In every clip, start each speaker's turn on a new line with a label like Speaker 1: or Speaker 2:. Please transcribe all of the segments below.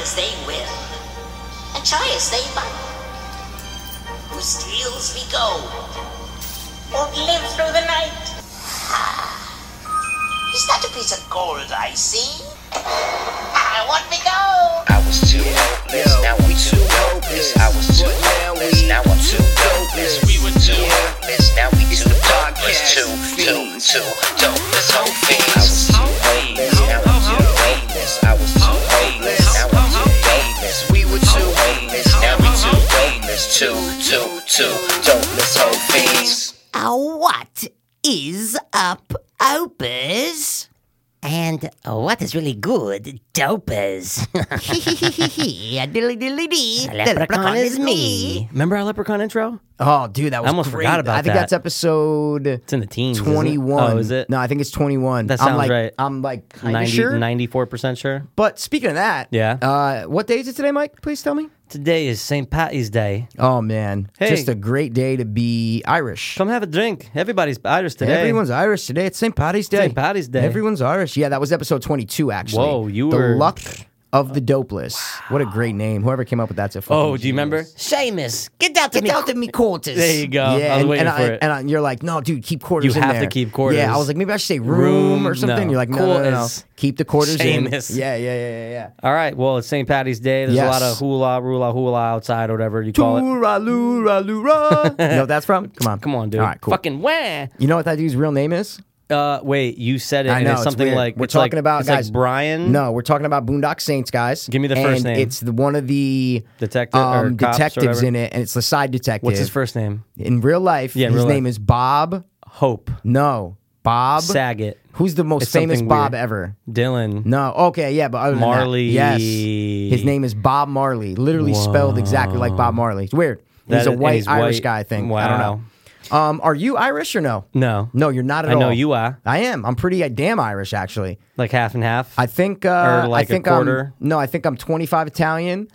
Speaker 1: as they will, and try as they might. Whose steals we go, or live through the night. Is that a piece of gold I see? I want me go.
Speaker 2: I was too hopeless, now we too hopeless. I was too hopeless, now I'm too dopeless. We were too hopeless, now we too dopeless. Too, too, too dopeless. Whole fiends. I was too hopeless, now I'm too hopeless. I was too hopeless, now I'm too hopeless. We were too hopeless, now we too hopeless. Too, too, too dopeless. Whole fiends.
Speaker 3: Uh, what is up, Opus?
Speaker 4: And what is really good, dopers.
Speaker 3: Diddly-diddly-dee.
Speaker 4: The leprechaun is me.
Speaker 5: Remember our leprechaun intro?
Speaker 6: Oh, dude, that was
Speaker 5: almost
Speaker 6: great.
Speaker 5: forgot about
Speaker 6: I think
Speaker 5: that.
Speaker 6: that's episode
Speaker 5: It's in the teens. isn't it?
Speaker 6: 21.
Speaker 5: Oh, is it?
Speaker 6: No, I think it's 21.
Speaker 5: That
Speaker 6: I'm
Speaker 5: sounds
Speaker 6: like,
Speaker 5: right.
Speaker 6: I'm like kind of
Speaker 5: 90,
Speaker 6: sure.
Speaker 5: 94% sure.
Speaker 6: But speaking of that,
Speaker 5: Yeah.
Speaker 6: Uh, what day is it today, Mike? Please tell me.
Speaker 5: Today is St. Patty's Day.
Speaker 6: Oh man,
Speaker 5: Hey.
Speaker 6: just a great day to be Irish.
Speaker 5: Come have a drink. Everybody's Irish today.
Speaker 6: Everyone's Irish today. It's St. Patty's Day.
Speaker 5: St. Patty's Day.
Speaker 6: Everyone's Irish. Yeah, that was episode 22, actually.
Speaker 5: Whoa, you
Speaker 6: the
Speaker 5: were-
Speaker 6: luck of the dopeless. What a great name. Whoever came up with that's a fucking
Speaker 5: Oh, do
Speaker 6: genius.
Speaker 5: you remember?
Speaker 4: Seamus, get out of
Speaker 6: Get
Speaker 4: me.
Speaker 6: out of me quarters.
Speaker 5: There you go.
Speaker 6: Yeah,
Speaker 5: I was
Speaker 6: and,
Speaker 5: waiting
Speaker 6: and
Speaker 5: for
Speaker 6: I,
Speaker 5: it.
Speaker 6: and I- you're like, no, dude, keep quarters.
Speaker 5: You
Speaker 6: in
Speaker 5: have
Speaker 6: there.
Speaker 5: to keep quarters.
Speaker 6: Yeah, I was like, maybe I should say room,
Speaker 5: Room,
Speaker 6: or something.
Speaker 5: no.
Speaker 6: You're like, no, no, no, no.
Speaker 5: Quarters.
Speaker 6: keep the quarters
Speaker 5: Seamus.
Speaker 6: in. Yeah, yeah, yeah, yeah, yeah.
Speaker 5: All right. Well, it's St. Patty's Day. There's a lot
Speaker 6: Yes.
Speaker 5: of hula, rula, hula outside, or whatever you call it.
Speaker 6: Toora, lura, lura. you know what that's from? Come on,
Speaker 5: Come on, dude.
Speaker 6: All right, cool.
Speaker 5: Fucking wah.
Speaker 6: You know what that dude's real name is?
Speaker 5: Uh, wait, you said it.
Speaker 6: I
Speaker 5: and
Speaker 6: know
Speaker 5: it's something
Speaker 6: weird.
Speaker 5: like
Speaker 6: we're
Speaker 5: it's
Speaker 6: talking
Speaker 5: like-
Speaker 6: about
Speaker 5: it's
Speaker 6: guys.
Speaker 5: like Brian.
Speaker 6: No, we're talking about Boondock Saints guys.
Speaker 5: Give me the first
Speaker 6: and
Speaker 5: name.
Speaker 6: It's the, one of the
Speaker 5: Detective or
Speaker 6: um,
Speaker 5: cops or
Speaker 6: detectives
Speaker 5: whatever.
Speaker 6: in it, and it's the side detective.
Speaker 5: What's his first name?
Speaker 6: In real life,
Speaker 5: Yeah,
Speaker 6: his
Speaker 5: real
Speaker 6: name
Speaker 5: life.
Speaker 6: is Bob.
Speaker 5: Hope
Speaker 6: No, Bob.
Speaker 5: Saget.
Speaker 6: Who's the most
Speaker 5: It's
Speaker 6: famous
Speaker 5: something
Speaker 6: Bob
Speaker 5: weird.
Speaker 6: ever?
Speaker 5: Dylan.
Speaker 6: No. Okay. Yeah, but other than that-
Speaker 5: Marley.
Speaker 6: yes. His name is Bob Marley. Literally spelled exactly like Bob Marley. It's weird.
Speaker 5: That
Speaker 6: he's
Speaker 5: is-
Speaker 6: a
Speaker 5: and
Speaker 6: white
Speaker 5: he's
Speaker 6: Irish
Speaker 5: white.
Speaker 6: guy. I think. I don't
Speaker 5: Wow.
Speaker 6: know. Um, are you Irish or no?
Speaker 5: No.
Speaker 6: No, you're not at
Speaker 5: I
Speaker 6: all.
Speaker 5: know you are.
Speaker 6: I am. I'm pretty uh, damn Irish, actually.
Speaker 5: Like half and half.
Speaker 6: I think. Uh,
Speaker 5: Or
Speaker 6: I
Speaker 5: like
Speaker 6: think
Speaker 5: a quarter?
Speaker 6: I'm, no, I think I'm 25 Italian,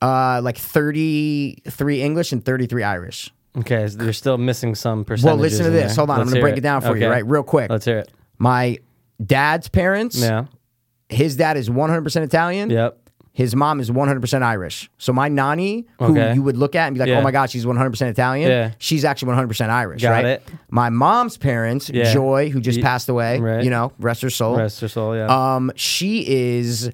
Speaker 6: uh, like 33 English and 33 Irish.
Speaker 5: okay, so you're still missing some percentages.
Speaker 6: Well, listen to
Speaker 5: in
Speaker 6: this.
Speaker 5: there.
Speaker 6: Hold on, I'm
Speaker 5: Let's
Speaker 6: gonna
Speaker 5: hear
Speaker 6: break it down for you,
Speaker 5: Okay.
Speaker 6: right, real quick.
Speaker 5: Let's hear it.
Speaker 6: My dad's parents.
Speaker 5: Yeah.
Speaker 6: His dad is 100% Italian.
Speaker 5: Yep.
Speaker 6: his mom is 100% Irish. So my nanny, who
Speaker 5: Okay.
Speaker 6: you would look at and be like,
Speaker 5: Yeah.
Speaker 6: oh my God, she's 100% Italian,
Speaker 5: Yeah.
Speaker 6: she's actually 100% Irish,
Speaker 5: Got
Speaker 6: right?
Speaker 5: it.
Speaker 6: My mom's parents,
Speaker 5: Yeah.
Speaker 6: Joy, who just
Speaker 5: Ye-
Speaker 6: passed away,
Speaker 5: right.
Speaker 6: you know, rest her soul.
Speaker 5: Rest your soul. Yeah.
Speaker 6: Um, she is, uh,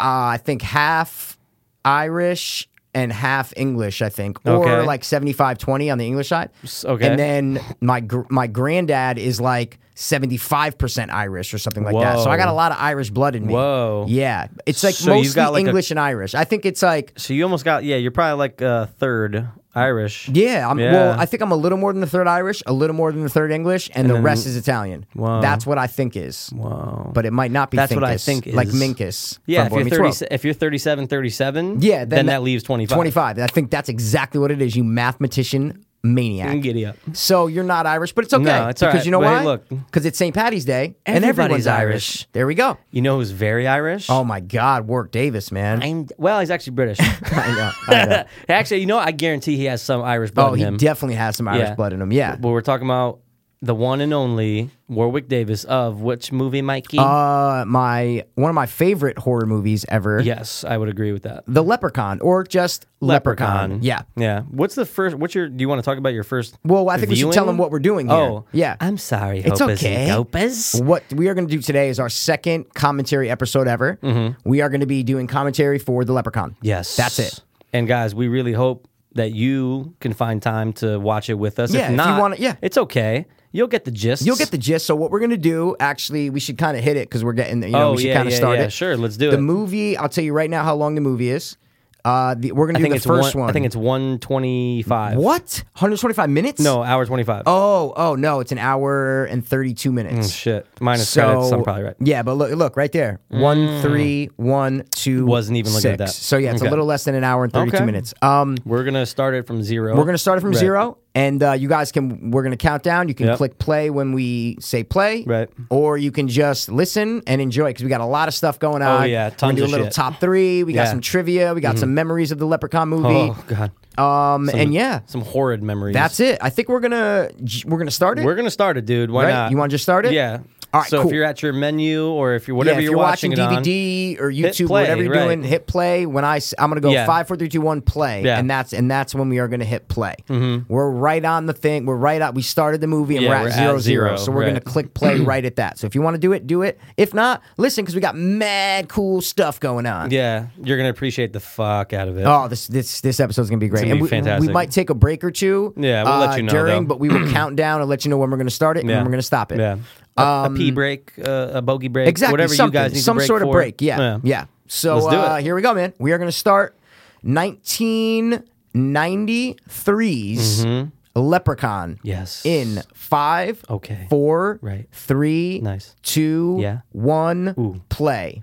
Speaker 6: I think, half Irish and half English, I think, or
Speaker 5: Okay.
Speaker 6: like 75 20 on the English side.
Speaker 5: okay.
Speaker 6: And then my gr- my granddad is like 75% Irish or something like that. So I got a
Speaker 5: Whoa.
Speaker 6: lot of Irish blood in me.
Speaker 5: Whoa.
Speaker 6: Yeah. It's like
Speaker 5: So you've
Speaker 6: mostly
Speaker 5: got, like, a-
Speaker 6: English and Irish. I think it's like,
Speaker 5: so you almost got yeah. You're probably like a third Irish.
Speaker 6: yeah, I'm,
Speaker 5: Yeah.
Speaker 6: well, I think I'm a little more than a third Irish, a little more than a third English, and, the
Speaker 5: then-
Speaker 6: rest is Italian.
Speaker 5: Whoa.
Speaker 6: That's what I think is.
Speaker 5: Wow.
Speaker 6: But it might not be
Speaker 5: That's what I
Speaker 6: Finkus,
Speaker 5: think
Speaker 6: Like
Speaker 5: is.
Speaker 6: Minkus.
Speaker 5: Oh. Yeah, if
Speaker 6: from Boy
Speaker 5: you're,
Speaker 6: Meets
Speaker 5: 30,
Speaker 6: World.
Speaker 5: if you're 37, 37,
Speaker 6: Yeah,
Speaker 5: then, that, leaves 25.
Speaker 6: 25. I think that's exactly what it is, you mathematician maniac.
Speaker 5: Giddy up.
Speaker 6: So you're not Irish, but it's okay.
Speaker 5: No, it's all
Speaker 6: because
Speaker 5: right,
Speaker 6: you know
Speaker 5: but hey,
Speaker 6: why?
Speaker 5: look.
Speaker 6: Because it's St. Patty's Day and everyone's
Speaker 5: Everybody's
Speaker 6: Irish.
Speaker 5: Irish.
Speaker 6: There we go.
Speaker 5: You know who's very Irish?
Speaker 6: Oh my God, Warwick Davis, man.
Speaker 5: I'm, well, he's actually British.
Speaker 6: I know, I know.
Speaker 5: actually, you know, I guarantee he has some Irish blood
Speaker 6: Oh,
Speaker 5: in
Speaker 6: he
Speaker 5: him.
Speaker 6: definitely has some Irish
Speaker 5: Yeah.
Speaker 6: blood in him. Yeah.
Speaker 5: But we're talking about the one and only Warwick Davis of which movie, Mikey?
Speaker 6: Uh, my one of my favorite horror movies ever.
Speaker 5: yes, I would agree with that.
Speaker 6: The Leprechaun, or just Leprechaun. Yeah.
Speaker 5: Yeah. What's the first, what's your, do you want to talk about your first?
Speaker 6: Well, I think we should
Speaker 5: viewing?
Speaker 6: tell 'em what we're doing here.
Speaker 5: Oh,
Speaker 6: Yeah.
Speaker 5: I'm sorry.
Speaker 6: It's
Speaker 5: Hopus
Speaker 6: okay.
Speaker 5: And Dopus.
Speaker 6: What we are going to do today is our second commentary episode ever. We are going to be doing commentary for The Leprechaun.
Speaker 5: Mm-hmm. Yes.
Speaker 6: That's it.
Speaker 5: And guys, we really hope that you can find time to watch it with us.
Speaker 6: Yeah, if
Speaker 5: if
Speaker 6: you
Speaker 5: not,
Speaker 6: wanna- yeah.
Speaker 5: it's okay. You'll get the gist.
Speaker 6: You'll get the gist. So what we're going to do, actually, we should kind of hit it because we're getting, you know,
Speaker 5: Oh,
Speaker 6: we should
Speaker 5: yeah,
Speaker 6: kind of
Speaker 5: yeah,
Speaker 6: start
Speaker 5: yeah.
Speaker 6: it.
Speaker 5: Sure, let's do
Speaker 6: the
Speaker 5: it.
Speaker 6: The movie, I'll tell you right now how long the movie is. Uh, the, we're going
Speaker 5: I
Speaker 6: to do
Speaker 5: think
Speaker 6: the
Speaker 5: it's
Speaker 6: first one,
Speaker 5: I think it's one twenty-five.
Speaker 6: What? 125 minutes?
Speaker 5: No, hour twenty-five.
Speaker 6: Oh, oh no, it's an hour and 32 minutes.
Speaker 5: Mm, shit. Minus
Speaker 6: So
Speaker 5: credits. I'm probably right. Mm.
Speaker 6: Yeah, but look, look right there. One, three, one, two.
Speaker 5: Wasn't even looking at
Speaker 6: six.
Speaker 5: that.
Speaker 6: So yeah, it's a
Speaker 5: Okay.
Speaker 6: little less than an hour and thirty-two
Speaker 5: Okay.
Speaker 6: minutes. Um,
Speaker 5: We're gonna start it from zero.
Speaker 6: we're gonna start it from
Speaker 5: Oh, Right.
Speaker 6: zero, and uh, you guys can. We're gonna count down. You can
Speaker 5: Yep.
Speaker 6: click play when we say play,
Speaker 5: Right.
Speaker 6: Or you can just listen and enjoy because we got a lot of stuff going on.
Speaker 5: Oh, yeah,
Speaker 6: we're gonna
Speaker 5: tons
Speaker 6: do a
Speaker 5: of
Speaker 6: little
Speaker 5: shit.
Speaker 6: top three. We got
Speaker 5: Yeah. Mm-hmm.
Speaker 6: some trivia. We got some memories of the Leprechaun movie.
Speaker 5: Oh god.
Speaker 6: Um,
Speaker 5: Some-
Speaker 6: and yeah,
Speaker 5: some horrid memories.
Speaker 6: that's it. I think we're gonna we're gonna start it.
Speaker 5: We're gonna start it, dude. Why
Speaker 6: Right?
Speaker 5: not?
Speaker 6: You wanna just start it?
Speaker 5: Yeah.
Speaker 6: All right,
Speaker 5: so
Speaker 6: cool.
Speaker 5: if you're at your menu or if you're whatever
Speaker 6: yeah, if
Speaker 5: you're,
Speaker 6: you're, watching,
Speaker 5: it on,
Speaker 6: DVD or YouTube,
Speaker 5: play,
Speaker 6: whatever you're
Speaker 5: right.
Speaker 6: doing, hit play. When I, s- I'm gonna go
Speaker 5: Yeah.
Speaker 6: five, four, three, two, one, play,
Speaker 5: Yeah. Mm-hmm.
Speaker 6: and that's and that's when we are gonna hit play. We're right on the thing. We're right up. We started the movie and
Speaker 5: Yeah,
Speaker 6: we're at
Speaker 5: we're at
Speaker 6: zero zero.
Speaker 5: zero,
Speaker 6: So we're gonna
Speaker 5: right.
Speaker 6: click play right at that. So if you want to do it, do it. If not, listen because we got mad cool stuff going on.
Speaker 5: yeah, you're gonna appreciate the fuck out of it.
Speaker 6: Oh, this this this episode's gonna be great.
Speaker 5: gonna
Speaker 6: and
Speaker 5: be
Speaker 6: we,
Speaker 5: fantastic.
Speaker 6: we might take a break or two. uh,
Speaker 5: Yeah, we'll let you know,
Speaker 6: during,
Speaker 5: though.
Speaker 6: but we will count down and let you know when we're gonna start it and
Speaker 5: yeah.
Speaker 6: when we're gonna stop it. Um,
Speaker 5: Yeah, a, a pee break, uh, a bogey break,
Speaker 6: Exactly.
Speaker 5: Whatever you
Speaker 6: something,
Speaker 5: guys need
Speaker 6: some
Speaker 5: to break
Speaker 6: sort of
Speaker 5: for.
Speaker 6: break. Yeah. Yeah. So
Speaker 5: Let's do
Speaker 6: uh,
Speaker 5: it.
Speaker 6: here we go, man. We are going to start 1993's Leprechaun.
Speaker 5: Mm-hmm. Yes.
Speaker 6: In five,
Speaker 5: Okay.
Speaker 6: four,
Speaker 5: Right.
Speaker 6: three,
Speaker 5: Nice.
Speaker 6: two,
Speaker 5: Yeah.
Speaker 6: one,
Speaker 5: Ooh.
Speaker 6: play.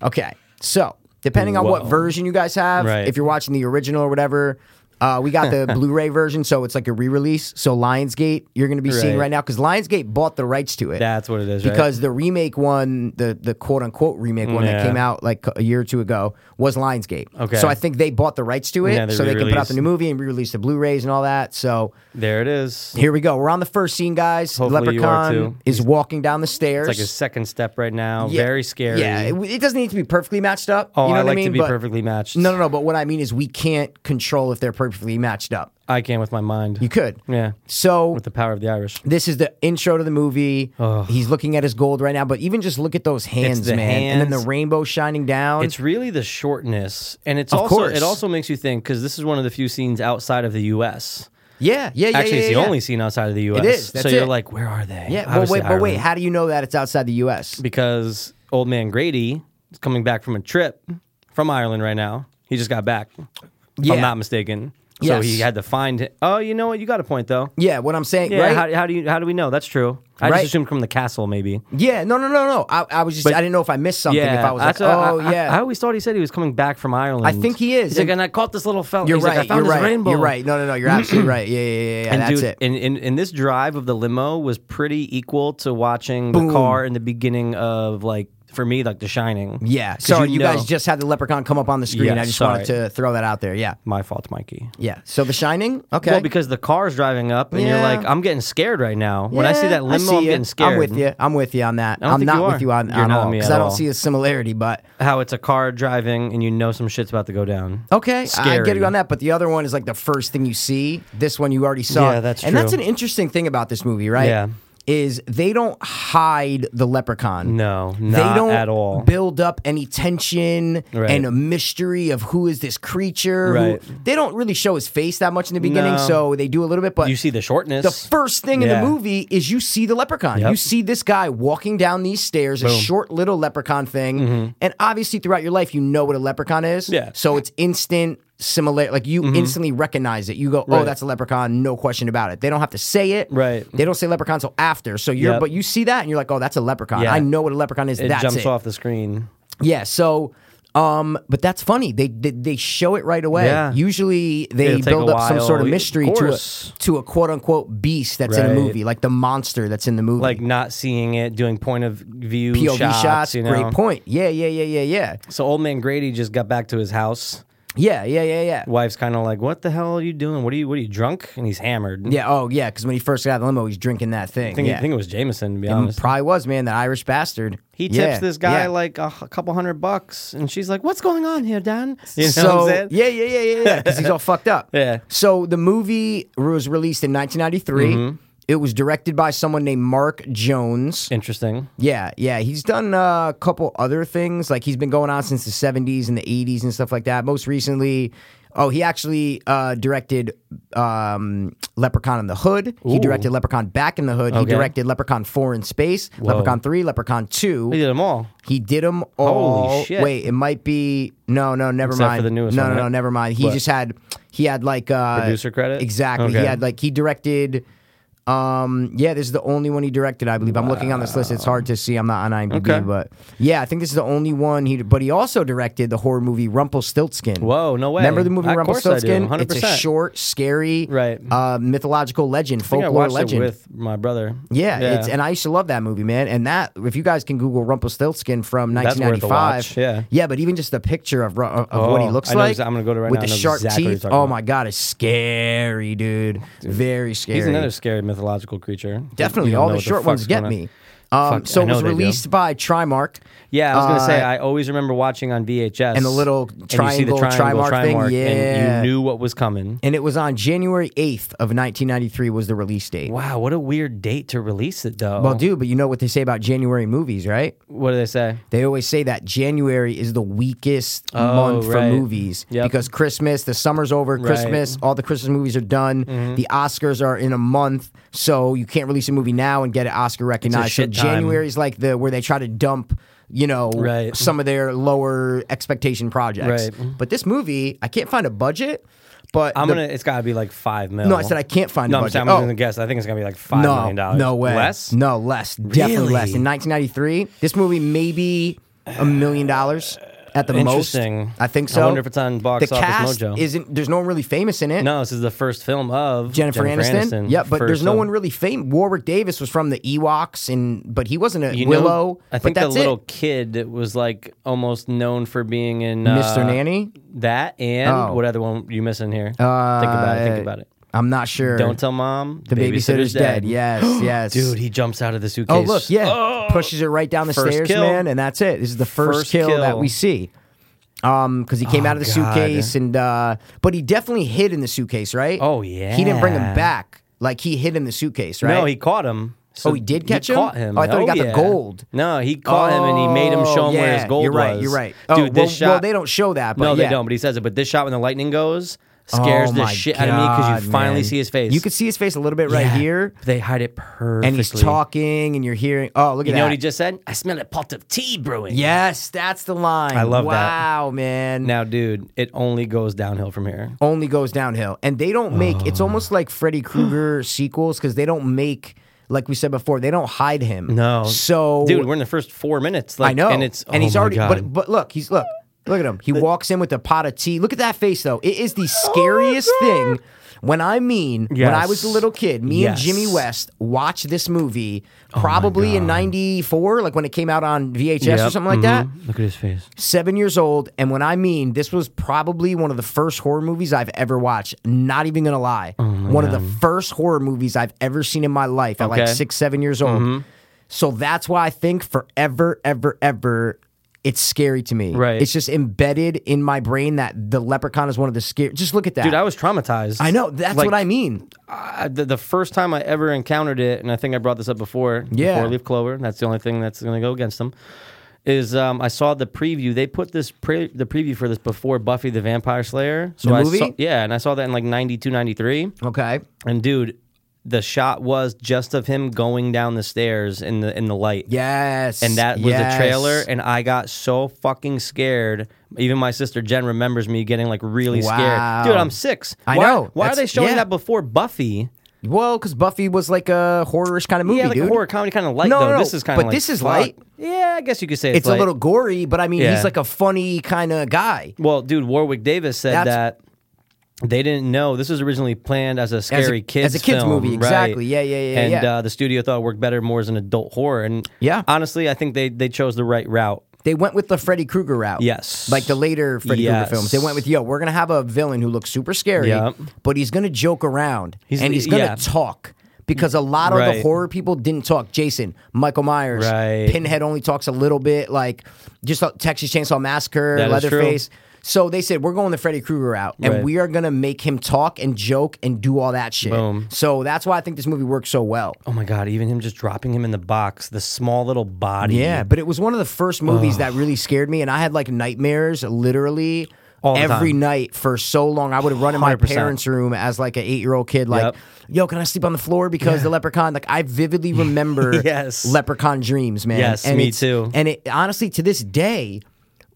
Speaker 6: Okay. So depending on what
Speaker 5: Whoa.
Speaker 6: version you guys have,
Speaker 5: Right.
Speaker 6: if you're watching the original or whatever. Uh, we got the Blu-ray version, so it's like a re-release. So Lionsgate, you're going to be seeing
Speaker 5: Right.
Speaker 6: right now because Lionsgate bought the rights to it
Speaker 5: That's what it is. right?
Speaker 6: because the remake one, the the quote unquote remake one that
Speaker 5: Yeah.
Speaker 6: came out like a year or two ago was Lionsgate.
Speaker 5: Okay.
Speaker 6: So I think they bought the rights to it,
Speaker 5: Yeah, they
Speaker 6: so they can put out
Speaker 5: re-released.
Speaker 6: the new movie and re-release the Blu-rays and all that. So
Speaker 5: there it is.
Speaker 6: here we go. We're on the first scene, guys. The
Speaker 5: Hopefully you are,
Speaker 6: Leprechaun
Speaker 5: too.
Speaker 6: is walking down the stairs.
Speaker 5: It's like his second step right now.
Speaker 6: Yeah.
Speaker 5: Very scary.
Speaker 6: Yeah, it, it doesn't need to be perfectly matched up.
Speaker 5: oh,
Speaker 6: you know
Speaker 5: I
Speaker 6: what
Speaker 5: like
Speaker 6: I mean?
Speaker 5: to be
Speaker 6: But-
Speaker 5: perfectly matched.
Speaker 6: No, no, no. But what I mean is, we can't control if they're perfectly matched up.
Speaker 5: I can with my mind.
Speaker 6: You could.
Speaker 5: Yeah,
Speaker 6: So
Speaker 5: with the power of the Irish.
Speaker 6: this is the intro to the movie.
Speaker 5: Ugh.
Speaker 6: He's looking at his gold right now, but even just look at those hands,
Speaker 5: the
Speaker 6: man, and then
Speaker 5: hands.
Speaker 6: the rainbow shining down.
Speaker 5: It's really the shortness, and it's
Speaker 6: Of
Speaker 5: also
Speaker 6: course.
Speaker 5: it also makes you think because this is one of the few scenes outside of the U.S.
Speaker 6: Yeah, yeah, yeah.
Speaker 5: Actually,
Speaker 6: yeah,
Speaker 5: it's the
Speaker 6: yeah.
Speaker 5: only scene outside of the U.S.
Speaker 6: is, that's
Speaker 5: so you're
Speaker 6: it.
Speaker 5: like, where are they?
Speaker 6: Yeah, well,
Speaker 5: Obviously
Speaker 6: wait, but wait.
Speaker 5: Ireland.
Speaker 6: How do you know that it's outside the U.S.?
Speaker 5: because old man Grady is coming back from a trip from Ireland right now. He just got back. If
Speaker 6: Yeah.
Speaker 5: I'm not mistaken. So
Speaker 6: Yes.
Speaker 5: he had to find. It. Oh, you know what? You got a point though.
Speaker 6: Yeah, what I'm saying,
Speaker 5: Yeah.
Speaker 6: right?
Speaker 5: How, how do you? How do we know? That's true. I
Speaker 6: Right.
Speaker 5: just assumed from the castle, maybe.
Speaker 6: yeah, no, no, no, no. I, I was just, I didn't know if I missed something.
Speaker 5: yeah.
Speaker 6: if I was like,
Speaker 5: that's what I-
Speaker 6: oh
Speaker 5: I,
Speaker 6: yeah,
Speaker 5: I, always thought he said he was coming back from Ireland.
Speaker 6: think he is,
Speaker 5: He's like,
Speaker 6: and-
Speaker 5: and I caught this little fella.
Speaker 6: you're
Speaker 5: He's
Speaker 6: right.
Speaker 5: Like, I found
Speaker 6: you're
Speaker 5: this
Speaker 6: right.
Speaker 5: rainbow.
Speaker 6: You're right. No, no, no. You're absolutely right. Yeah, yeah, yeah. yeah
Speaker 5: And
Speaker 6: that's
Speaker 5: dude,
Speaker 6: it.
Speaker 5: And, and, and this drive of the limo was pretty equal to watching the car in the beginning of like for me like The Shining.
Speaker 6: yeah.
Speaker 5: 'Cause
Speaker 6: Sorry, you,
Speaker 5: know-
Speaker 6: guys just had the leprechaun come up on the screen.
Speaker 5: Yeah,
Speaker 6: I just wanted
Speaker 5: sorry.
Speaker 6: to throw that out there. Yeah,
Speaker 5: my fault, Mikey.
Speaker 6: yeah. So The Shining. Okay.
Speaker 5: Well, because the car's driving up, and
Speaker 6: Yeah.
Speaker 5: you're like, I'm getting scared right now. When I see
Speaker 6: Yeah,
Speaker 5: that limo,
Speaker 6: see
Speaker 5: I'm
Speaker 6: you.
Speaker 5: getting scared.
Speaker 6: I'm with you. I'm with you on that.
Speaker 5: don't
Speaker 6: I'm
Speaker 5: think
Speaker 6: not
Speaker 5: you
Speaker 6: with
Speaker 5: are.
Speaker 6: you on,
Speaker 5: You're
Speaker 6: on
Speaker 5: not
Speaker 6: all
Speaker 5: me
Speaker 6: because
Speaker 5: at
Speaker 6: I don't
Speaker 5: all.
Speaker 6: see a similarity, but.
Speaker 5: How it's a car driving, and you know some shit's about to go down.
Speaker 6: Okay, I
Speaker 5: Scary.
Speaker 6: get you on that, but the other one is like the first thing you see. This one you already saw.
Speaker 5: Yeah, that's
Speaker 6: and that's an
Speaker 5: true.
Speaker 6: interesting thing about this movie, right?
Speaker 5: Yeah.
Speaker 6: Is they don't hide the leprechaun.
Speaker 5: No,
Speaker 6: They
Speaker 5: not
Speaker 6: don't
Speaker 5: at all.
Speaker 6: build up any tension
Speaker 5: Right.
Speaker 6: and a mystery of who is this creature. who-
Speaker 5: Right.
Speaker 6: they don't really show his face that much in the beginning,
Speaker 5: No.
Speaker 6: so they do a little bit. But
Speaker 5: you see the shortness.
Speaker 6: the first thing in
Speaker 5: Yeah.
Speaker 6: the movie is you see the leprechaun.
Speaker 5: Yep.
Speaker 6: You see this guy walking down these stairs, a short little leprechaun thing. And obviously, throughout your life, you know what a leprechaun is.
Speaker 5: Mm-hmm. Yeah. Mm-hmm.
Speaker 6: So it's instant similar. Like you instantly recognize it. You go, oh,
Speaker 5: Right.
Speaker 6: that's a leprechaun, no question about it. They don't have to say it.
Speaker 5: Right.
Speaker 6: They don't say leprechaun till after. So you're,
Speaker 5: Yep.
Speaker 6: but you see that and you're like, oh, that's a leprechaun.
Speaker 5: Yeah.
Speaker 6: I know what a leprechaun is.
Speaker 5: it
Speaker 6: that's
Speaker 5: jumps
Speaker 6: it.
Speaker 5: off the screen.
Speaker 6: Yeah. So, um, but that's funny. They they, they show it right away.
Speaker 5: Yeah.
Speaker 6: Usually they
Speaker 5: It'll take
Speaker 6: build
Speaker 5: a
Speaker 6: up some sort of
Speaker 5: while.
Speaker 6: mystery
Speaker 5: Of
Speaker 6: to a,
Speaker 5: course.
Speaker 6: to a quote unquote beast that's in a
Speaker 5: Right.
Speaker 6: movie, like the monster that's in the movie.
Speaker 5: Like not seeing it, doing point of view
Speaker 6: POV shots.
Speaker 5: shots. you know?
Speaker 6: Great point. Yeah. Yeah. Yeah. Yeah. Yeah.
Speaker 5: So old man Grady just got back to his house.
Speaker 6: Yeah. Yeah. Yeah. Yeah.
Speaker 5: Wife's kind of like, "What the hell are you doing? What are you? What are you drunk?" And he's hammered.
Speaker 6: Yeah. Oh, yeah. Because when he first got out of the limo, he's drinking that thing.
Speaker 5: I think,
Speaker 6: yeah.
Speaker 5: I think it was Jameson. To be
Speaker 6: Um,
Speaker 5: honest,
Speaker 6: probably was man, that Irish bastard.
Speaker 5: He tips
Speaker 6: Yeah,
Speaker 5: this guy
Speaker 6: yeah.
Speaker 5: like a, h- a couple hundred bucks, and she's like, "What's going on here, Dan?" You know
Speaker 6: so
Speaker 5: what I'm saying?
Speaker 6: yeah, yeah, yeah, yeah, yeah, because he's all fucked up.
Speaker 5: Yeah.
Speaker 6: So the movie was released in 1993.
Speaker 5: Mm-hmm.
Speaker 6: It was directed by someone named Mark Jones.
Speaker 5: Interesting.
Speaker 6: Yeah, yeah, he's done uh, a couple other things. Like he's been going on since the 70s and the 80s and stuff like that. Most recently, oh, he actually uh, directed um, Leprechaun in the Hood. He
Speaker 5: Ooh.
Speaker 6: directed Leprechaun Back in the Hood. He
Speaker 5: Okay.
Speaker 6: directed Leprechaun 4 in Space, Leprechaun 3, Leprechaun 2.
Speaker 5: He did them all.
Speaker 6: He did them all.
Speaker 5: shit.
Speaker 6: Wait, it might be no, no, never
Speaker 5: Except for
Speaker 6: mind.
Speaker 5: the newest
Speaker 6: no,
Speaker 5: one,
Speaker 6: no, no,
Speaker 5: right?
Speaker 6: never mind. He
Speaker 5: What?
Speaker 6: just had he had like uh,
Speaker 5: Producer credit?
Speaker 6: Exactly. He
Speaker 5: Okay.
Speaker 6: had like he directed. Um. Yeah, this is the only one he directed. I believe. I'm looking on this list. It's hard to see. I'm not on IMDb,
Speaker 5: Okay.
Speaker 6: but yeah, I think this is the only one he. But he also directed the horror movie Rumpelstiltskin.
Speaker 5: Whoa, no way.
Speaker 6: Remember the movie
Speaker 5: Of course I do,
Speaker 6: Rumpelstiltskin? It's a
Speaker 5: 100%.
Speaker 6: short, scary,
Speaker 5: Right.
Speaker 6: uh, mythological legend,
Speaker 5: I think I
Speaker 6: folklore
Speaker 5: watched
Speaker 6: legend.
Speaker 5: it with my brother.
Speaker 6: Yeah, It's, and I used to love that movie, man. And that, if you guys can Google Rumpelstiltskin from
Speaker 5: That's worth a
Speaker 6: 1995,
Speaker 5: watch, yeah.
Speaker 6: yeah, but even just the picture of Ru- of of what he
Speaker 5: Oh,
Speaker 6: looks
Speaker 5: I know
Speaker 6: like,
Speaker 5: exa- I'm gonna go to right
Speaker 6: with
Speaker 5: now, I
Speaker 6: the
Speaker 5: know
Speaker 6: sharp
Speaker 5: exactly what you're
Speaker 6: teeth.
Speaker 5: talking
Speaker 6: Oh
Speaker 5: about.
Speaker 6: my god, it's scary, dude. Very scary.
Speaker 5: he's another scary mythological creature.
Speaker 6: Definitely,
Speaker 5: You don't
Speaker 6: all
Speaker 5: know
Speaker 6: the
Speaker 5: what
Speaker 6: short ones
Speaker 5: fuck's
Speaker 6: get
Speaker 5: going on.
Speaker 6: me. Um,
Speaker 5: Fuck,
Speaker 6: so
Speaker 5: I
Speaker 6: it
Speaker 5: know
Speaker 6: was
Speaker 5: they do.
Speaker 6: released by Trimark.
Speaker 5: Yeah, I was gonna say
Speaker 6: Uh,
Speaker 5: I always remember watching on VHS
Speaker 6: and the little triangle, Trimark thing, yeah.
Speaker 5: and you knew what was coming.
Speaker 6: and it was on January 8th of 1993 was the release date.
Speaker 5: Wow, what a weird date to release it though.
Speaker 6: Well, dude, but you know what they say about January movies, right?
Speaker 5: what do they say?
Speaker 6: They always say that January is the weakest month for
Speaker 5: Oh, right.
Speaker 6: movies
Speaker 5: Yep.
Speaker 6: because Christmas, the summer's over, Christmas, all the Christmas movies are done.
Speaker 5: Mm-hmm.
Speaker 6: The Oscars are in a month, so you can't release a movie now and get it Oscar recognized. So
Speaker 5: shit time.
Speaker 6: January is like the where they try to dump, you know,
Speaker 5: Right.
Speaker 6: some of their lower expectation projects.
Speaker 5: Right.
Speaker 6: But this movie, I can't find a budget, but
Speaker 5: I'm
Speaker 6: the-
Speaker 5: gonna. It's gotta be like five mil.
Speaker 6: No, I said I can't find a
Speaker 5: No, I'm,
Speaker 6: budget.
Speaker 5: saying, I'm
Speaker 6: Oh.
Speaker 5: gonna guess. I think it's gonna be like five million
Speaker 6: no,
Speaker 5: dollars.
Speaker 6: No way.
Speaker 5: Less.
Speaker 6: No, less. Definitely less.
Speaker 5: Really?
Speaker 6: In 1993, this movie maybe a million dollars at the most.
Speaker 5: Interesting.
Speaker 6: I think so.
Speaker 5: I wonder if it's on Box
Speaker 6: the
Speaker 5: Office
Speaker 6: cast
Speaker 5: Mojo.
Speaker 6: Isn't there's no one really famous in it?
Speaker 5: No, this is the first film of
Speaker 6: Jennifer, Aniston. Yeah, but
Speaker 5: First
Speaker 6: there's no
Speaker 5: film.
Speaker 6: one really famous. Warwick Davis was from the Ewoks, and but he wasn't a
Speaker 5: You know,
Speaker 6: Willow.
Speaker 5: I think
Speaker 6: but that's
Speaker 5: the little
Speaker 6: it.
Speaker 5: kid was like almost known for being in uh,
Speaker 6: Mr. Nanny.
Speaker 5: That and
Speaker 6: Oh.
Speaker 5: what other one you missing here? think about it. Think about it.
Speaker 6: I'm not sure.
Speaker 5: Don't tell mom.
Speaker 6: er, the babysitter's, dead. Yes, yes.
Speaker 5: Dude, he jumps out of the suitcase.
Speaker 6: Oh look, yeah, pushes it right down the
Speaker 5: First
Speaker 6: stairs,
Speaker 5: kill.
Speaker 6: man, and that's it. This is the first,
Speaker 5: First
Speaker 6: kill, that
Speaker 5: kill. Oh,
Speaker 6: we see. Um, because he came out of the
Speaker 5: God.
Speaker 6: suitcase, and uh, but he definitely hid in the suitcase, right?
Speaker 5: Oh,
Speaker 6: he didn't bring him
Speaker 5: yeah.
Speaker 6: back. Like he hid in the suitcase, right?
Speaker 5: No, he caught him. So
Speaker 6: Oh, he did catch him?
Speaker 5: Caught him.
Speaker 6: Oh, I thought he got the
Speaker 5: yeah.
Speaker 6: gold.
Speaker 5: No, he caught him and he made him show him
Speaker 6: Oh,
Speaker 5: where his
Speaker 6: yeah,
Speaker 5: gold
Speaker 6: You're right.
Speaker 5: was.
Speaker 6: You're right.
Speaker 5: Dude,
Speaker 6: Oh,
Speaker 5: this
Speaker 6: well,
Speaker 5: shot.
Speaker 6: well, they don't show that. But
Speaker 5: no,
Speaker 6: yeah.
Speaker 5: they don't. But he says it. But this shot when the lightning goes scares
Speaker 6: Oh,
Speaker 5: the
Speaker 6: my
Speaker 5: shit out of me because you
Speaker 6: God,
Speaker 5: finally
Speaker 6: man.
Speaker 5: see his face.
Speaker 6: You could see his face a little bit right
Speaker 5: Yeah.
Speaker 6: here,
Speaker 5: They hide it perfectly.
Speaker 6: and he's talking, and you're hearing. Oh, look
Speaker 5: You
Speaker 6: at
Speaker 5: know
Speaker 6: that.
Speaker 5: what he just said? I smell a pot of tea brewing.
Speaker 6: yes, that's the line. I
Speaker 5: love that.
Speaker 6: Wow, man.
Speaker 5: Now, dude, it only goes downhill from here.
Speaker 6: only goes downhill. And they don't make it's
Speaker 5: Oh.
Speaker 6: almost like Freddy Krueger sequels because they don't make like we said before they don't hide him.
Speaker 5: No.
Speaker 6: so
Speaker 5: Dude, we're in the first four minutes. Like,
Speaker 6: Oh. I know,
Speaker 5: And it's oh
Speaker 6: he's
Speaker 5: my
Speaker 6: already
Speaker 5: God.
Speaker 6: but but look he's look look at him. He walks in with a pot of tea. Look at that face though. It
Speaker 5: Oh,
Speaker 6: is the scariest thing. When I mean, when I was a
Speaker 5: Yes.
Speaker 6: little kid, me
Speaker 5: Yes. Oh
Speaker 6: and Jimmy West watched this movie probably in '94, like when it came out on VHS or
Speaker 5: Yep,
Speaker 6: something like
Speaker 5: mhm.
Speaker 6: that Ah.
Speaker 5: Look at his face.
Speaker 6: seven years old, and when I mean this was probably one of the first horror movies I've ever watched. Not even gonna lie,
Speaker 5: Oh,
Speaker 6: one of the first horror movies I've ever seen in my life at like
Speaker 5: Okay. Mm-hmm.
Speaker 6: six, seven years old. So that's why I think forever, ever, ever. It's scary to me.
Speaker 5: Right.
Speaker 6: It's just embedded in my brain that the leprechaun is one of the scary. Just look at that.
Speaker 5: Dude, I was traumatized.
Speaker 6: I know. That's
Speaker 5: Like,
Speaker 6: what I mean.
Speaker 5: I- the, the first time I ever encountered it, and I think I brought this up before,
Speaker 6: Yeah.
Speaker 5: before Leaf Clover, that's the only thing that's going to go against them, is um, I saw the preview. They put this pre- the preview for this before Buffy the Vampire Slayer. So
Speaker 6: The
Speaker 5: I
Speaker 6: movie?
Speaker 5: Saw, yeah, and I saw that in like 92, 93.
Speaker 6: Okay.
Speaker 5: And dude, the shot was just of him going down the stairs in the in the light.
Speaker 6: Yes.
Speaker 5: And that was
Speaker 6: yes.
Speaker 5: the trailer, and I got so fucking scared. Even my sister Jen remembers me getting like really
Speaker 6: Wow.
Speaker 5: scared. Dude, I'm six.
Speaker 6: I
Speaker 5: why,
Speaker 6: know.
Speaker 5: Why are
Speaker 6: That's-
Speaker 5: they showing
Speaker 6: yeah.
Speaker 5: that before Buffy?
Speaker 6: Well, because Buffy was like a horror-ish kind of movie,
Speaker 5: yeah, like
Speaker 6: dude.
Speaker 5: a horror comedy kind of light
Speaker 6: No,
Speaker 5: though.
Speaker 6: no,
Speaker 5: This is kind of
Speaker 6: but this is light.
Speaker 5: Yeah, I guess you could say it's,
Speaker 6: It's a
Speaker 5: light.
Speaker 6: little gory, but I mean,
Speaker 5: Yeah.
Speaker 6: he's like a funny kind of guy.
Speaker 5: Well, dude, Warwick Davis said
Speaker 6: That's-
Speaker 5: that they didn't know this was originally planned as a scary kids
Speaker 6: as a kids
Speaker 5: film,
Speaker 6: movie,
Speaker 5: right?
Speaker 6: exactly. Yeah, yeah, yeah,
Speaker 5: And
Speaker 6: yeah.
Speaker 5: Uh, the studio thought it worked better more as an adult horror. And
Speaker 6: Yeah.
Speaker 5: honestly, I think they they chose the right route.
Speaker 6: They went with the Freddy Krueger route.
Speaker 5: Yes.
Speaker 6: Like the later Freddy
Speaker 5: Yes.
Speaker 6: Krueger films. They went with, yo, we're going to have a villain who looks super scary,
Speaker 5: Yep.
Speaker 6: but he's going to joke around
Speaker 5: He's-
Speaker 6: and he's going to
Speaker 5: yeah.
Speaker 6: talk. Because a lot of the
Speaker 5: Right.
Speaker 6: horror people didn't talk. Jason, Michael Myers,
Speaker 5: Right.
Speaker 6: Pinhead only talks a little bit, like just uh, Texas Chainsaw Massacre,
Speaker 5: That is true.
Speaker 6: Leatherface. So they said, we're going the Freddy Krueger route and
Speaker 5: Right.
Speaker 6: we are going to make him talk and joke and do all that shit.
Speaker 5: Boom.
Speaker 6: So that's why I think this movie works so well.
Speaker 5: Oh my god, even him just dropping him in the box, the small little body.
Speaker 6: Yeah, but it was one of the first movies that really scared me, and I had like nightmares literally
Speaker 5: All the
Speaker 6: every
Speaker 5: time.
Speaker 6: night for so long. I would run in my
Speaker 5: 100%.
Speaker 6: parents' room as like an eight year old kid, like,
Speaker 5: Yep.
Speaker 6: "Yo, can I sleep on the floor?" Because the leprechaun. Like I vividly remember
Speaker 5: Yes.
Speaker 6: leprechaun dreams, man.
Speaker 5: Yes, me
Speaker 6: it's-
Speaker 5: too.
Speaker 6: And it honestly, to this day.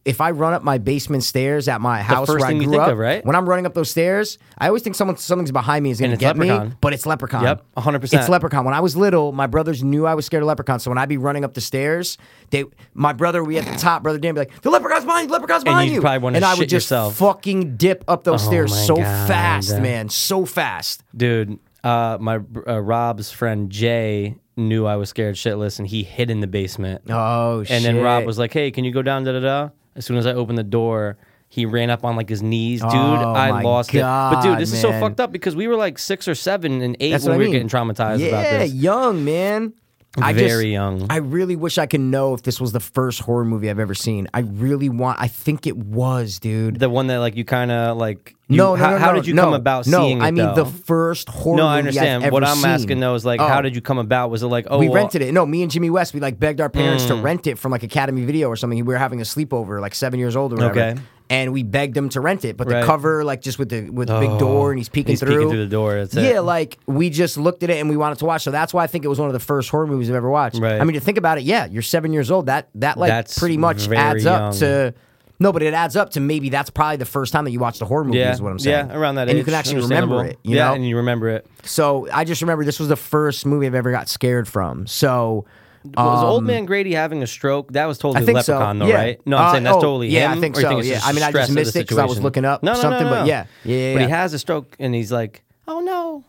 Speaker 6: If I run up my basement stairs at my house
Speaker 5: first
Speaker 6: where I
Speaker 5: thing
Speaker 6: grew
Speaker 5: you think
Speaker 6: up,
Speaker 5: of, right?
Speaker 6: when I'm running up those stairs, I always think someone something's behind me is going to
Speaker 5: it's
Speaker 6: get me,
Speaker 5: leprechaun.
Speaker 6: but it's leprechaun.
Speaker 5: Yep, 100%.
Speaker 6: It's leprechaun. When I was little, my brothers knew I was scared of leprechauns. So when I'd be running up the stairs, they, my brother would be at the top, brother Dan would be like, "The leprechaun's behind you, leprechaun's behind
Speaker 5: you'd
Speaker 6: you,"
Speaker 5: probably wanna
Speaker 6: and I
Speaker 5: shit
Speaker 6: would just
Speaker 5: yourself.
Speaker 6: fucking dip up those stairs
Speaker 5: my
Speaker 6: so
Speaker 5: God.
Speaker 6: fast, man, so fast.
Speaker 5: dude. Uh, my uh, Rob's friend Jay knew I was scared shitless, and he hid in the basement.
Speaker 6: Oh shit!
Speaker 5: and then Rob was like, "Hey, can you go down?" Da da da. As soon as I opened the door, he ran up on like his knees, dude.
Speaker 6: Oh,
Speaker 5: I
Speaker 6: my
Speaker 5: lost it. But
Speaker 6: God,
Speaker 5: dude, this is so
Speaker 6: man.
Speaker 5: fucked up because we were like six or seven and eight
Speaker 6: That's
Speaker 5: when
Speaker 6: what
Speaker 5: we
Speaker 6: I
Speaker 5: were
Speaker 6: mean.
Speaker 5: getting traumatized
Speaker 6: yeah,
Speaker 5: about this.
Speaker 6: young man. I just-
Speaker 5: Very young.
Speaker 6: I really wish I could know if this was the first horror movie I've ever seen. I really want. I think it was, dude.
Speaker 5: The one that like you kind of like. You,
Speaker 6: no, no,
Speaker 5: how,
Speaker 6: no,
Speaker 5: how
Speaker 6: no,
Speaker 5: did you
Speaker 6: no,
Speaker 5: come about
Speaker 6: no,
Speaker 5: seeing it?
Speaker 6: I mean
Speaker 5: though?
Speaker 6: the first horror.
Speaker 5: no,
Speaker 6: movie
Speaker 5: I
Speaker 6: I've
Speaker 5: understand.
Speaker 6: ever
Speaker 5: what I'm
Speaker 6: seen.
Speaker 5: asking though is like,
Speaker 6: Oh.
Speaker 5: how did you come about? Was it like, oh,
Speaker 6: we
Speaker 5: well,
Speaker 6: rented it. No, me and Jimmy West, we like begged our parents
Speaker 5: Mm.
Speaker 6: to rent it from like Academy Video or something. We were having a sleepover, like seven years old or whatever.
Speaker 5: Okay.
Speaker 6: And we begged them to rent it, but
Speaker 5: Right.
Speaker 6: the cover, like just with the with the big
Speaker 5: Oh,
Speaker 6: door, and he's peeking
Speaker 5: he's peeking
Speaker 6: through.
Speaker 5: through the door, that's
Speaker 6: yeah,
Speaker 5: it.
Speaker 6: like we just looked at it and we wanted to watch. So that's why I think it was one of the first horror movies I've ever watched.
Speaker 5: Right.
Speaker 6: I mean, to think about it, yeah, you're seven years old. That that like
Speaker 5: That's
Speaker 6: pretty much
Speaker 5: very
Speaker 6: adds up
Speaker 5: young.
Speaker 6: to. No, but it adds up to maybe that's probably the first time that you watched a horror movie.
Speaker 5: Yeah,
Speaker 6: Is what I'm saying.
Speaker 5: yeah, around that age,
Speaker 6: and you can actually remember it.
Speaker 5: understandable.
Speaker 6: You
Speaker 5: yeah,
Speaker 6: know?
Speaker 5: and you remember it.
Speaker 6: so I just remember this was the first movie I've ever got scared from. So
Speaker 5: was
Speaker 6: um,
Speaker 5: Old Man Grady having a stroke? That was totally
Speaker 6: I think so.
Speaker 5: Leprechaun, though,
Speaker 6: Yeah.
Speaker 5: right? No, I'm
Speaker 6: Uh,
Speaker 5: saying that's
Speaker 6: oh,
Speaker 5: totally
Speaker 6: yeah, I
Speaker 5: him,
Speaker 6: think
Speaker 5: or you
Speaker 6: so,
Speaker 5: it's
Speaker 6: yeah. I mean, I just
Speaker 5: stress of the
Speaker 6: missed it 'cause I was
Speaker 5: situation?
Speaker 6: looking up
Speaker 5: no, no,
Speaker 6: something,
Speaker 5: no,
Speaker 6: but
Speaker 5: no.
Speaker 6: yeah. Yeah, yeah,
Speaker 5: But he
Speaker 6: yeah.
Speaker 5: has a stroke, and he's like, "Oh no,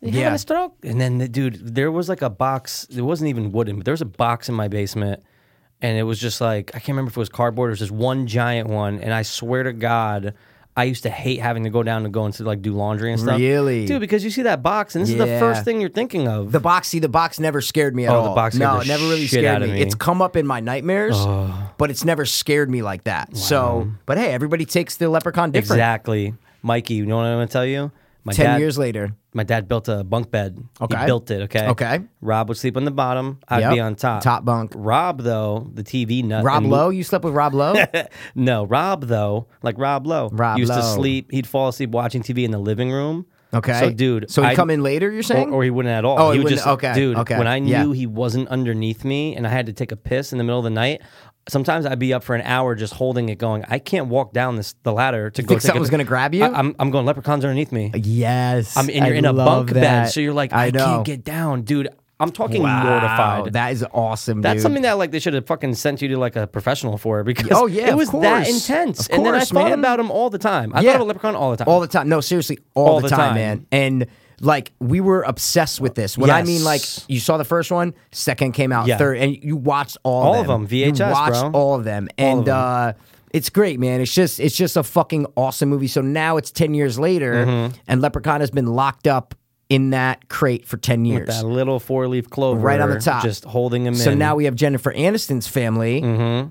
Speaker 5: he had
Speaker 6: Yeah.
Speaker 5: a stroke." And then, the, dude, there was like a box. It wasn't even wooden, but there was a box in my basement, and it was just like I can't remember if it was cardboard or just one giant one. And I swear to God. I used to hate having to go down to go and to like do laundry and stuff.
Speaker 6: Really?
Speaker 5: dude? Because you see that box, and this is the
Speaker 6: Yeah.
Speaker 5: first thing you're thinking of.
Speaker 6: The box, see, the box never scared me at
Speaker 5: Oh,
Speaker 6: all.
Speaker 5: the box scared
Speaker 6: no,
Speaker 5: the
Speaker 6: it never really
Speaker 5: shit
Speaker 6: scared
Speaker 5: out of
Speaker 6: me.
Speaker 5: me.
Speaker 6: It's come up in my nightmares, but it's never scared me like that. So, but hey, everybody takes the leprechaun different.
Speaker 5: exactly, Mikey. You know what I'm going to tell you? My
Speaker 6: Ten
Speaker 5: dad-
Speaker 6: years later,
Speaker 5: My dad built a bunk bed.
Speaker 6: Okay.
Speaker 5: He built it, okay?
Speaker 6: Okay.
Speaker 5: Rob would sleep on the bottom. I'd
Speaker 6: Yep.
Speaker 5: be on top.
Speaker 6: Top bunk.
Speaker 5: Rob, though, the TV nut.
Speaker 6: Rob
Speaker 5: and-
Speaker 6: Lowe, you slept with Rob Lowe.
Speaker 5: No, Rob, though, like Rob Lowe.
Speaker 6: Rob
Speaker 5: Used to
Speaker 6: Lowe.
Speaker 5: sleep. He'd fall asleep watching TV in the living room.
Speaker 6: Okay,
Speaker 5: So, dude.
Speaker 6: so he
Speaker 5: I'd-
Speaker 6: come in later. You're
Speaker 5: Or,
Speaker 6: saying?
Speaker 5: or he wouldn't at all.
Speaker 6: Oh, he
Speaker 5: he would
Speaker 6: wouldn't-
Speaker 5: just,
Speaker 6: okay,
Speaker 5: dude.
Speaker 6: okay,
Speaker 5: When I knew
Speaker 6: yeah.
Speaker 5: he wasn't underneath me, and I had to take a piss in the middle of the night, sometimes I'd be up for an hour just holding it, going, "I can't walk down this the ladder to go."
Speaker 6: think
Speaker 5: take a-
Speaker 6: something's gonna grab you?
Speaker 5: I, am I'm going leprechauns underneath me.
Speaker 6: yes,
Speaker 5: I'm in, you're
Speaker 6: I
Speaker 5: in a
Speaker 6: love
Speaker 5: bunk bed,
Speaker 6: that.
Speaker 5: so you're like, I,
Speaker 6: know.
Speaker 5: can't get down, dude. I'm talking
Speaker 6: wow,
Speaker 5: mortified.
Speaker 6: That is awesome.
Speaker 5: That's
Speaker 6: dude.
Speaker 5: something that like they should have fucking sent you to like a professional for because
Speaker 6: Oh, yeah,
Speaker 5: it
Speaker 6: of
Speaker 5: was that
Speaker 6: course.
Speaker 5: intense.
Speaker 6: Of
Speaker 5: and then I
Speaker 6: course,
Speaker 5: thought
Speaker 6: man.
Speaker 5: about him all the time. I thought of a leprechaun all the time.
Speaker 6: All the time. No, seriously, all,
Speaker 5: All
Speaker 6: the,
Speaker 5: the
Speaker 6: time,
Speaker 5: time.
Speaker 6: man. And like we were obsessed with this. What I mean, like
Speaker 5: Yes.
Speaker 6: you saw the first one, second came out,
Speaker 5: Yeah.
Speaker 6: third, and you watched all,
Speaker 5: All of them,
Speaker 6: You
Speaker 5: VHS,
Speaker 6: watched
Speaker 5: bro.
Speaker 6: all of them, and uh, it's great, man. It's just it's just a fucking awesome movie. So now it's ten years later,
Speaker 5: Mm-hmm.
Speaker 6: and Leprechaun has been locked up in that crate for ten years.
Speaker 5: that little four leaf clover
Speaker 6: Right on the top.
Speaker 5: just holding him
Speaker 6: So
Speaker 5: in.
Speaker 6: now we have Jennifer Aniston's family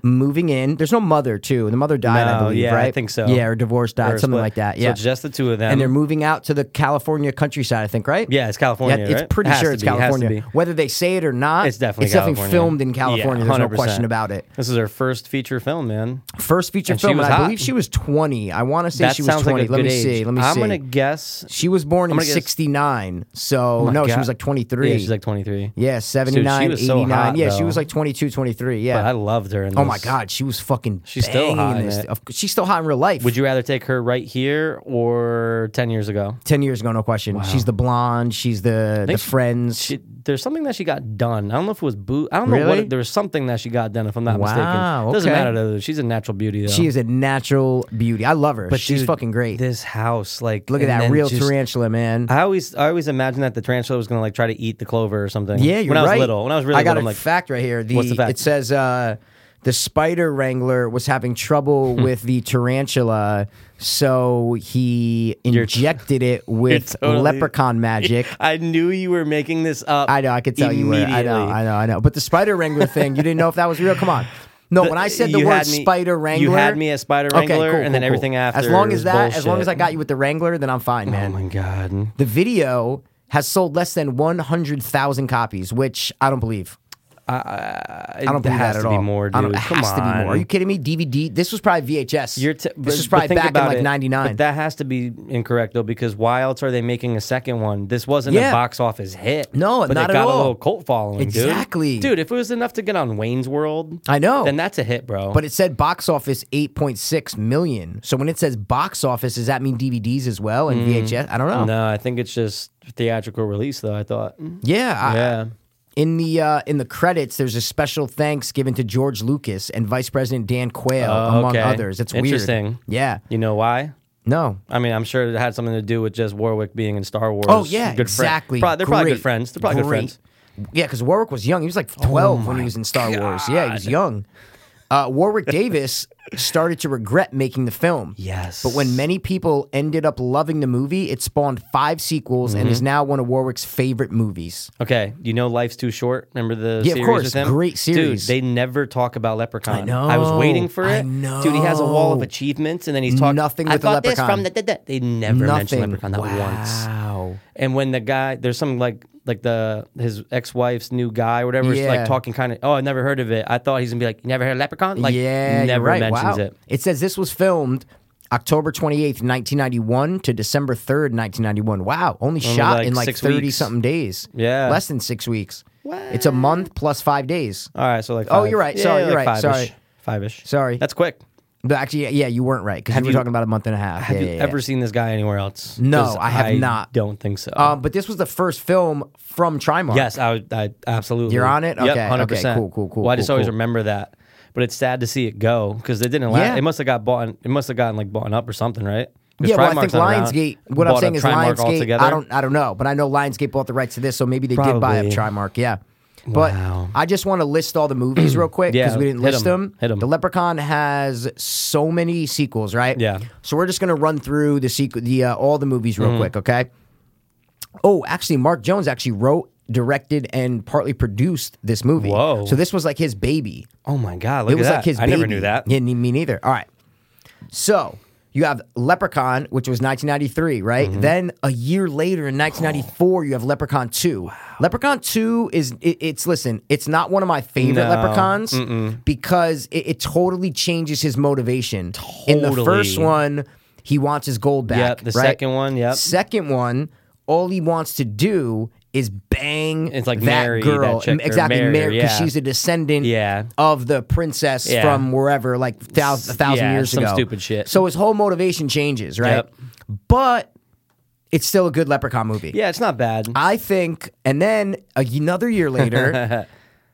Speaker 6: moving in. There's no mother too. The mother died, I
Speaker 5: Mm-hmm. No,
Speaker 6: believe,
Speaker 5: yeah, I
Speaker 6: right?
Speaker 5: think so.
Speaker 6: Yeah, or divorced died,
Speaker 5: Or
Speaker 6: something
Speaker 5: split.
Speaker 6: like that.
Speaker 5: So
Speaker 6: Yeah,
Speaker 5: it's just the two of them.
Speaker 6: and they're moving out to the California countryside. I think, right?
Speaker 5: Um, Yeah, it's California,
Speaker 6: it's
Speaker 5: right?
Speaker 6: pretty
Speaker 5: Has
Speaker 6: sure
Speaker 5: to
Speaker 6: it's
Speaker 5: be, has to
Speaker 6: California.
Speaker 5: be.
Speaker 6: Whether they say it or not,
Speaker 5: it's definitely
Speaker 6: it's definitely
Speaker 5: California.
Speaker 6: filmed in California.
Speaker 5: Yeah,
Speaker 6: There's no
Speaker 5: 100%.
Speaker 6: question about it.
Speaker 5: This is her first feature film, man.
Speaker 6: First feature
Speaker 5: And she
Speaker 6: film.
Speaker 5: was
Speaker 6: and I
Speaker 5: hot.
Speaker 6: believe she was 20. I want to say
Speaker 5: That
Speaker 6: she was
Speaker 5: sounds
Speaker 6: 20.
Speaker 5: like a
Speaker 6: Let
Speaker 5: good
Speaker 6: me
Speaker 5: age.
Speaker 6: see. Let me
Speaker 5: I'm
Speaker 6: see.
Speaker 5: gonna guess.
Speaker 6: She was born in
Speaker 5: gonna guess- Oh
Speaker 6: 69. So no, she
Speaker 5: God.
Speaker 6: was like 23.
Speaker 5: Yeah, she's like 23.
Speaker 6: Yeah, 79,
Speaker 5: was so
Speaker 6: 89.
Speaker 5: hot,
Speaker 6: yeah, she
Speaker 5: though.
Speaker 6: was like 22, 23. Yeah.
Speaker 5: But I loved her. In
Speaker 6: Oh my
Speaker 5: this.
Speaker 6: God, she was fucking.
Speaker 5: She's still
Speaker 6: banging
Speaker 5: hot in
Speaker 6: this.
Speaker 5: it.
Speaker 6: Of- She's still hot in real life.
Speaker 5: Would you rather take her right here or ten years ago?
Speaker 6: Ten years ago, no question. She's the blonde. She's the the
Speaker 5: she-
Speaker 6: friends.
Speaker 5: she, there's something that she got done. I don't know if it was boot. I don't know
Speaker 6: Really?
Speaker 5: what. There was something that she got done, if I'm not
Speaker 6: Wow,
Speaker 5: mistaken. Doesn't
Speaker 6: okay.
Speaker 5: matter though. She's a natural beauty though.
Speaker 6: she is a natural beauty. I love her.
Speaker 5: But
Speaker 6: she's
Speaker 5: dude,
Speaker 6: fucking great.
Speaker 5: This house, like,
Speaker 6: Look at
Speaker 5: and
Speaker 6: that
Speaker 5: then
Speaker 6: real
Speaker 5: just-
Speaker 6: tarantula, man.
Speaker 5: I always, I always imagined that the tarantula was gonna like try to eat the clover or something.
Speaker 6: yeah, you're
Speaker 5: When I was
Speaker 6: right.
Speaker 5: little, when I was really
Speaker 6: I got
Speaker 5: little,
Speaker 6: a
Speaker 5: I'm like,
Speaker 6: fact right here. The,
Speaker 5: What's the fact?
Speaker 6: It says uh, the spider wrangler was having trouble with the tarantula, so he injected it with
Speaker 5: totally-
Speaker 6: leprechaun magic.
Speaker 5: I knew you were making this up.
Speaker 6: I know. I could tell you were. I know.
Speaker 5: immediately.
Speaker 6: I know. I know. But the spider wrangler thing, you didn't know if that was real. Come on. No, when I said the
Speaker 5: you
Speaker 6: word
Speaker 5: had me-
Speaker 6: spider wrangler,
Speaker 5: you had me at spider wrangler, and then everything after
Speaker 6: As long as
Speaker 5: is
Speaker 6: that, as long
Speaker 5: bullshit.
Speaker 6: as I got you with the wrangler, then I'm fine,
Speaker 5: Oh
Speaker 6: man.
Speaker 5: my god.
Speaker 6: the video has sold less than one hundred thousand copies, which I don't believe. I don't
Speaker 5: there
Speaker 6: believe
Speaker 5: has
Speaker 6: that at
Speaker 5: to be
Speaker 6: all.
Speaker 5: more,
Speaker 6: I don't-
Speaker 5: dude.
Speaker 6: it
Speaker 5: Come
Speaker 6: has to be more. Are
Speaker 5: on.
Speaker 6: you kidding me? DVD. This was probably VHS.
Speaker 5: You're t- but-
Speaker 6: this was
Speaker 5: but
Speaker 6: probably
Speaker 5: think
Speaker 6: back in
Speaker 5: about
Speaker 6: like
Speaker 5: it.
Speaker 6: '99.
Speaker 5: But that has to be incorrect though, because why else are they making a second one? This wasn't
Speaker 6: Yeah.
Speaker 5: a box office hit.
Speaker 6: No,
Speaker 5: but
Speaker 6: not
Speaker 5: it
Speaker 6: at
Speaker 5: got
Speaker 6: all.
Speaker 5: a little cult following. dude.
Speaker 6: Exactly.
Speaker 5: dude. If it was enough to get on Wayne's World,
Speaker 6: I know.
Speaker 5: then that's a hit, bro.
Speaker 6: But it said box office 8.6 million. So when it says box office, does that mean DVDs as well and VHS? I don't know.
Speaker 5: Mm. no, I think it's just theatrical release though. I thought,
Speaker 6: Yeah. I-
Speaker 5: yeah,
Speaker 6: in the uh, in the credits, there's a special thanks given to George Lucas and Vice President Dan Quayle,
Speaker 5: Oh,
Speaker 6: among
Speaker 5: okay.
Speaker 6: others. It's weird.
Speaker 5: Interesting.
Speaker 6: Yeah.
Speaker 5: you know why?
Speaker 6: No.
Speaker 5: I mean, I'm sure it had something to do with just Warwick being in Star Wars.
Speaker 6: Oh yeah.
Speaker 5: good friend-
Speaker 6: exactly.
Speaker 5: Pro- they're probably
Speaker 6: Great.
Speaker 5: good friends. They're probably
Speaker 6: Great.
Speaker 5: good friends. Oh
Speaker 6: Yeah, because Warwick was young. He was like 12 when he was in Star Wars. Yeah, he was young. Uh, Warwick Davis started to regret making the film.
Speaker 5: Yes.
Speaker 6: But when many people ended up loving the movie, it spawned five sequels
Speaker 5: Mm-hmm.
Speaker 6: and is now one of Warwick's favorite movies.
Speaker 5: Okay, you know Life's Too Short. Remember the
Speaker 6: Yeah, of
Speaker 5: series
Speaker 6: course,
Speaker 5: with him?
Speaker 6: great series.
Speaker 5: Dude, they never talk about Leprechaun.
Speaker 6: I know,
Speaker 5: I was waiting for
Speaker 6: I
Speaker 5: it. Dude, he has a wall of
Speaker 6: know.
Speaker 5: achievements, and then he's talking
Speaker 6: Nothing with
Speaker 5: I
Speaker 6: the
Speaker 5: got this
Speaker 6: Leprechaun.
Speaker 5: from the. da- da- They never mention
Speaker 6: Nothing.
Speaker 5: Leprechaun that once.
Speaker 6: Wow.
Speaker 5: And when the guy, there's some like like the his ex wife's new guy, or whatever, is
Speaker 6: Yeah.
Speaker 5: like talking kind of. Oh, I never heard of it. I thought he's gonna be like, you never heard of Leprechaun? Like,
Speaker 6: yeah, you're
Speaker 5: never
Speaker 6: right.
Speaker 5: mentions
Speaker 6: wow.
Speaker 5: it.
Speaker 6: says this was filmed October 28th, 1991 to December 3rd, 1991. Wow, only shot
Speaker 5: like
Speaker 6: in like
Speaker 5: six
Speaker 6: 30
Speaker 5: weeks.
Speaker 6: something days.
Speaker 5: Yeah.
Speaker 6: Less than 6 weeks. It's a month plus 5 days.
Speaker 5: All right, so like.
Speaker 6: Oh,
Speaker 5: five-
Speaker 6: you're right.
Speaker 5: Yeah,
Speaker 6: Sorry, you're
Speaker 5: like
Speaker 6: right.
Speaker 5: Five-ish.
Speaker 6: Sorry.
Speaker 5: Five-ish.
Speaker 6: Sorry.
Speaker 5: That's quick.
Speaker 6: But Actually, yeah, you weren't right because you were
Speaker 5: you-
Speaker 6: talking about a month and a half.
Speaker 5: Have
Speaker 6: Yeah,
Speaker 5: you
Speaker 6: yeah, yeah.
Speaker 5: ever seen this guy anywhere else?
Speaker 6: No,
Speaker 5: 'Cause
Speaker 6: I have not.
Speaker 5: Don't think so.
Speaker 6: Um, but this was the first film from Trimark.
Speaker 5: Yes, I, would- I absolutely.
Speaker 6: You're on it? Okay, okay,
Speaker 5: Yep, 100%.
Speaker 6: cool, cool, cool,
Speaker 5: Well, I just
Speaker 6: cool,
Speaker 5: always
Speaker 6: cool.
Speaker 5: remember that. But it's sad to see it go because it didn't last.
Speaker 6: Yeah.
Speaker 5: It must have got bought. It must have gotten like bought up or something, right? 'Cause
Speaker 6: Yeah, well, I think
Speaker 5: Primark's not around.
Speaker 6: Lionsgate. What I'm
Speaker 5: Bought up
Speaker 6: saying is
Speaker 5: Primark
Speaker 6: Lionsgate.
Speaker 5: altogether.
Speaker 6: I don't. I don't know, but I know Lionsgate bought the rights to this, so maybe they did buy up
Speaker 5: Probably.
Speaker 6: Trimark. Yeah. But
Speaker 5: Wow.
Speaker 6: I just want to list all the movies real quick because
Speaker 5: Yeah,
Speaker 6: we didn't
Speaker 5: hit
Speaker 6: list
Speaker 5: 'em,
Speaker 6: them.
Speaker 5: hit 'em.
Speaker 6: The Leprechaun has so many sequels, right?
Speaker 5: Yeah. Mm-hmm.
Speaker 6: So we're just gonna run through the sequ- the uh, all the movies real quick, okay? Oh, actually, Mark Jones actually wrote, directed, and partly produced this movie.
Speaker 5: Whoa.
Speaker 6: So this was like his baby.
Speaker 5: Oh my god! Look
Speaker 6: it was
Speaker 5: at that.
Speaker 6: like his
Speaker 5: I never
Speaker 6: baby.
Speaker 5: knew that.
Speaker 6: Yeah, me me neither. All right. So you have Leprechaun, which was 1993, right?
Speaker 5: Mm-hmm.
Speaker 6: Then a year later in 1994, you have Leprechaun 2. Leprechaun 2 is, it, it's, listen, it's not one of my favorite
Speaker 5: No.
Speaker 6: leprechauns because it, it totally changes his motivation. In the
Speaker 5: Totally.
Speaker 6: first one, he wants his gold back.
Speaker 5: Yep, the
Speaker 6: right?
Speaker 5: second one, yep.
Speaker 6: Second one, all he wants to do is bang
Speaker 5: It's like
Speaker 6: that
Speaker 5: marry that
Speaker 6: girl.
Speaker 5: chick or
Speaker 6: exactly,
Speaker 5: marry her,
Speaker 6: because
Speaker 5: yeah.
Speaker 6: she's a descendant
Speaker 5: Yeah.
Speaker 6: of the princess
Speaker 5: Yeah.
Speaker 6: from wherever, like thousand, a thousand
Speaker 5: yeah,
Speaker 6: years
Speaker 5: some
Speaker 6: ago.
Speaker 5: stupid shit.
Speaker 6: So his whole motivation changes, right?
Speaker 5: Yep.
Speaker 6: But it's still a good Leprechaun movie.
Speaker 5: Yeah, it's not bad.
Speaker 6: I think, and then a- another year later,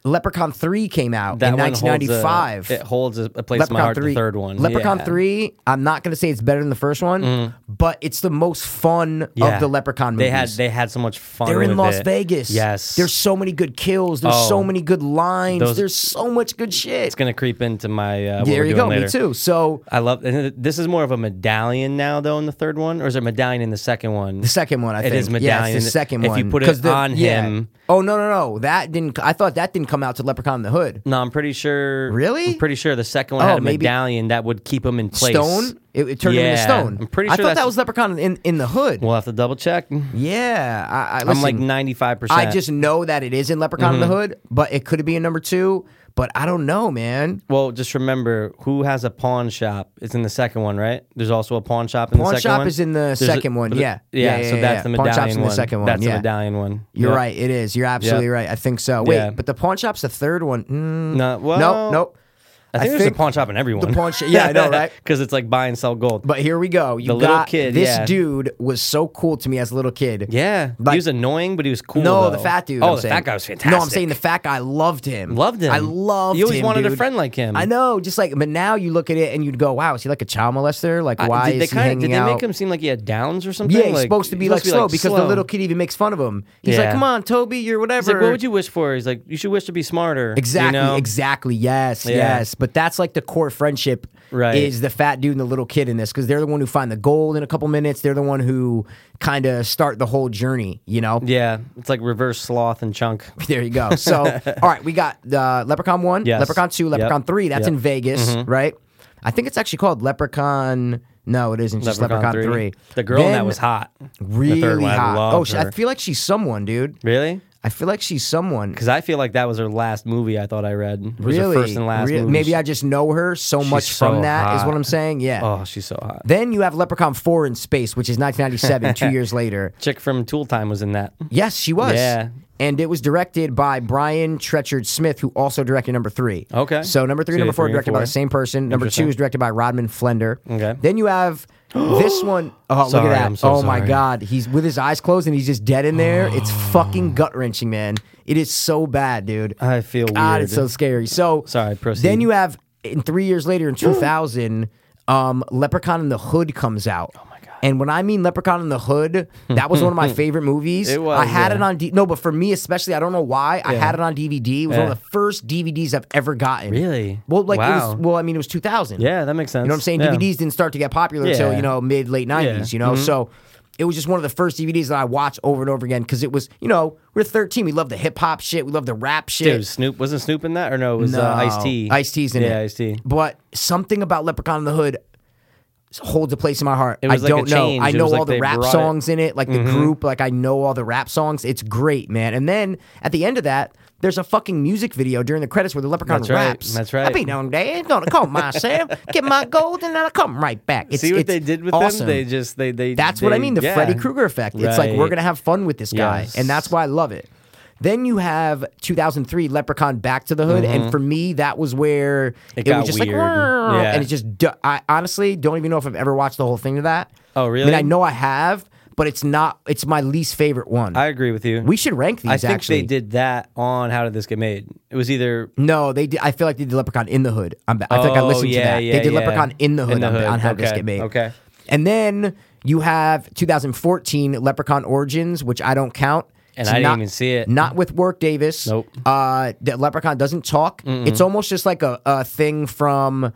Speaker 6: Leprechaun 3 came out
Speaker 5: that
Speaker 6: in
Speaker 5: one holds a-
Speaker 6: 1995
Speaker 5: it holds a, a place in
Speaker 6: Leprechaun
Speaker 5: my heart.
Speaker 6: three,
Speaker 5: The third one.
Speaker 6: Leprechaun
Speaker 5: Yeah. Mm.
Speaker 6: three. I'm not gonna say it's better than the first one, but it's the most fun
Speaker 5: Yeah.
Speaker 6: of the Leprechaun movies.
Speaker 5: They had they had so much fun.
Speaker 6: are in
Speaker 5: with
Speaker 6: Las
Speaker 5: it.
Speaker 6: Vegas.
Speaker 5: Yes.
Speaker 6: there's so many good kills. There's so
Speaker 5: Oh.
Speaker 6: many good lines.
Speaker 5: Those-
Speaker 6: there's so much good shit.
Speaker 5: It's gonna creep into my. Uh, what
Speaker 6: there
Speaker 5: we're
Speaker 6: you
Speaker 5: doing
Speaker 6: go.
Speaker 5: Later.
Speaker 6: Me too. So
Speaker 5: I love. And th- this is more of a medallion now, though, in the third one, or is it medallion in the second one?
Speaker 6: the second one, I think
Speaker 5: It is
Speaker 6: Yeah,
Speaker 5: medallion.
Speaker 6: it's the second
Speaker 5: If you
Speaker 6: one.
Speaker 5: put it
Speaker 6: 'Cause the-
Speaker 5: on
Speaker 6: yeah.
Speaker 5: him-
Speaker 6: Oh no no no! That didn't. I thought that didn't come out to Leprechaun in the Hood.
Speaker 5: No, I'm pretty sure.
Speaker 6: Really?
Speaker 5: I'm pretty sure the second one
Speaker 6: Oh,
Speaker 5: had a
Speaker 6: maybe-
Speaker 5: medallion that would keep him in place.
Speaker 6: Stone. It, it turned him into
Speaker 5: Yeah,
Speaker 6: stone.
Speaker 5: I'm pretty
Speaker 6: I
Speaker 5: sure
Speaker 6: thought
Speaker 5: that's-
Speaker 6: that was Leprechaun in, in the Hood.
Speaker 5: We'll have to double check.
Speaker 6: yeah, I, I,
Speaker 5: I'm like
Speaker 6: listen,
Speaker 5: 95. percent
Speaker 6: I just know that it is in Leprechaun
Speaker 5: Mm-hmm.
Speaker 6: in the Hood, but it could be in number two. But I don't know, man.
Speaker 5: Well, just remember who has a pawn shop. It's in the second one, right? There's also a pawn shop in
Speaker 6: Pawn
Speaker 5: the second
Speaker 6: shop
Speaker 5: one.
Speaker 6: is in the
Speaker 5: There's a-
Speaker 6: second one,
Speaker 5: but-
Speaker 6: yeah.
Speaker 5: Yeah.
Speaker 6: Yeah,
Speaker 5: so
Speaker 6: yeah,
Speaker 5: that's
Speaker 6: yeah.
Speaker 5: the
Speaker 6: Pawn shop's
Speaker 5: medallion
Speaker 6: in the
Speaker 5: one.
Speaker 6: second one,
Speaker 5: That's
Speaker 6: yeah.
Speaker 5: the medallion one.
Speaker 6: You're
Speaker 5: Yep.
Speaker 6: right. It is. You're absolutely
Speaker 5: Yep.
Speaker 6: right. I think so. Wait,
Speaker 5: Yeah.
Speaker 6: but the pawn shop's the third one. Mm,
Speaker 5: No, well,
Speaker 6: nope, nope.
Speaker 5: I think
Speaker 6: I
Speaker 5: there's
Speaker 6: think
Speaker 5: a pawn shop in everyone.
Speaker 6: the pawn shop- yeah, I know, right?
Speaker 5: Because it's like buy and sell gold.
Speaker 6: But here we go. You
Speaker 5: The
Speaker 6: got
Speaker 5: little kid,
Speaker 6: This
Speaker 5: yeah.
Speaker 6: dude was so cool to me as a little kid.
Speaker 5: yeah,
Speaker 6: Like-
Speaker 5: he was annoying, but he was cool.
Speaker 6: No,
Speaker 5: though.
Speaker 6: the fat dude.
Speaker 5: Oh,
Speaker 6: I'm
Speaker 5: the
Speaker 6: saying.
Speaker 5: fat guy was fantastic.
Speaker 6: No, I'm saying the fat guy loved him.
Speaker 5: Loved him.
Speaker 6: I loved him.
Speaker 5: You always wanted a
Speaker 6: dude.
Speaker 5: friend like him.
Speaker 6: I know, just like, but now you look at it and you'd go, "Wow, is he like a child molester? Like,
Speaker 5: I-
Speaker 6: why
Speaker 5: Uh, did they
Speaker 6: is he
Speaker 5: kinda-
Speaker 6: hanging
Speaker 5: Did they
Speaker 6: out?"
Speaker 5: make him seem like he had downs or something?
Speaker 6: Yeah, he's supposed to be like slow because the
Speaker 5: slow.
Speaker 6: little kid even makes fun of him. He's like,
Speaker 5: Yeah.
Speaker 6: "Come on, Toby, you're whatever."
Speaker 5: He's like, what would you wish for? He's like, you should wish to be smarter.
Speaker 6: Exactly,
Speaker 5: You know?
Speaker 6: exactly. Yes,
Speaker 5: Yeah.
Speaker 6: yes. But that's like the core friendship
Speaker 5: Right.
Speaker 6: is the fat dude and the little kid in this because they're the one who find the gold in a couple minutes. They're the one who kind of start the whole journey. You know.
Speaker 5: Yeah, it's like reverse sloth and chunk.
Speaker 6: There you go. So, all right, we got uh, Leprechaun one,
Speaker 5: Yes.
Speaker 6: Leprechaun two,
Speaker 5: Yep.
Speaker 6: Leprechaun three. That's
Speaker 5: Yep. Mm-hmm.
Speaker 6: in Vegas, right? I think it's actually called Leprechaun. No, it isn't. Just Leprechaun,
Speaker 5: Leprechaun
Speaker 6: three.
Speaker 5: The girl in
Speaker 6: Then-
Speaker 5: that was hot.
Speaker 6: Really
Speaker 5: the third one,
Speaker 6: hot.
Speaker 5: I love
Speaker 6: oh, she, I
Speaker 5: her.
Speaker 6: feel like she's someone, dude.
Speaker 5: really?
Speaker 6: I feel like she's someone.
Speaker 5: Because I feel like that was her last movie. I thought I read. It was
Speaker 6: really,
Speaker 5: her first and last
Speaker 6: really-
Speaker 5: movie.
Speaker 6: maybe I just know her so much
Speaker 5: so
Speaker 6: from that. Is what
Speaker 5: hot.
Speaker 6: I'm saying. Yeah.
Speaker 5: Oh, she's so hot.
Speaker 6: Then you have Leprechaun four in space, which is 1997, two years later.
Speaker 5: Chick from Tool Time was in that.
Speaker 6: Yes, she was.
Speaker 5: Yeah.
Speaker 6: And it was directed by Brian Trechard Smith, who also directed number three.
Speaker 5: Okay.
Speaker 6: So number three,
Speaker 5: So
Speaker 6: and number
Speaker 5: you're
Speaker 6: four,
Speaker 5: three and
Speaker 6: directed by
Speaker 5: four.
Speaker 6: the same person. Number two
Speaker 5: Interesting.
Speaker 6: is directed by Rodman Flender.
Speaker 5: Okay.
Speaker 6: Then you have this one. Oh,
Speaker 5: Sorry,
Speaker 6: look at that.
Speaker 5: I'm so
Speaker 6: oh my
Speaker 5: sorry.
Speaker 6: God. He's with his eyes closed and he's just dead in there. it's fucking gut wrenching, man. It is so bad, dude.
Speaker 5: I feel
Speaker 6: God,
Speaker 5: weird.
Speaker 6: it's so scary. So
Speaker 5: Sorry, proceed.
Speaker 6: Then you have in three years later in 2000, um, Leprechaun in the Hood comes out. Oh my God. And when I mean Leprechaun in the Hood, that was one of my favorite movies.
Speaker 5: It was,
Speaker 6: I had
Speaker 5: yeah.
Speaker 6: it on D- no, but for me especially, I don't know why. I
Speaker 5: Yeah.
Speaker 6: had it on DVD. It was one
Speaker 5: Yeah.
Speaker 6: of the first DVDs I've ever gotten.
Speaker 5: Really?
Speaker 6: Well, like it
Speaker 5: Wow.
Speaker 6: was, well, I mean, it was 2000.
Speaker 5: Yeah, that makes sense.
Speaker 6: You know what I'm saying?
Speaker 5: Yeah.
Speaker 6: DVDs didn't start to get popular until,
Speaker 5: Yeah. Mm-hmm.
Speaker 6: you know, mid late 90s, you know? So it was just one of the first DVDs that I watched over and over again because it was, you know, we're 13. We love the hip hop shit. We love the rap shit.
Speaker 5: Dude, Snoop wasn't Snoop in that, or no? It was uh, Ice T.
Speaker 6: Ice T's in it.
Speaker 5: yeah, Ice T.
Speaker 6: But something about Leprechaun in the Hood holds a place in my heart.
Speaker 5: was
Speaker 6: I
Speaker 5: like a
Speaker 6: don't know.
Speaker 5: change.
Speaker 6: I
Speaker 5: It
Speaker 6: know
Speaker 5: was
Speaker 6: all
Speaker 5: like
Speaker 6: the
Speaker 5: they
Speaker 6: rap
Speaker 5: brought it- Mm-hmm.
Speaker 6: songs in it, like the group. Like I know all the rap songs. It's great, man. And then at the end of that. There's a fucking music video during the credits where the leprechaun
Speaker 5: That's right.
Speaker 6: raps.
Speaker 5: That's
Speaker 6: I
Speaker 5: right.
Speaker 6: be down there, gonna call myself, get my gold, and then I come right back. It's,
Speaker 5: See what
Speaker 6: it's
Speaker 5: they did with
Speaker 6: awesome.
Speaker 5: them? They just they they.
Speaker 6: That's what I
Speaker 5: they-
Speaker 6: mean. The
Speaker 5: yeah.
Speaker 6: Freddy Krueger effect. It's like we're
Speaker 5: Right.
Speaker 6: gonna have fun with this guy,
Speaker 5: Yes.
Speaker 6: and that's why I love it. Then you have 2003 Leprechaun Back to the Hood, and for me that was where it,
Speaker 5: Mm-hmm. got
Speaker 6: was just like,
Speaker 5: weird.
Speaker 6: "Wah,"
Speaker 5: Yeah.
Speaker 6: and it just. du- I honestly don't even know if I've ever watched the whole thing of that.
Speaker 5: Oh,
Speaker 6: I mean,
Speaker 5: really?
Speaker 6: I know I have, but it's not. It's my least favorite one.
Speaker 5: I agree with you.
Speaker 6: we should rank these.
Speaker 5: I think
Speaker 6: actually.
Speaker 5: they did that on How Did This Get Made? It was either.
Speaker 6: No, they did. I feel like they did Leprechaun in the Hood. I'm, I feel like I
Speaker 5: Oh,
Speaker 6: listened to
Speaker 5: yeah,
Speaker 6: that.
Speaker 5: yeah,
Speaker 6: they did
Speaker 5: yeah.
Speaker 6: Leprechaun in the Hood,
Speaker 5: In the
Speaker 6: on,
Speaker 5: Hood,
Speaker 6: on how this
Speaker 5: okay,
Speaker 6: get made.
Speaker 5: okay.
Speaker 6: And then you have 2014 Leprechaun Origins, which I don't count.
Speaker 5: And
Speaker 6: It's
Speaker 5: I didn't even see it.
Speaker 6: Not with Work Davis.
Speaker 5: Nope.
Speaker 6: Uh, the Leprechaun doesn't talk. It's almost just like a, a thing from.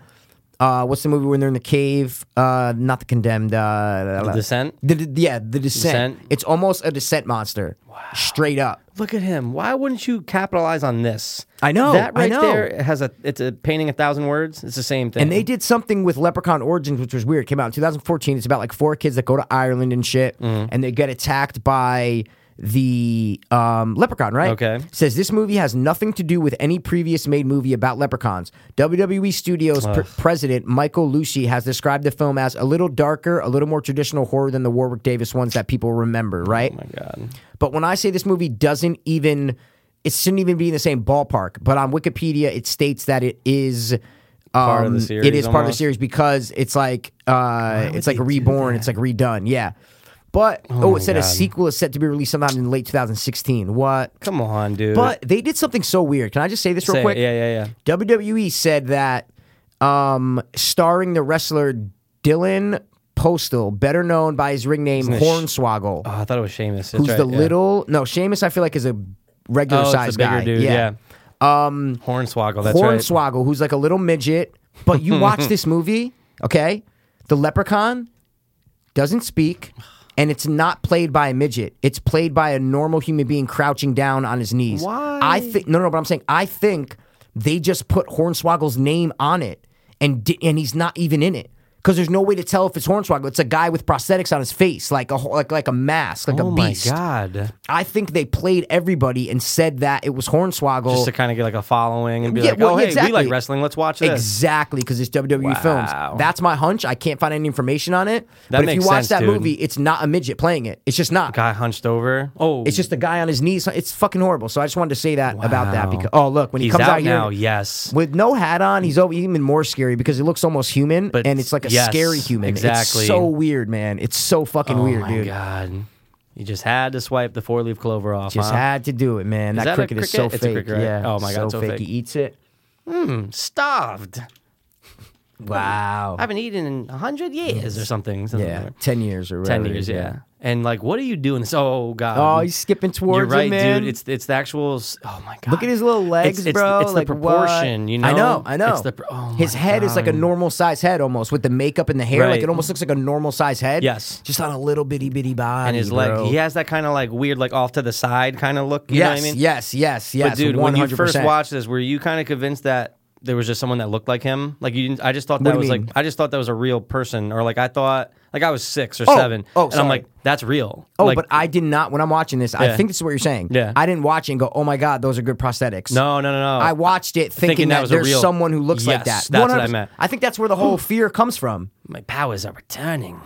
Speaker 6: Uh, what's the movie when they're in the cave? Uh, not the condemned. Uh,
Speaker 5: The Descent?
Speaker 6: The, the- yeah, the descent.
Speaker 5: Descent?
Speaker 6: It's almost a descent monster. Straight up.
Speaker 5: Look at him. Why wouldn't you capitalize on this?
Speaker 6: I know,
Speaker 5: that
Speaker 6: I
Speaker 5: right
Speaker 6: know.
Speaker 5: there has a. It's a painting a thousand words. It's the same thing.
Speaker 6: And they did something with Leprechaun Origins, which was weird. It came out in 2014. It's about like four kids that go to Ireland and shit,
Speaker 5: Mm-hmm.
Speaker 6: and they get attacked by the um, leprechaun, right?
Speaker 5: Okay.
Speaker 6: Says this movie has nothing to do with any previous made movie about leprechauns. WWE Studios pr- president Michael Lucci has described the film as a little darker, a little more traditional horror than the Warwick Davis ones that people remember, right?
Speaker 5: Oh my God.
Speaker 6: But when I say this movie doesn't even, it shouldn't even be in the same ballpark. But on Wikipedia, it states that it is. Um,
Speaker 5: of the series
Speaker 6: It is part of the
Speaker 5: almost?
Speaker 6: series because it's like uh, it's like reborn. It's like redone. Yeah. But oh, it said a
Speaker 5: God.
Speaker 6: sequel is set to be released sometime in late 2016. What?
Speaker 5: Come on, dude.
Speaker 6: But they did something so weird. Can I just say this real
Speaker 5: Say it.
Speaker 6: quick?
Speaker 5: Yeah, yeah, yeah.
Speaker 6: WWE said that um, starring the wrestler Dylan Postal, better known by his ring name
Speaker 5: it Sh-
Speaker 6: Hornswoggle
Speaker 5: Oh, I thought it was Seamus. That's
Speaker 6: who's
Speaker 5: right,
Speaker 6: the
Speaker 5: yeah.
Speaker 6: little no Seamus I feel like is a regular
Speaker 5: Oh,
Speaker 6: size
Speaker 5: it's a bigger
Speaker 6: guy.
Speaker 5: dude.
Speaker 6: yeah.
Speaker 5: Yeah. Um, Hornswoggle. That's right.
Speaker 6: Hornswoggle, who's like a little midget, but you watch this movie, okay? The leprechaun doesn't speak, and it's not played by a midget. It's played by a normal human being crouching down on his knees.
Speaker 5: Why?
Speaker 6: I think no, no, but I'm saying I think they just put Hornswoggle's name on it, and di- and he's not even in it. Because there's no way to tell if it's Hornswoggle. It's a guy with prosthetics on his face, like a ho- like like a mask, like
Speaker 5: Oh
Speaker 6: a
Speaker 5: my
Speaker 6: beast.
Speaker 5: God.
Speaker 6: I think they played everybody and said that it was Hornswoggle.
Speaker 5: Just to kind of get like a following and be
Speaker 6: Yeah,
Speaker 5: like,
Speaker 6: well,
Speaker 5: oh,
Speaker 6: yeah,
Speaker 5: hey, we
Speaker 6: exactly.
Speaker 5: like wrestling. Let's watch this.
Speaker 6: Exactly, because it's WWE films. That's my hunch. I can't find any information on it. but
Speaker 5: That
Speaker 6: if
Speaker 5: makes
Speaker 6: you watch
Speaker 5: sense,
Speaker 6: that
Speaker 5: dude.
Speaker 6: movie, it's not a midget playing it. It's just not.
Speaker 5: Guy hunched over. Oh,
Speaker 6: It's just a guy on his knees. It's fucking horrible. So I just wanted to say that about that
Speaker 5: Wow.
Speaker 6: because oh look, when he
Speaker 5: he's
Speaker 6: comes
Speaker 5: out,
Speaker 6: out, here
Speaker 5: now. Yes.
Speaker 6: with no hat on, he's over- even more scary because he looks almost human,
Speaker 5: But-
Speaker 6: and it's like a
Speaker 5: yes,
Speaker 6: scary human.
Speaker 5: exactly.
Speaker 6: It's so weird, man. It's so fucking
Speaker 5: oh
Speaker 6: weird,
Speaker 5: my
Speaker 6: dude.
Speaker 5: God. You just had to swipe the four leaf clover off.
Speaker 6: Just
Speaker 5: huh?
Speaker 6: had to do it, man.
Speaker 5: that a
Speaker 6: cricket is so
Speaker 5: cricket? It's a
Speaker 6: fake.
Speaker 5: cricket, right?
Speaker 6: Yeah.
Speaker 5: Oh my God,
Speaker 6: so,
Speaker 5: it's so
Speaker 6: fake.
Speaker 5: fake.
Speaker 6: He eats it.
Speaker 5: starved.
Speaker 6: Wow.
Speaker 5: I haven't eaten in a hundred years or something. something
Speaker 6: yeah.
Speaker 5: like that.
Speaker 6: Ten years or
Speaker 5: ten
Speaker 6: whatever it
Speaker 5: years.
Speaker 6: is,
Speaker 5: Yeah. And like, what are you doing? This? Oh God.
Speaker 6: Oh, he's skipping towards
Speaker 5: You're right,
Speaker 6: it, man.
Speaker 5: dude. It's it's the actual. s- Oh my God.
Speaker 6: Look at his little legs,
Speaker 5: It's- it's-
Speaker 6: bro.
Speaker 5: it's the
Speaker 6: like
Speaker 5: proportion,
Speaker 6: what?
Speaker 5: you know?
Speaker 6: I know, I know.
Speaker 5: It's the pr- oh
Speaker 6: his
Speaker 5: my
Speaker 6: head is like a
Speaker 5: God.
Speaker 6: normal size head almost with the makeup and the hair. Like
Speaker 5: Right.
Speaker 6: it almost looks like a normal size head.
Speaker 5: Yes.
Speaker 6: Just on a little bitty bitty body.
Speaker 5: And his leg.
Speaker 6: bro.
Speaker 5: He has that kind of like weird, like off to the side kind of look. You
Speaker 6: yes,
Speaker 5: know what I mean?
Speaker 6: yes, yes, yes.
Speaker 5: But dude,
Speaker 6: 100%.
Speaker 5: when you first watched this, were you kind of convinced that there was just someone that looked like him? Like you didn't? I just thought
Speaker 6: do
Speaker 5: that
Speaker 6: you
Speaker 5: was like
Speaker 6: mean?
Speaker 5: I just thought that was a real person, or like I thought like I was six or
Speaker 6: Oh,
Speaker 5: seven,
Speaker 6: oh,
Speaker 5: and
Speaker 6: sorry.
Speaker 5: I'm like that's real.
Speaker 6: Oh,
Speaker 5: Like,
Speaker 6: but I did not. When I'm watching this, I
Speaker 5: Yeah.
Speaker 6: think this is what you're saying.
Speaker 5: Yeah.
Speaker 6: I didn't watch it and go, "Oh my god, those are good prosthetics."
Speaker 5: no, no, no, no.
Speaker 6: I watched it thinking,
Speaker 5: Thinking that
Speaker 6: that,
Speaker 5: was a
Speaker 6: there's
Speaker 5: real-
Speaker 6: someone who looks like that.
Speaker 5: Yes, that's what I
Speaker 6: 100%.
Speaker 5: meant.
Speaker 6: I think that's where the whole fear comes from.
Speaker 5: my powers are returning.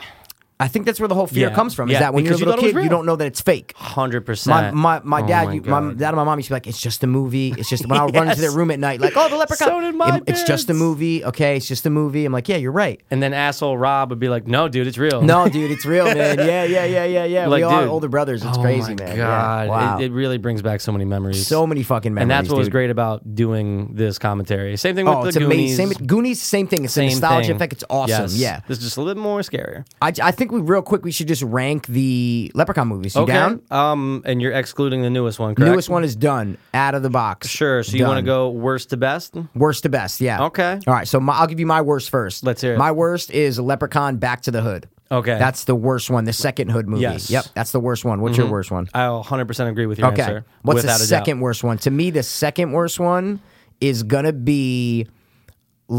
Speaker 6: I think that's where the whole fear
Speaker 5: Yeah,
Speaker 6: comes from. Is
Speaker 5: yeah,
Speaker 6: that when you're a
Speaker 5: because you
Speaker 6: little
Speaker 5: thought it was
Speaker 6: kid, you
Speaker 5: real.
Speaker 6: don't know that it's fake.
Speaker 5: Hundred
Speaker 6: My
Speaker 5: percent. Oh
Speaker 6: my, my dad, you, my dad and my mom used to be like, it's just a movie. It's just when I would run into their
Speaker 5: Yes.
Speaker 6: room at night, like, oh, the leprechaun.
Speaker 5: So did my
Speaker 6: "It- it's just a
Speaker 5: parents."
Speaker 6: movie, okay? It's just a movie. I'm like, yeah, you're right.
Speaker 5: And then asshole Rob would be like, "No, dude, it's real."
Speaker 6: No, dude, it's real, man. Yeah, yeah, yeah, yeah, yeah.
Speaker 5: Like,
Speaker 6: we all are
Speaker 5: dude.
Speaker 6: older brothers. It's
Speaker 5: oh
Speaker 6: crazy,
Speaker 5: my
Speaker 6: man.
Speaker 5: God,
Speaker 6: Yeah. Wow.
Speaker 5: it, it really brings back so many memories.
Speaker 6: so many fucking memories.
Speaker 5: and that's what was
Speaker 6: dude.
Speaker 5: great about doing this commentary. Same thing with
Speaker 6: Oh,
Speaker 5: the
Speaker 6: it's
Speaker 5: Goonies.
Speaker 6: amazing. Same, Goonies, same thing. It's a
Speaker 5: same
Speaker 6: nostalgia
Speaker 5: thing.
Speaker 6: effect. It's awesome.
Speaker 5: Yes.
Speaker 6: Yeah.
Speaker 5: this is just a little more scarier.
Speaker 6: I, I think think we real quick we should just rank the Leprechaun movies. You
Speaker 5: okay.
Speaker 6: down?
Speaker 5: Um, and you're excluding the newest one, correct?
Speaker 6: Newest one is done, out of the box.
Speaker 5: Sure. So you want to
Speaker 6: Done.
Speaker 5: go worst to best?
Speaker 6: worst to best? Yeah.
Speaker 5: Okay.
Speaker 6: All right. So my, I'll give you my worst first.
Speaker 5: Let's hear it.
Speaker 6: My worst is Leprechaun Back to the Hood.
Speaker 5: Okay.
Speaker 6: That's the worst one. The second Hood movie.
Speaker 5: Yes. Mm-hmm.
Speaker 6: Yep. That's the worst one. What's your worst one?
Speaker 5: I 100% agree with your
Speaker 6: Okay.
Speaker 5: answer.
Speaker 6: What's
Speaker 5: without
Speaker 6: the
Speaker 5: a
Speaker 6: second
Speaker 5: Doubt.
Speaker 6: worst one? To me, the second worst one is gonna be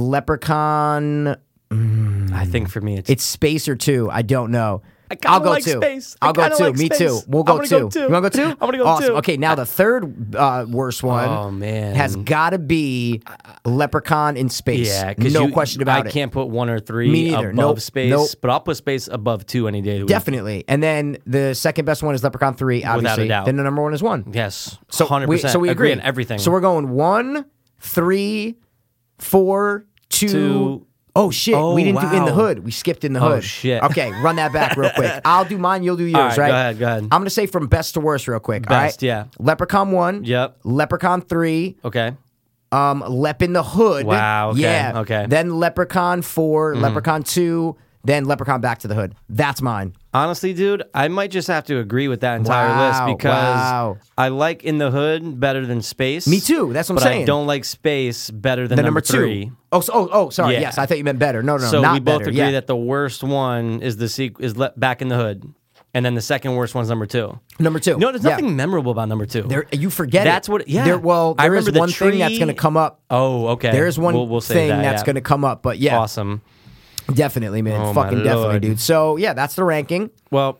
Speaker 6: Leprechaun.
Speaker 5: I think for me, it's
Speaker 6: It's space or two. I don't know. I
Speaker 5: kinda
Speaker 6: will go
Speaker 5: like
Speaker 6: two.
Speaker 5: space. I
Speaker 6: I'll go
Speaker 5: kinda
Speaker 6: two.
Speaker 5: like
Speaker 6: Me
Speaker 5: space.
Speaker 6: too. We'll
Speaker 5: I
Speaker 6: go
Speaker 5: wanna
Speaker 6: two.
Speaker 5: go two.
Speaker 6: You wanna go two?
Speaker 5: I wanna go
Speaker 6: Awesome.
Speaker 5: two.
Speaker 6: Okay, now the third uh, worst one.
Speaker 5: Oh, man.
Speaker 6: has got to be Leprechaun in space.
Speaker 5: yeah, 'cause
Speaker 6: no
Speaker 5: you-
Speaker 6: question about
Speaker 5: I
Speaker 6: it.
Speaker 5: can't put one or three
Speaker 6: Me neither.
Speaker 5: above
Speaker 6: Nope.
Speaker 5: space,
Speaker 6: Nope.
Speaker 5: but I'll put space above two any day. Of the week.
Speaker 6: Definitely. And then the second best one is Leprechaun three. Obviously.
Speaker 5: doubt.
Speaker 6: Then the number one is one.
Speaker 5: Yes.
Speaker 6: So
Speaker 5: 100%.
Speaker 6: we so we agree
Speaker 5: on everything.
Speaker 6: So we're going one, three, four, two.
Speaker 5: Two.
Speaker 6: Oh shit!
Speaker 5: Oh,
Speaker 6: we didn't do in the
Speaker 5: wow. Oh,
Speaker 6: hood. We skipped in the hood.
Speaker 5: shit.
Speaker 6: Okay, run that back real quick. I'll do mine. You'll do yours.
Speaker 5: right,
Speaker 6: right?
Speaker 5: go ahead, go ahead.
Speaker 6: I'm gonna say from best to worst real quick. all
Speaker 5: Best,
Speaker 6: right?
Speaker 5: yeah.
Speaker 6: Leprechaun one.
Speaker 5: Yep.
Speaker 6: Leprechaun three.
Speaker 5: Okay.
Speaker 6: Um, Lep in the hood.
Speaker 5: Wow, okay,
Speaker 6: Yeah.
Speaker 5: okay. Mm-hmm.
Speaker 6: Then Leprechaun 4 Leprechaun two. Then Leprechaun back to the hood. That's mine.
Speaker 5: Honestly, dude, I might just have to agree with that entire
Speaker 6: Wow,
Speaker 5: list because
Speaker 6: wow.
Speaker 5: I like In the Hood better than Space.
Speaker 6: Me too, that's what I'm
Speaker 5: but
Speaker 6: saying.
Speaker 5: I don't like Space better than
Speaker 6: The number,
Speaker 5: number, three.
Speaker 6: two. Oh, so, oh, oh, sorry.
Speaker 5: Yeah.
Speaker 6: Yes, I thought you meant better. No, no, no,
Speaker 5: So
Speaker 6: not
Speaker 5: we both
Speaker 6: better.
Speaker 5: agree
Speaker 6: yeah.
Speaker 5: that the worst one is the sequ- is le- Back in the Hood, and then the second worst one's number two.
Speaker 6: number two.
Speaker 5: No, there's
Speaker 6: Yeah.
Speaker 5: nothing memorable about number two.
Speaker 6: There, you forget it.
Speaker 5: That's what- yeah.
Speaker 6: There, well,
Speaker 5: I
Speaker 6: there is
Speaker 5: remember the
Speaker 6: one thing that's
Speaker 5: tree.
Speaker 6: going to come up.
Speaker 5: oh, okay.
Speaker 6: There is one
Speaker 5: We'll- we'll save
Speaker 6: thing
Speaker 5: that,
Speaker 6: that's
Speaker 5: yeah.
Speaker 6: going to come up. But yeah,
Speaker 5: awesome.
Speaker 6: definitely, man.
Speaker 5: Oh, my
Speaker 6: Fucking definitely,
Speaker 5: Lord.
Speaker 6: dude. So yeah, that's the ranking,
Speaker 5: Well,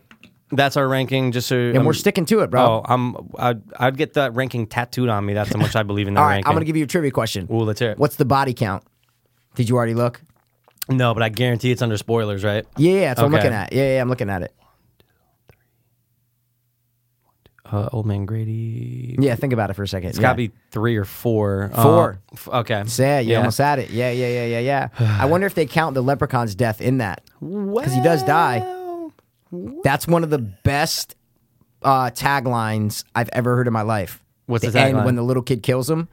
Speaker 5: that's our ranking. Just so
Speaker 6: and we're sticking to it, bro.
Speaker 5: Oh, I'm. I'd, I'd get that ranking tattooed on me. That's how much I believe in that
Speaker 6: All right,
Speaker 5: ranking.
Speaker 6: I'm going to give you a trivia question.
Speaker 5: Ooh, let's hear it.
Speaker 6: What's the body count? Did you already look?
Speaker 5: No, but I guarantee it's under spoilers, right?
Speaker 6: Yeah, yeah, that's what I'm
Speaker 5: Okay.
Speaker 6: looking at. Yeah, yeah, I'm looking at it.
Speaker 5: Uh, Old Man Grady.
Speaker 6: Yeah, think about it for a second.
Speaker 5: It's got to be three or four. Uh,
Speaker 6: Four.
Speaker 5: f- okay.
Speaker 6: Yeah, you almost had it. Yeah, yeah, yeah, yeah, yeah. I wonder if they count the leprechaun's death in that because he does die. That's one of the best uh, taglines I've ever heard in my life.
Speaker 5: What's the
Speaker 6: end
Speaker 5: tagline?
Speaker 6: when the little kid kills him?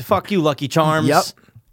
Speaker 5: Fuck you, Lucky Charms.
Speaker 6: Yep.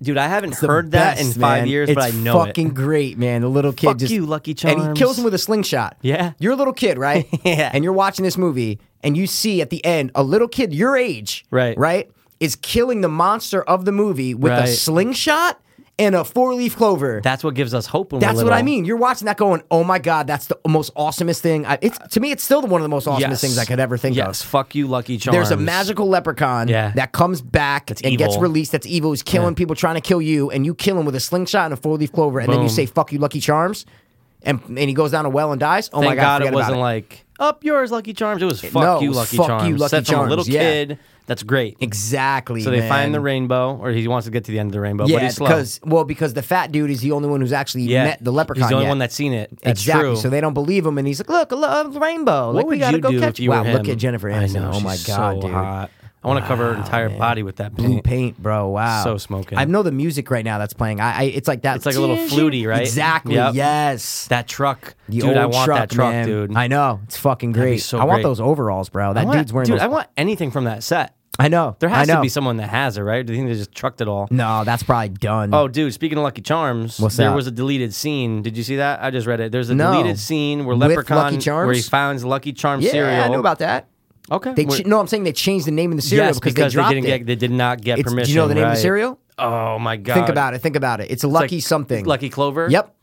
Speaker 5: Dude, I haven't
Speaker 6: The
Speaker 5: heard that
Speaker 6: best,
Speaker 5: in five
Speaker 6: man.
Speaker 5: years,
Speaker 6: it's
Speaker 5: but I know
Speaker 6: fucking great, man. The little kid
Speaker 5: Fuck
Speaker 6: just
Speaker 5: you, Lucky
Speaker 6: and he
Speaker 5: Charms.
Speaker 6: kills him with a slingshot.
Speaker 5: Yeah.
Speaker 6: you're a little kid, right?
Speaker 5: Yeah.
Speaker 6: and you're watching this movie, and you see at the end a little kid your age,
Speaker 5: Right.
Speaker 6: right, is killing the monster of the movie with a
Speaker 5: Right.
Speaker 6: slingshot and a four leaf clover.
Speaker 5: it. That's what gives us hope when
Speaker 6: That's
Speaker 5: we're
Speaker 6: what I
Speaker 5: little.
Speaker 6: mean. You're watching that, going, "Oh my god, that's the most awesomest thing." I, it's to me, it's still the one of the most awesomest
Speaker 5: Yes.
Speaker 6: things I could ever think
Speaker 5: Yes.
Speaker 6: of.
Speaker 5: Fuck you, Lucky Charms.
Speaker 6: There's a magical leprechaun
Speaker 5: Yeah.
Speaker 6: that comes back and
Speaker 5: evil.
Speaker 6: gets released. That's evil. He's killing
Speaker 5: Yeah.
Speaker 6: people, trying to kill you, and you kill him with a slingshot and a four leaf clover, and then you
Speaker 5: Boom.
Speaker 6: say "fuck you, Lucky Charms," and and he goes down a well and dies. Oh
Speaker 5: Thank
Speaker 6: my god,
Speaker 5: God, it
Speaker 6: forget
Speaker 5: wasn't
Speaker 6: about
Speaker 5: like up yours, Lucky Charms. It was fuck
Speaker 6: No, it
Speaker 5: you,
Speaker 6: was
Speaker 5: Lucky
Speaker 6: fuck you,
Speaker 5: Charms.
Speaker 6: Lucky
Speaker 5: Set from a
Speaker 6: Charms,
Speaker 5: little
Speaker 6: yeah.
Speaker 5: kid. That's great.
Speaker 6: exactly.
Speaker 5: So they
Speaker 6: man.
Speaker 5: find the rainbow, or he wants to get to the end of the rainbow, but
Speaker 6: yeah,
Speaker 5: he's slow.
Speaker 6: because well, because the fat dude is the only one who's actually
Speaker 5: yeah,
Speaker 6: met the leprechaun.
Speaker 5: He's the only
Speaker 6: yet.
Speaker 5: one that's seen it. That's
Speaker 6: exactly.
Speaker 5: true.
Speaker 6: So they don't believe him, and he's like, "Look, a lo- a rainbow. like,
Speaker 5: What
Speaker 6: we
Speaker 5: would
Speaker 6: gotta
Speaker 5: you
Speaker 6: go
Speaker 5: do
Speaker 6: catch
Speaker 5: if you
Speaker 6: wow,
Speaker 5: were him?
Speaker 6: look at Jennifer Aniston.
Speaker 5: I know,
Speaker 6: oh my
Speaker 5: she's
Speaker 6: god,
Speaker 5: so
Speaker 6: dude.
Speaker 5: hot. I want to cover her entire body with that
Speaker 6: Blue
Speaker 5: paint.
Speaker 6: paint, bro. Wow,
Speaker 5: So smoking.
Speaker 6: I know the music right now that's playing. I, I it's like that.
Speaker 5: It's like a little fluty, right?
Speaker 6: Exactly.
Speaker 5: Yep.
Speaker 6: Yes.
Speaker 5: That truck,
Speaker 6: The
Speaker 5: dude.
Speaker 6: old
Speaker 5: I want
Speaker 6: truck,
Speaker 5: that truck,
Speaker 6: man.
Speaker 5: dude.
Speaker 6: I know it's fucking
Speaker 5: be
Speaker 6: great.
Speaker 5: so
Speaker 6: I want
Speaker 5: great.
Speaker 6: those overalls, bro. That
Speaker 5: I want-
Speaker 6: dude's wearing.
Speaker 5: Dude,
Speaker 6: those.
Speaker 5: I want anything from that set.
Speaker 6: I know.
Speaker 5: There has
Speaker 6: I know.
Speaker 5: to be someone that has it, right? Do you think they just trucked it all?
Speaker 6: No, that's probably done.
Speaker 5: Oh, dude. Speaking of Lucky Charms,
Speaker 6: What's
Speaker 5: there
Speaker 6: that?
Speaker 5: was a deleted scene. Did you see that? I just read it. There's a
Speaker 6: No.
Speaker 5: deleted scene where
Speaker 6: With
Speaker 5: Leprechaun,
Speaker 6: Lucky Charms?
Speaker 5: where he finds Lucky Charm
Speaker 6: yeah,
Speaker 5: cereal.
Speaker 6: I knew about that.
Speaker 5: Okay.
Speaker 6: They
Speaker 5: Where-
Speaker 6: ch- no, I'm saying they changed the name of the cereal
Speaker 5: yes,
Speaker 6: because,
Speaker 5: because,
Speaker 6: they dropped
Speaker 5: didn't
Speaker 6: it.
Speaker 5: get. They did not get
Speaker 6: it's,
Speaker 5: permission.
Speaker 6: do you know the name of
Speaker 5: right.
Speaker 6: the cereal?
Speaker 5: Oh my god.
Speaker 6: Think about it. Think about it. It's
Speaker 5: It's
Speaker 6: Lucky
Speaker 5: like
Speaker 6: something.
Speaker 5: Lucky Clover.
Speaker 6: Yep.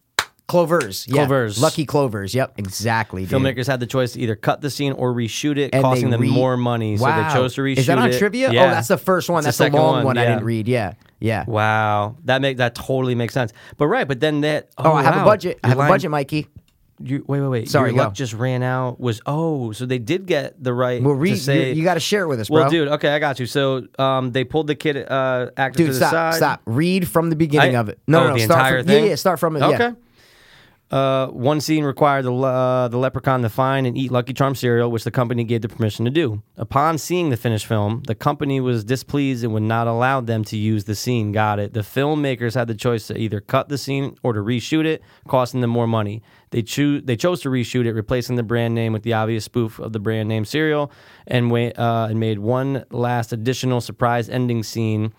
Speaker 6: Clovers. Yeah.
Speaker 5: Clovers.
Speaker 6: Lucky Clovers. Yep. Exactly. dude.
Speaker 5: Filmmakers had the choice to either cut the scene or reshoot it,
Speaker 6: And they
Speaker 5: costing them
Speaker 6: re-
Speaker 5: more money. So
Speaker 6: Wow.
Speaker 5: they chose to reshoot it.
Speaker 6: Is that on trivia?
Speaker 5: Yeah.
Speaker 6: Oh, that's the first one.
Speaker 5: It's
Speaker 6: that's the
Speaker 5: second
Speaker 6: long one, I
Speaker 5: yeah.
Speaker 6: didn't read. Yeah. Yeah.
Speaker 5: Wow, that make that totally makes sense. But right, but then that. Oh,
Speaker 6: Oh, I have
Speaker 5: wow.
Speaker 6: a budget. I
Speaker 5: Your
Speaker 6: have
Speaker 5: line-
Speaker 6: a budget, Mikey.
Speaker 5: You, wait, wait, wait.
Speaker 6: Sorry,
Speaker 5: your luck
Speaker 6: go.
Speaker 5: just ran out. Was oh, so they did get the right.
Speaker 6: Well, read.
Speaker 5: to say,
Speaker 6: you got to share it with us, bro.
Speaker 5: Well, dude, okay, I got you. So, um, they pulled the kid uh actor
Speaker 6: Dude,
Speaker 5: to the
Speaker 6: stop,
Speaker 5: side.
Speaker 6: stop. Read from the beginning
Speaker 5: I-
Speaker 6: of it. No,
Speaker 5: oh,
Speaker 6: no, no.
Speaker 5: the
Speaker 6: start
Speaker 5: entire
Speaker 6: from,
Speaker 5: thing.
Speaker 6: Yeah, yeah, start from it.
Speaker 5: Okay.
Speaker 6: Yeah.
Speaker 5: Uh, one scene required the le- uh, the leprechaun to find and eat Lucky Charm cereal, which the company gave the permission to do. Upon seeing the finished film, the company was displeased and would not allow them to use the scene. Got it. The filmmakers had the choice to either cut the scene or to reshoot it, costing them more money. They choose they chose to reshoot it, replacing the brand name with the obvious spoof of the brand name cereal, and wa- uh, and made one last additional surprise ending scene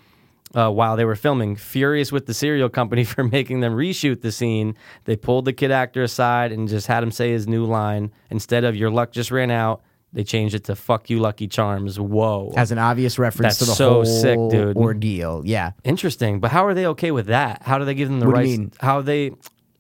Speaker 5: uh, while they were filming. Furious with the cereal company for making them reshoot the scene, they pulled the kid actor aside and just had him say his new line. Instead of "Your luck just ran out," they changed it to "Fuck you, Lucky Charms." Whoa,
Speaker 6: as an obvious reference
Speaker 5: That's
Speaker 6: to the
Speaker 5: so
Speaker 6: whole
Speaker 5: sick, dude.
Speaker 6: ordeal. Yeah.
Speaker 5: interesting. But how are they okay with that? How do they give them the
Speaker 6: What do
Speaker 5: right?
Speaker 6: you
Speaker 5: rights?
Speaker 6: mean?
Speaker 5: How they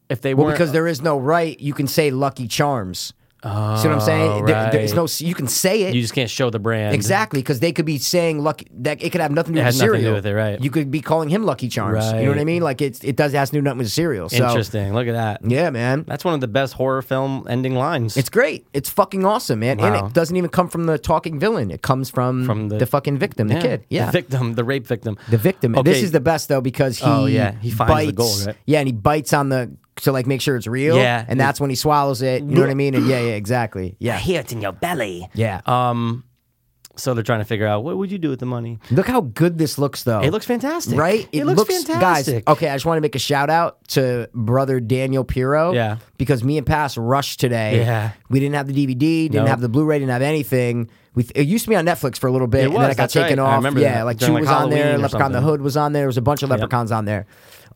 Speaker 5: if they
Speaker 6: Well,
Speaker 5: weren't
Speaker 6: because there is no right, you can say Lucky Charms. Oh, See what I'm saying? There, there's no.
Speaker 5: right.
Speaker 6: You can say it.
Speaker 5: you just can't show the brand
Speaker 6: Exactly, because they could be saying lucky that it could have nothing to do
Speaker 5: It
Speaker 6: with
Speaker 5: has nothing to do
Speaker 6: cereal.
Speaker 5: with it, right.
Speaker 6: You could be calling him Lucky Charms. You know what I
Speaker 5: Right.
Speaker 6: mean? Like it's it does has to do nothing with cereal. So
Speaker 5: Interesting. Look at that.
Speaker 6: yeah, man.
Speaker 5: That's one of the best horror film ending lines.
Speaker 6: It's great. It's fucking awesome, man. And
Speaker 5: Wow.
Speaker 6: it doesn't even come from the talking villain. It comes from,
Speaker 5: From
Speaker 6: the,
Speaker 5: the-
Speaker 6: fucking victim, the kid. Yeah.
Speaker 5: The victim, the rape victim.
Speaker 6: The victim.
Speaker 5: Okay.
Speaker 6: This is the best though because he
Speaker 5: Oh, yeah. He finds
Speaker 6: bites,
Speaker 5: the gold, right?
Speaker 6: Yeah, and he bites on the to like make sure it's real.
Speaker 5: Yeah.
Speaker 6: and that's when he swallows it. You know what I mean? And yeah, yeah, exactly.
Speaker 4: I
Speaker 6: Yeah,
Speaker 4: hear it in your belly.
Speaker 6: yeah.
Speaker 5: Um, So they're trying to figure out what would you do with the money?
Speaker 6: Look how good this looks though.
Speaker 5: It looks fantastic.
Speaker 6: Oh. Right?
Speaker 5: It, looks, fantastic.
Speaker 6: Guys, okay, I just want to make a shout out to brother Daniel Piro.
Speaker 5: Yeah.
Speaker 6: Because me and Pass rushed today.
Speaker 5: Yeah.
Speaker 6: We didn't have the DVD, didn't
Speaker 5: Nope.
Speaker 6: have the Blu-ray, didn't have anything. We it used to be on Netflix for a little bit,
Speaker 5: It
Speaker 6: and then
Speaker 5: was,
Speaker 6: it got
Speaker 5: that's right.
Speaker 6: taken
Speaker 5: I
Speaker 6: off.
Speaker 5: remember
Speaker 6: yeah,
Speaker 5: that.
Speaker 6: like Chew
Speaker 5: During,
Speaker 6: was
Speaker 5: like,
Speaker 6: on there,
Speaker 5: Halloween or
Speaker 6: Leprechaun the
Speaker 5: something.
Speaker 6: Hood was on there. There was a bunch of leprechauns on there.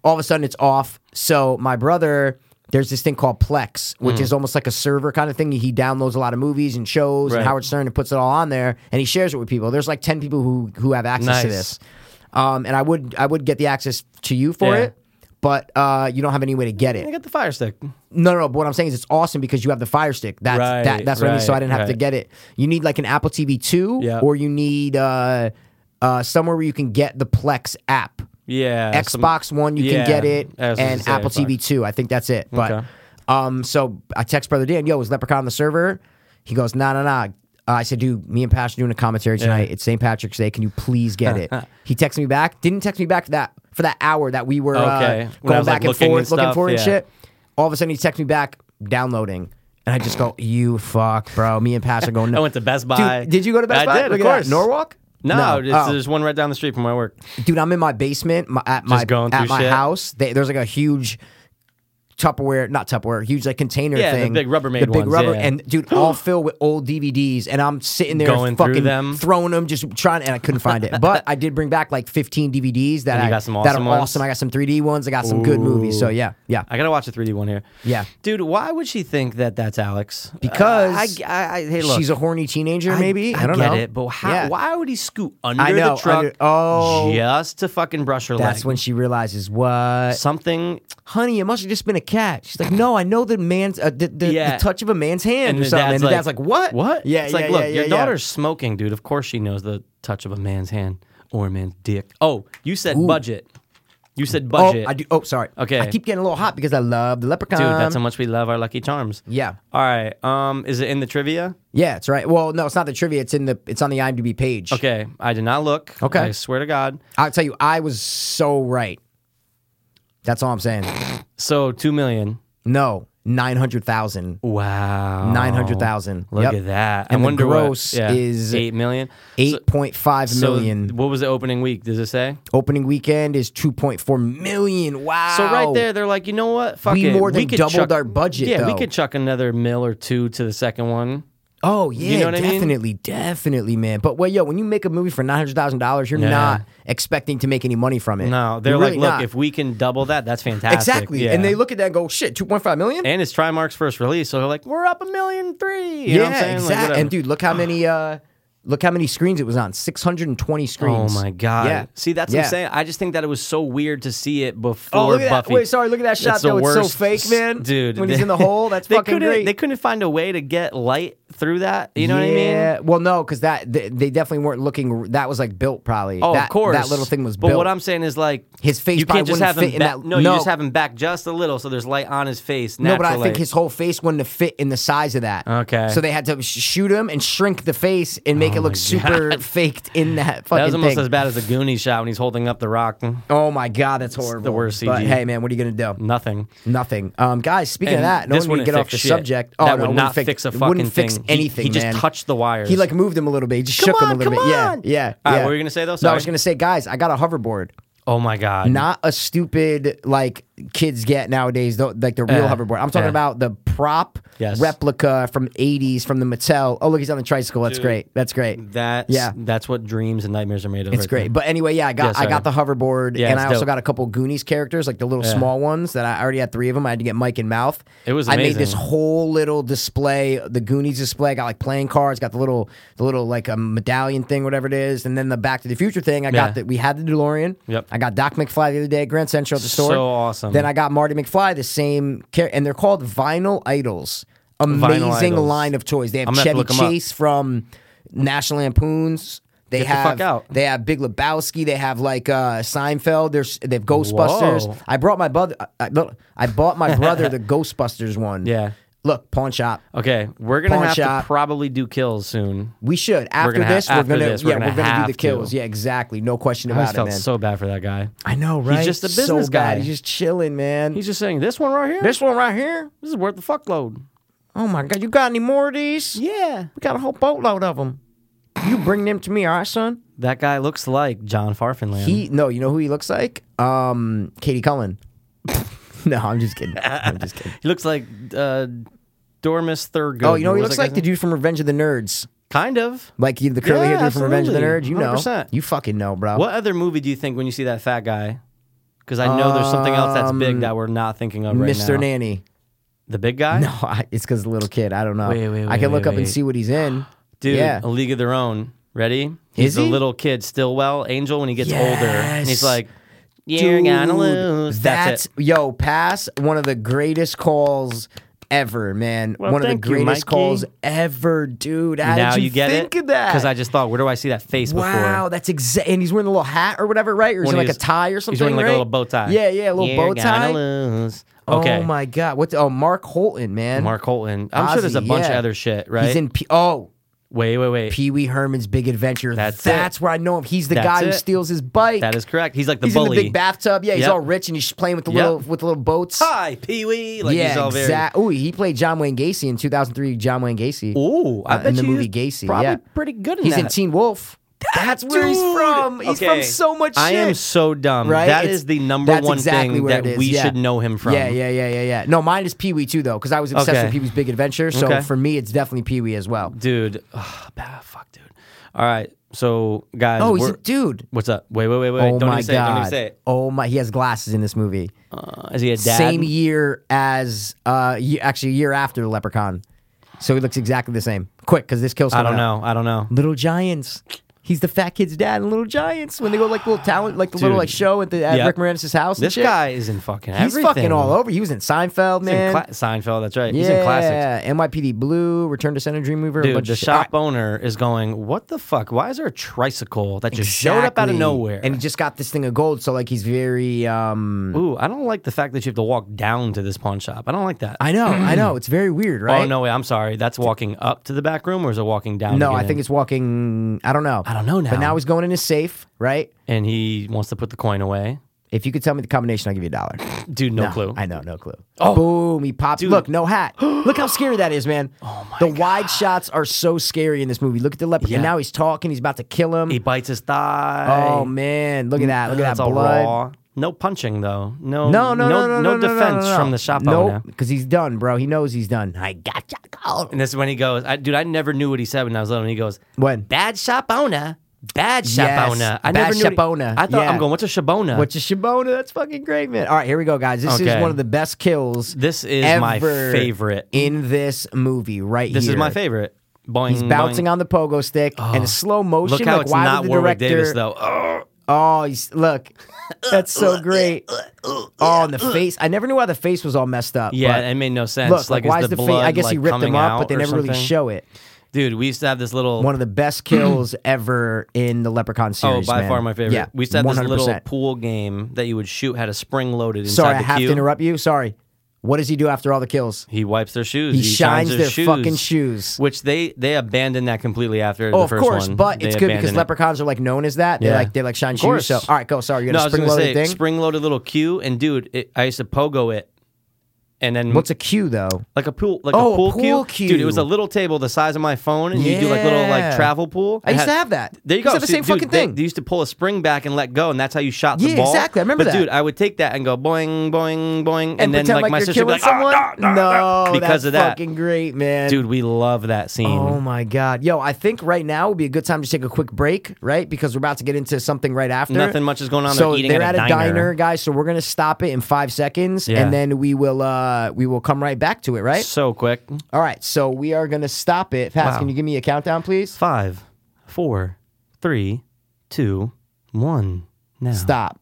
Speaker 6: All of a sudden, it's off. So my brother. There's this thing called Plex,
Speaker 5: Mm.
Speaker 6: which is almost like a server kind of thing. He downloads a lot of movies and shows and
Speaker 5: Right.
Speaker 6: Howard Stern and puts it all on there, and he shares it with people. There's like ten people who who have access to
Speaker 5: Nice.
Speaker 6: this. Um, and I would I would get the access to you for
Speaker 5: Yeah.
Speaker 6: it, but uh, you don't have any way to get
Speaker 5: I
Speaker 6: it.
Speaker 5: got the fire stick.
Speaker 6: No, no, no. But what I'm saying is it's awesome because you have the Fire Stick. That's
Speaker 5: Right,
Speaker 6: that, that's what I mean. So I
Speaker 5: right,
Speaker 6: didn't have to
Speaker 5: right.
Speaker 6: get it. You need like an Apple TV two,
Speaker 5: Yeah.
Speaker 6: or you need uh, uh, somewhere where you can get the Plex app.
Speaker 5: Yeah. some-
Speaker 6: Xbox One, you
Speaker 5: yeah,
Speaker 6: can get it,
Speaker 5: I was gonna
Speaker 6: and
Speaker 5: say,
Speaker 6: Apple
Speaker 5: fuck.
Speaker 6: TV two. I think that's it. But
Speaker 5: Okay.
Speaker 6: um, so I text brother Dan, yo, is Leprechaun on the server? He goes, nah, nah, nah. Uh, I said, dude, me and Pash are doing a commentary tonight. It's St. Patrick's Day. Can you please get it? he texted me back. Didn't text me back for that for that hour that we were uh,
Speaker 5: Okay. When
Speaker 6: going
Speaker 5: I was, like,
Speaker 6: back and
Speaker 5: looking
Speaker 6: forth,
Speaker 5: and
Speaker 6: looking
Speaker 5: stuff,
Speaker 6: for it and
Speaker 5: yeah.
Speaker 6: shit. All of a sudden, he texts me back, downloading. And I just go, you fuck, bro. Me and Pash are going.
Speaker 5: I went to Best Buy.
Speaker 6: Dude, did you go to Best
Speaker 5: I
Speaker 6: Buy?
Speaker 5: did,
Speaker 6: Look
Speaker 5: of
Speaker 6: at that.
Speaker 5: course.
Speaker 6: Norwalk?
Speaker 5: No,
Speaker 6: No.
Speaker 5: it's-
Speaker 6: Oh.
Speaker 5: there's one right down the street from my work.
Speaker 6: dude, I'm in my basement my, at my
Speaker 5: going
Speaker 6: at
Speaker 5: through
Speaker 6: my
Speaker 5: shit?
Speaker 6: house. They, there's like a huge Tupperware, not Tupperware, huge like container
Speaker 5: Yeah, the
Speaker 6: thing,
Speaker 5: big Rubbermaid
Speaker 6: the big
Speaker 5: ones,
Speaker 6: rubber,
Speaker 5: yeah.
Speaker 6: and dude, all filled with old DVDs, and I'm sitting there
Speaker 5: Going through
Speaker 6: fucking
Speaker 5: them.
Speaker 6: throwing them, just trying, and I couldn't find it. But I did bring back like 15 DVDs that
Speaker 5: And you
Speaker 6: I
Speaker 5: got some
Speaker 6: that are
Speaker 5: awesome ones?
Speaker 6: awesome. I got some 3D ones. I got some good movies. So yeah, yeah.
Speaker 5: I gotta watch a 3D one here.
Speaker 6: Yeah.
Speaker 5: dude. Why would she think that that's Alex?
Speaker 6: Because
Speaker 5: Uh, I, I, I, hey, look,
Speaker 6: She's a horny teenager, maybe. I, don't
Speaker 5: get
Speaker 6: know.
Speaker 5: it, but how,
Speaker 6: Yeah.
Speaker 5: why would he scoot under
Speaker 6: know,
Speaker 5: the truck
Speaker 6: under- oh.
Speaker 5: just to fucking brush her
Speaker 6: That's
Speaker 5: leg?
Speaker 6: when she realizes what
Speaker 5: something
Speaker 6: honey, it must have just been a cat. She's like, no, I know the man's uh, the, the,
Speaker 5: Yeah.
Speaker 6: the touch of a man's hand or
Speaker 5: the
Speaker 6: something. and the dad's like, what?
Speaker 5: What?
Speaker 6: Yeah,
Speaker 5: It's
Speaker 6: yeah,
Speaker 5: like, look,
Speaker 6: yeah,
Speaker 5: your
Speaker 6: yeah,
Speaker 5: daughter's smoking, dude. Of course she knows the touch of a man's hand or a man's dick. Oh, you said budget. You said
Speaker 6: Yeah. Oh,
Speaker 5: budget.
Speaker 6: I do. Oh, sorry.
Speaker 5: Okay.
Speaker 6: I keep getting a little hot because I love the leprechaun.
Speaker 5: Dude, that's how much we love our Lucky Charms.
Speaker 6: Um, Yeah.
Speaker 5: All right. Um, is it in the trivia?
Speaker 6: yeah, it's right. Well, no, it's not the trivia. It's in the. It's on the IMDb page.
Speaker 5: Okay. I did not look.
Speaker 6: Okay.
Speaker 5: I swear to God.
Speaker 6: I'll tell you, I was so right. That's all I'm saying.
Speaker 5: So two million.
Speaker 6: No, nine hundred thousand.
Speaker 5: Wow.
Speaker 6: 900,000.
Speaker 5: Look
Speaker 6: Yep.
Speaker 5: at that.
Speaker 6: And
Speaker 5: I
Speaker 6: the
Speaker 5: wonder
Speaker 6: gross
Speaker 5: what, yeah,
Speaker 6: is
Speaker 5: eight million. So-
Speaker 6: Eight point five
Speaker 5: so
Speaker 6: million.
Speaker 5: what was the opening week? Does it say?
Speaker 6: Opening weekend is two point four million. Wow.
Speaker 5: So right there, they're like, you know what? Fuck
Speaker 6: We
Speaker 5: it.
Speaker 6: more than
Speaker 5: could
Speaker 6: doubled
Speaker 5: chuck-
Speaker 6: our budget,
Speaker 5: Yeah,
Speaker 6: though.
Speaker 5: we could chuck another mill or two to the second one.
Speaker 6: Oh yeah,
Speaker 5: know what I mean?
Speaker 6: definitely, definitely, man. But well, yo, when you make a movie for nine hundred thousand dollars, you're
Speaker 5: Yeah.
Speaker 6: not expecting to make any money from it.
Speaker 5: No,
Speaker 6: Eh,
Speaker 5: they're
Speaker 6: You're
Speaker 5: like,
Speaker 6: really
Speaker 5: look,
Speaker 6: not.
Speaker 5: if we can double that, that's fantastic.
Speaker 6: exactly,
Speaker 5: Yeah.
Speaker 6: and they look at that and go, shit, two point five million.
Speaker 5: and it's Trimark's first release, so they're like, we're up a million three. You know what I'm saying? Like,
Speaker 6: exact-
Speaker 5: whatever.
Speaker 6: and dude, look how many, uh look how many screens it was on. Six hundred and twenty
Speaker 5: Oh
Speaker 6: screens.
Speaker 5: my god!
Speaker 6: Yeah.
Speaker 5: See, that's
Speaker 6: Yeah.
Speaker 5: what I'm saying. I just think that it was so weird to see it before
Speaker 6: Oh, look at that.
Speaker 5: Buffy.
Speaker 6: Wait, sorry, look at that shot,
Speaker 5: the
Speaker 6: though. It's so
Speaker 5: worst-
Speaker 6: fake, man.
Speaker 5: dude.
Speaker 6: When he's
Speaker 5: they-
Speaker 6: in the hole, that's
Speaker 5: they
Speaker 6: fucking
Speaker 5: couldn't-
Speaker 6: great.
Speaker 5: They couldn't find a way to get light through that. You know what I mean?
Speaker 6: Yeah. Well, no, because that they, they definitely weren't looking. That was like built, probably.
Speaker 5: Oh,
Speaker 6: that,
Speaker 5: of course.
Speaker 6: That little thing was
Speaker 5: But
Speaker 6: built.
Speaker 5: what I'm saying is like
Speaker 6: His face
Speaker 5: You
Speaker 6: probably
Speaker 5: can't just
Speaker 6: wouldn't
Speaker 5: have him
Speaker 6: fit in
Speaker 5: back.
Speaker 6: that-
Speaker 5: No, you
Speaker 6: no.
Speaker 5: just have him back just a little, so there's light on his face.
Speaker 6: No,
Speaker 5: Natural
Speaker 6: but I think
Speaker 5: light.
Speaker 6: his whole face wouldn't have fit in the size of that.
Speaker 5: Okay. Oh
Speaker 6: So they had to sh- shoot him and shrink the face and make it look super faked in that fucking
Speaker 5: that was almost
Speaker 6: thing.
Speaker 5: as bad as the Goonie shot when he's holding up the rock.
Speaker 6: Oh my god, that's horrible.
Speaker 5: worst
Speaker 6: But
Speaker 5: CG.
Speaker 6: hey, man, what are you gonna do?
Speaker 5: Nothing.
Speaker 6: Nothing. Um, guys, speaking
Speaker 5: And
Speaker 6: of that, no
Speaker 5: this
Speaker 6: one to
Speaker 5: wouldn't
Speaker 6: get off
Speaker 5: fix
Speaker 6: the
Speaker 5: shit.
Speaker 6: subject. Oh,
Speaker 5: That
Speaker 6: no,
Speaker 5: would
Speaker 6: it
Speaker 5: not
Speaker 6: fix,
Speaker 5: fix a
Speaker 6: it wouldn't
Speaker 5: fucking
Speaker 6: fix
Speaker 5: thing. He-
Speaker 6: anything.
Speaker 5: he just
Speaker 6: man.
Speaker 5: touched the wires.
Speaker 6: He like moved him a little bit. He just shook him a
Speaker 5: on,
Speaker 6: little
Speaker 5: come
Speaker 6: bit. Yeah,
Speaker 5: on.
Speaker 6: yeah.
Speaker 5: All right,
Speaker 6: yeah.
Speaker 5: what were you gonna say, though?
Speaker 6: No, I
Speaker 5: Sorry.
Speaker 6: was gonna say, guys, I got a hoverboard.
Speaker 5: Oh my god.
Speaker 6: not a stupid like kids get nowadays, though, like the real
Speaker 5: Yeah.
Speaker 6: hoverboard. I'm talking
Speaker 5: Yeah.
Speaker 6: about the prop
Speaker 5: Eh. Yes.
Speaker 6: replica from '80s from the Mattel. Oh, look, he's on the tricycle. That's great. That's great.
Speaker 5: That's
Speaker 6: Yeah.
Speaker 5: That's what dreams and nightmares are made of.
Speaker 6: It's
Speaker 5: right
Speaker 6: great.
Speaker 5: there.
Speaker 6: But anyway, yeah, I
Speaker 5: Yeah,
Speaker 6: got I
Speaker 5: sorry.
Speaker 6: got the hoverboard,
Speaker 5: Yeah,
Speaker 6: and
Speaker 5: it's
Speaker 6: I also
Speaker 5: dope.
Speaker 6: got a couple Goonies characters, like the little
Speaker 5: Yeah.
Speaker 6: small ones that I already had three of them. I had to get Mike and Mouth.
Speaker 5: It was
Speaker 6: I made this
Speaker 5: amazing.
Speaker 6: whole little display, the Goonies display. I got like playing cards, got the little the little like a medallion thing, whatever it is, and then the Back to the Future thing. I got
Speaker 5: Yeah.
Speaker 6: that we had the DeLorean.
Speaker 5: Yep.
Speaker 6: I got Doc McFly the other day at Grand Central at the store.
Speaker 5: So awesome.
Speaker 6: Then I got Marty McFly, the same character, and they're called Vinyl Idols. Amazing
Speaker 5: Idols.
Speaker 6: line of toys. They have
Speaker 5: I'm gonna have to
Speaker 6: Chevy
Speaker 5: look 'em up.
Speaker 6: Chase from National Lampoons. They
Speaker 5: Get the
Speaker 6: have
Speaker 5: fuck out.
Speaker 6: they have Big Lebowski. They have like uh, Seinfeld. There's they have Ghostbusters.
Speaker 5: Whoa.
Speaker 6: I brought my brother. I- I, look, I bought my brother the Ghostbusters one.
Speaker 5: Yeah.
Speaker 6: Look, pawn shop.
Speaker 5: Okay, we're gonna
Speaker 6: Pawn
Speaker 5: have
Speaker 6: shop.
Speaker 5: to probably do kills soon.
Speaker 6: We should after
Speaker 5: gonna ha-
Speaker 6: this.
Speaker 5: after
Speaker 6: we're gonna
Speaker 5: this, we're
Speaker 6: yeah.
Speaker 5: gonna
Speaker 6: we're gonna
Speaker 5: have
Speaker 6: do the kills.
Speaker 5: to.
Speaker 6: Yeah, exactly. No question
Speaker 5: I
Speaker 6: about
Speaker 5: always
Speaker 6: it,
Speaker 5: felt
Speaker 6: man.
Speaker 5: so bad for that guy.
Speaker 6: I know, right?
Speaker 5: just a
Speaker 6: So
Speaker 5: business
Speaker 6: bad.
Speaker 5: guy.
Speaker 6: He's just chilling, man.
Speaker 5: He's just saying this one right here.
Speaker 6: this one right here.
Speaker 5: this is worth the fuckload.
Speaker 6: Oh my god, you got any more of these?
Speaker 5: Yeah,
Speaker 6: We got a whole boatload of them. You bring them to me, all right, son?
Speaker 5: that guy looks like John Farfinland.
Speaker 6: He no, you know who he looks like? Um, Katie Cullen. no, I'm just kidding. I'm just kidding.
Speaker 5: He looks like uh, Dormus Thurgood.
Speaker 6: Oh, you know who
Speaker 5: What
Speaker 6: he
Speaker 5: was
Speaker 6: looks
Speaker 5: that guy's
Speaker 6: like the
Speaker 5: name?
Speaker 6: dude from Revenge of the Nerds,
Speaker 5: kind of.
Speaker 6: like he- the curly
Speaker 5: Yeah,
Speaker 6: haired dude from Revenge of the Nerds.
Speaker 5: absolutely.
Speaker 6: You know,
Speaker 5: 100%.
Speaker 6: you fucking know, bro.
Speaker 5: What other movie do you think when you see that fat guy? Because I know there's something else that's big that we're not thinking of right
Speaker 6: Mr.
Speaker 5: now.
Speaker 6: Nanny?
Speaker 5: the big guy,
Speaker 6: Um, No, I, it's because the little kid. I don't know.
Speaker 5: Wait, wait,
Speaker 6: I
Speaker 5: wait,
Speaker 6: can look
Speaker 5: wait,
Speaker 6: up and
Speaker 5: wait.
Speaker 6: see what he's in.
Speaker 5: dude,
Speaker 6: Yeah.
Speaker 5: A League of Their Own. Ready? He's
Speaker 6: Is
Speaker 5: a
Speaker 6: he?
Speaker 5: little kid, Stillwell Angel, when he gets older,
Speaker 6: Yes.
Speaker 5: and he's like, "You're gonna
Speaker 6: Dude,
Speaker 5: lose."
Speaker 6: That's,
Speaker 5: That's, it.
Speaker 6: yo pass one of the greatest calls ever, man.
Speaker 5: Well,
Speaker 6: one of the
Speaker 5: thank you,
Speaker 6: greatest
Speaker 5: Mikey.
Speaker 6: calls ever, dude. How
Speaker 5: now
Speaker 6: did
Speaker 5: you,
Speaker 6: you,
Speaker 5: get
Speaker 6: think
Speaker 5: it
Speaker 6: of that?
Speaker 5: because I just thought, where do I see that face
Speaker 6: Wow,
Speaker 5: before?
Speaker 6: that's exact. And he's wearing a little hat or whatever, right? Or is
Speaker 5: When
Speaker 6: it like
Speaker 5: he's-
Speaker 6: a tie or something?
Speaker 5: He's wearing like
Speaker 6: right?
Speaker 5: a little bow tie.
Speaker 6: Yeah, yeah, a little
Speaker 5: You're
Speaker 6: bow tie.
Speaker 5: Gonna lose. Okay,
Speaker 6: Oh my god, what's oh Mark Holton, man?
Speaker 5: Mark Holton. I'm sure there's a
Speaker 6: Ozzy,
Speaker 5: bunch of
Speaker 6: yeah.
Speaker 5: other shit, right?
Speaker 6: He's in P- oh
Speaker 5: wait, wait, wait.
Speaker 6: Pee Wee Herman's Big Adventure.
Speaker 5: That's it.
Speaker 6: where I know him. He's the
Speaker 5: That's
Speaker 6: guy who
Speaker 5: it.
Speaker 6: steals his bike.
Speaker 5: that is correct. He's like the
Speaker 6: he's
Speaker 5: bully.
Speaker 6: in the big bathtub. Yeah, he's
Speaker 5: Yep.
Speaker 6: all rich and he's playing with the
Speaker 5: Yep.
Speaker 6: little with the little boats.
Speaker 5: Hi, Pee Wee. Like he's
Speaker 6: yeah,
Speaker 5: all very.
Speaker 6: exactly. Ooh, he played John Wayne Gacy in 2003. John Wayne Gacy.
Speaker 5: Ooh, I
Speaker 6: Uh, in
Speaker 5: bet
Speaker 6: the
Speaker 5: you
Speaker 6: movie
Speaker 5: he's
Speaker 6: Gacy,
Speaker 5: Probably
Speaker 6: yeah.
Speaker 5: pretty good in
Speaker 6: he's
Speaker 5: that.
Speaker 6: in Teen Wolf. That's where he's
Speaker 5: Dude!
Speaker 6: from. He's
Speaker 5: Okay.
Speaker 6: from so much.
Speaker 5: I am
Speaker 6: shit.
Speaker 5: so dumb.
Speaker 6: Right?
Speaker 5: Mm-hmm. That
Speaker 6: It's-
Speaker 5: is the number
Speaker 6: that's
Speaker 5: one
Speaker 6: exactly
Speaker 5: thing
Speaker 6: where
Speaker 5: that
Speaker 6: it is,
Speaker 5: we
Speaker 6: yeah.
Speaker 5: should know him from.
Speaker 6: Yeah, yeah, yeah, yeah, yeah. No, mine is Pee Wee too, though, because I was obsessed
Speaker 5: Okay.
Speaker 6: with Pee Wee's Big Adventure. So
Speaker 5: Okay.
Speaker 6: for me, it's definitely Pee Wee as well.
Speaker 5: Dude. Ugh, bah, fuck, dude. All right. So, guys.
Speaker 6: Oh, he's
Speaker 5: we're-
Speaker 6: a dude.
Speaker 5: What's up? Wait, wait, wait, wait.
Speaker 6: oh
Speaker 5: don't
Speaker 6: my
Speaker 5: even say it. Don't
Speaker 6: god.
Speaker 5: even say it.
Speaker 6: Oh my, he has glasses in this movie.
Speaker 5: Uh, is he a dad?
Speaker 6: Same year as uh, ye- actually a year after Leprechaun, so he looks exactly the same. Quick, because this kills.
Speaker 5: I don't know. I don't know.
Speaker 6: Little Giants. He's the fat kid's dad in Little Giants when they go like little talent, like the little
Speaker 5: Dude.
Speaker 6: like show at the at
Speaker 5: Yep.
Speaker 6: Rick Moranis' house. and
Speaker 5: This
Speaker 6: shit.
Speaker 5: guy is in fucking
Speaker 6: he's
Speaker 5: everything.
Speaker 6: fucking all over. He was in Seinfeld,
Speaker 5: He's in
Speaker 6: man.
Speaker 5: cla- Seinfeld. That's right.
Speaker 6: yeah,
Speaker 5: He's in classics.
Speaker 6: NYPD Blue, Return to Center, Dreamweaver. a
Speaker 5: Dude,
Speaker 6: bunch
Speaker 5: the
Speaker 6: of shit.
Speaker 5: shop owner is going, What the fuck? Why is there a tricycle that just showed up out of
Speaker 6: Exactly.
Speaker 5: nowhere?
Speaker 6: And he just got this thing of gold, so like he's very um
Speaker 5: Ooh, I don't like the fact that you have to walk down to this pawn shop. I don't like that.
Speaker 6: I know, I know. It's very weird, right?
Speaker 5: Oh no, wait. I'm sorry. That's walking up to the back room, or is it walking down?
Speaker 6: No,
Speaker 5: to get
Speaker 6: I think
Speaker 5: in?
Speaker 6: it's walking I don't know.
Speaker 5: I don't know now.
Speaker 6: But now he's going in his safe, right?
Speaker 5: And he wants to put the coin away.
Speaker 6: If you could tell me the combination, I'll give you a dollar.
Speaker 5: Dude, no, clue.
Speaker 6: I know, no clue. Oh. Boom, he popped. Look, no hat. Look how scary that is, man. Oh my the wide shots are so scary in this movie. Look at the leopard.
Speaker 5: Yeah.
Speaker 6: And now he's talking, he's about to kill him.
Speaker 5: he bites his thigh.
Speaker 6: oh man, look at that. Look at
Speaker 5: Mm, That's
Speaker 6: that
Speaker 5: all
Speaker 6: blood.
Speaker 5: raw. No punching though. No,
Speaker 6: No, no, no, no, no, no,
Speaker 5: defense
Speaker 6: no, no.
Speaker 5: from the shop
Speaker 6: Nope,
Speaker 5: owner.
Speaker 6: because he's done, bro. He knows he's done. I gotcha. Oh,
Speaker 5: And this is when he goes, I, dude. I never knew what he said when I was little. And he goes,
Speaker 6: When?
Speaker 5: bad shop owner, bad shop
Speaker 6: Yes,
Speaker 5: owner. I
Speaker 6: bad
Speaker 5: never knew. what he-
Speaker 6: shop owner.
Speaker 5: I thought
Speaker 6: Yeah.
Speaker 5: I'm going. What's a shabona?
Speaker 6: What's a Shibona? That's fucking great, man. All right, here we go, guys. This is
Speaker 5: Okay.
Speaker 6: one of the best kills.
Speaker 5: This is
Speaker 6: ever
Speaker 5: my favorite.
Speaker 6: in this movie, right
Speaker 5: this
Speaker 6: here.
Speaker 5: is my favorite. Boing,
Speaker 6: He's bouncing
Speaker 5: boing.
Speaker 6: on the pogo stick and slow motion.
Speaker 5: Look how
Speaker 6: like,
Speaker 5: it's
Speaker 6: why
Speaker 5: not
Speaker 6: would the
Speaker 5: Warwick
Speaker 6: director?
Speaker 5: Davis though. Ugh.
Speaker 6: Oh, he's, look, that's so great. Oh, and the face. I never knew why the face was all messed up.
Speaker 5: Yeah,
Speaker 6: but
Speaker 5: it made no sense.
Speaker 6: look, like,
Speaker 5: is
Speaker 6: why is
Speaker 5: the
Speaker 6: the face?
Speaker 5: blood,
Speaker 6: I guess
Speaker 5: like,
Speaker 6: he ripped
Speaker 5: coming
Speaker 6: them up,
Speaker 5: out
Speaker 6: but they
Speaker 5: or
Speaker 6: never really
Speaker 5: something?
Speaker 6: show it.
Speaker 5: Dude, we used to have this little.
Speaker 6: One of the best kills ever in the Leprechaun
Speaker 5: oh,
Speaker 6: series.
Speaker 5: by
Speaker 6: man.
Speaker 5: far my favorite.
Speaker 6: Yeah,
Speaker 5: we used to have
Speaker 6: 100%.
Speaker 5: this little pool game that you would shoot had a spring loaded inside
Speaker 6: Sorry,
Speaker 5: the
Speaker 6: I have
Speaker 5: cube.
Speaker 6: to interrupt you. Sorry. What does he do after all the kills?
Speaker 5: He wipes their shoes.
Speaker 6: He,
Speaker 5: shines,
Speaker 6: shines
Speaker 5: their,
Speaker 6: their
Speaker 5: shoes,
Speaker 6: fucking shoes.
Speaker 5: which they they abandoned that completely
Speaker 6: Oh,
Speaker 5: after the
Speaker 6: of
Speaker 5: first
Speaker 6: course,
Speaker 5: one.
Speaker 6: but
Speaker 5: They
Speaker 6: it's good because
Speaker 5: abandoned it.
Speaker 6: leprechauns are like known as that. They
Speaker 5: Yeah.
Speaker 6: like they like shine
Speaker 5: Of
Speaker 6: shoes.
Speaker 5: course.
Speaker 6: So, all right, go. Sorry, you
Speaker 5: No,
Speaker 6: got
Speaker 5: I
Speaker 6: a
Speaker 5: was
Speaker 6: spring
Speaker 5: gonna
Speaker 6: loaded
Speaker 5: say
Speaker 6: thing.
Speaker 5: spring loaded little cue, and dude, it, I used to pogo it and then
Speaker 6: What's a cue though?
Speaker 5: like a pool, like
Speaker 6: Oh,
Speaker 5: a
Speaker 6: a
Speaker 5: pool,
Speaker 6: pool
Speaker 5: cue. Dude, it was a
Speaker 6: cue.
Speaker 5: little table the size of my phone, and you do like little like
Speaker 6: Yeah.
Speaker 5: travel pool.
Speaker 6: I
Speaker 5: It
Speaker 6: used
Speaker 5: had-
Speaker 6: to have that.
Speaker 5: There you
Speaker 6: I
Speaker 5: go.
Speaker 6: used to have the
Speaker 5: See,
Speaker 6: same
Speaker 5: dude,
Speaker 6: fucking
Speaker 5: they-
Speaker 6: thing.
Speaker 5: They, used to pull a spring back and let go, and that's how you shot the
Speaker 6: Yeah,
Speaker 5: ball.
Speaker 6: exactly. I remember
Speaker 5: but
Speaker 6: that.
Speaker 5: Dude, I would take that and go boing, boing, boing, and, then
Speaker 6: pretend
Speaker 5: like, my
Speaker 6: you're
Speaker 5: sister would be
Speaker 6: killing
Speaker 5: like, "Ah,
Speaker 6: someone.
Speaker 5: ah, ah, ah,"
Speaker 6: no,
Speaker 5: because
Speaker 6: that's
Speaker 5: of that.
Speaker 6: fucking great, man.
Speaker 5: Dude, we love that scene.
Speaker 6: Oh my god, yo! I think right now would be a good time to take a quick break, right? Because we're about to get into something right after.
Speaker 5: Nothing much is going on.
Speaker 6: So
Speaker 5: they're eating
Speaker 6: they're
Speaker 5: at,
Speaker 6: at,
Speaker 5: a diner.
Speaker 6: guys. So we're gonna stop it in five seconds,
Speaker 5: Yeah.
Speaker 6: and then we will uh we will come right back to it, right?
Speaker 5: So quick.
Speaker 6: All right. So we are gonna stop it. Pass,
Speaker 5: Wow.
Speaker 6: can you give me a countdown, please?
Speaker 5: Five, four, three, two, one. Now.
Speaker 6: Stop.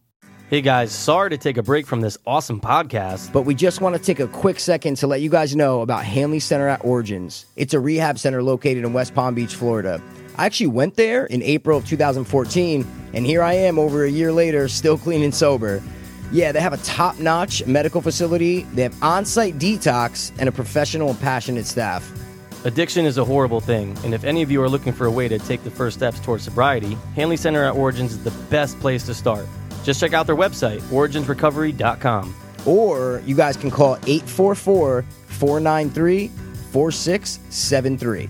Speaker 5: Hey guys, sorry to take a break from this awesome podcast.
Speaker 6: But we just want to take a quick second to let you guys know about Hanley Center at Origins. It's a rehab center located in West Palm Beach, Florida. I actually went there in April of 2014, and here I am over a year later, still clean and sober. Yeah, they have a top notch medical facility, they have on site detox, and a professional and passionate staff.
Speaker 5: Addiction is a horrible thing, and if any of you are looking for a way to take the first steps towards sobriety, Hanley Center at Origins is the best place to start. Just check out their website, originsrecovery.com.
Speaker 6: Or you guys can call 844 493 4673.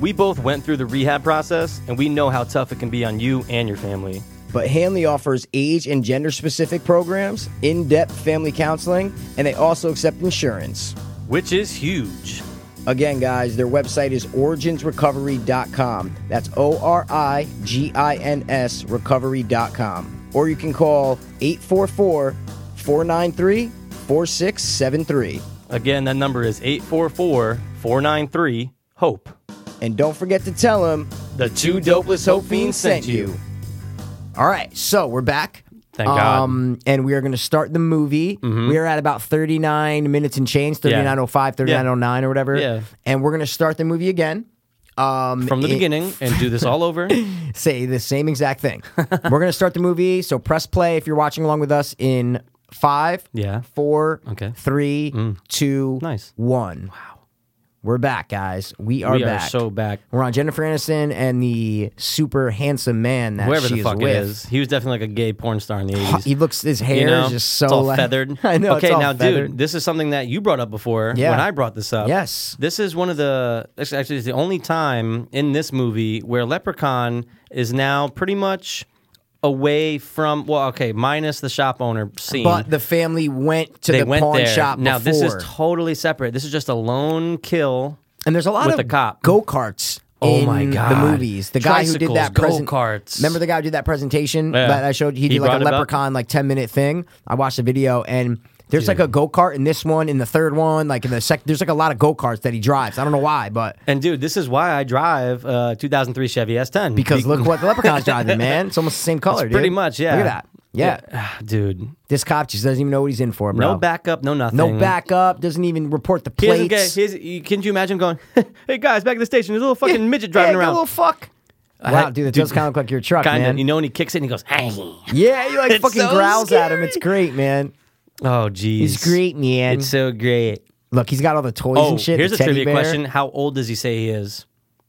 Speaker 5: We both went through the rehab process, and we know how tough it can be on you and your family.
Speaker 6: But Hanley offers age and gender specific programs, in depth family counseling, and they also accept insurance.
Speaker 5: Which is huge.
Speaker 6: Again, guys, their website is originsrecovery.com. That's O R I G I N S recovery.com. Or you can call 844 493 4673.
Speaker 5: Again, that number is 844 493 HOPE.
Speaker 6: And don't forget to tell them
Speaker 5: The two dopeless Hope E Fiends sent you.
Speaker 6: All right, so we're back.
Speaker 5: Thank God. Mm-hmm.
Speaker 6: Um, and we are going to start the movie. We are at about 39 minutes and change, 39.05, 39.09 or whatever.
Speaker 5: Yeah.
Speaker 6: And we're going to start the movie again. Um,
Speaker 5: From the
Speaker 6: it-
Speaker 5: beginning, and do this all over.
Speaker 6: Say the same exact thing. we're going to start the movie. So press play if you're watching along with us in five,
Speaker 5: Yeah.
Speaker 6: four,
Speaker 5: Okay. Mm.
Speaker 6: three, two,
Speaker 5: Nice.
Speaker 6: one. Wow. We're back, guys. We are
Speaker 5: we
Speaker 6: back.
Speaker 5: are so back.
Speaker 6: We're on Jennifer Aniston and the super handsome man that
Speaker 5: Whoever
Speaker 6: she
Speaker 5: the fuck
Speaker 6: is with.
Speaker 5: it is, he was definitely like a gay porn star in the 80s.
Speaker 6: He looks. His hair
Speaker 5: you know?
Speaker 6: is just so
Speaker 5: it's all
Speaker 6: like-
Speaker 5: feathered.
Speaker 6: I know.
Speaker 5: Okay,
Speaker 6: it's all
Speaker 5: now,
Speaker 6: feathered.
Speaker 5: dude, this is something that you brought up before
Speaker 6: Yeah.
Speaker 5: when I brought this up.
Speaker 6: Yes.
Speaker 5: this is one of the it's actually it's the only time in this movie where Leprechaun is now pretty much away from well, okay, minus the shop owner scene.
Speaker 6: But the family went to
Speaker 5: they
Speaker 6: the
Speaker 5: went
Speaker 6: pawn
Speaker 5: there.
Speaker 6: shop
Speaker 5: now
Speaker 6: before.
Speaker 5: this is totally separate. This is just a lone kill.
Speaker 6: and there's a lot
Speaker 5: with
Speaker 6: of
Speaker 5: the cop.
Speaker 6: go karts.
Speaker 5: Oh my
Speaker 6: The
Speaker 5: God.
Speaker 6: movies. The guy who did
Speaker 5: Tricycles,
Speaker 6: that present-
Speaker 5: go-karts.
Speaker 6: Remember the guy who did that presentation
Speaker 5: Yeah.
Speaker 6: that I showed? He
Speaker 5: He
Speaker 6: did
Speaker 5: brought
Speaker 6: like a
Speaker 5: it up.
Speaker 6: leprechaun, like ten minute thing. I watched the video and. There's like a go kart in this one, in the third one, like in the second. There's like a lot of go karts that he drives. I don't know why, but
Speaker 5: And dude, this is why I drive uh, 2003 Chevy S10
Speaker 6: because
Speaker 5: Be-
Speaker 6: look what the leprechaun's driving, man. It's almost the same color, dude.
Speaker 5: pretty much yeah.
Speaker 6: Look at that. Yeah.
Speaker 5: dude,
Speaker 6: This cop just doesn't even know what he's in for, bro.
Speaker 5: no backup, no nothing,
Speaker 6: No backup. Doesn't even report the
Speaker 5: He
Speaker 6: plates.
Speaker 5: doesn't get. He doesn't- you- can you imagine going, "Hey guys, back at the station, there's a little fucking midget driving
Speaker 6: yeah,
Speaker 5: around."
Speaker 6: Little fuck. Wow, dude, that
Speaker 5: dude.
Speaker 6: does kind of look like your truck,
Speaker 5: Kinda,
Speaker 6: man.
Speaker 5: you know, and he kicks it and he goes, "Hey."
Speaker 6: yeah, he like
Speaker 5: It's
Speaker 6: fucking
Speaker 5: so
Speaker 6: growls at him. It's
Speaker 5: scary.
Speaker 6: great, man.
Speaker 5: Oh, geez.
Speaker 6: It's great, man.
Speaker 5: It's so great.
Speaker 6: look, he's got all the toys
Speaker 5: Oh,
Speaker 6: and shit.
Speaker 5: here's
Speaker 6: the
Speaker 5: a
Speaker 6: teddy
Speaker 5: trivia
Speaker 6: bear.
Speaker 5: question. How old does he say he is?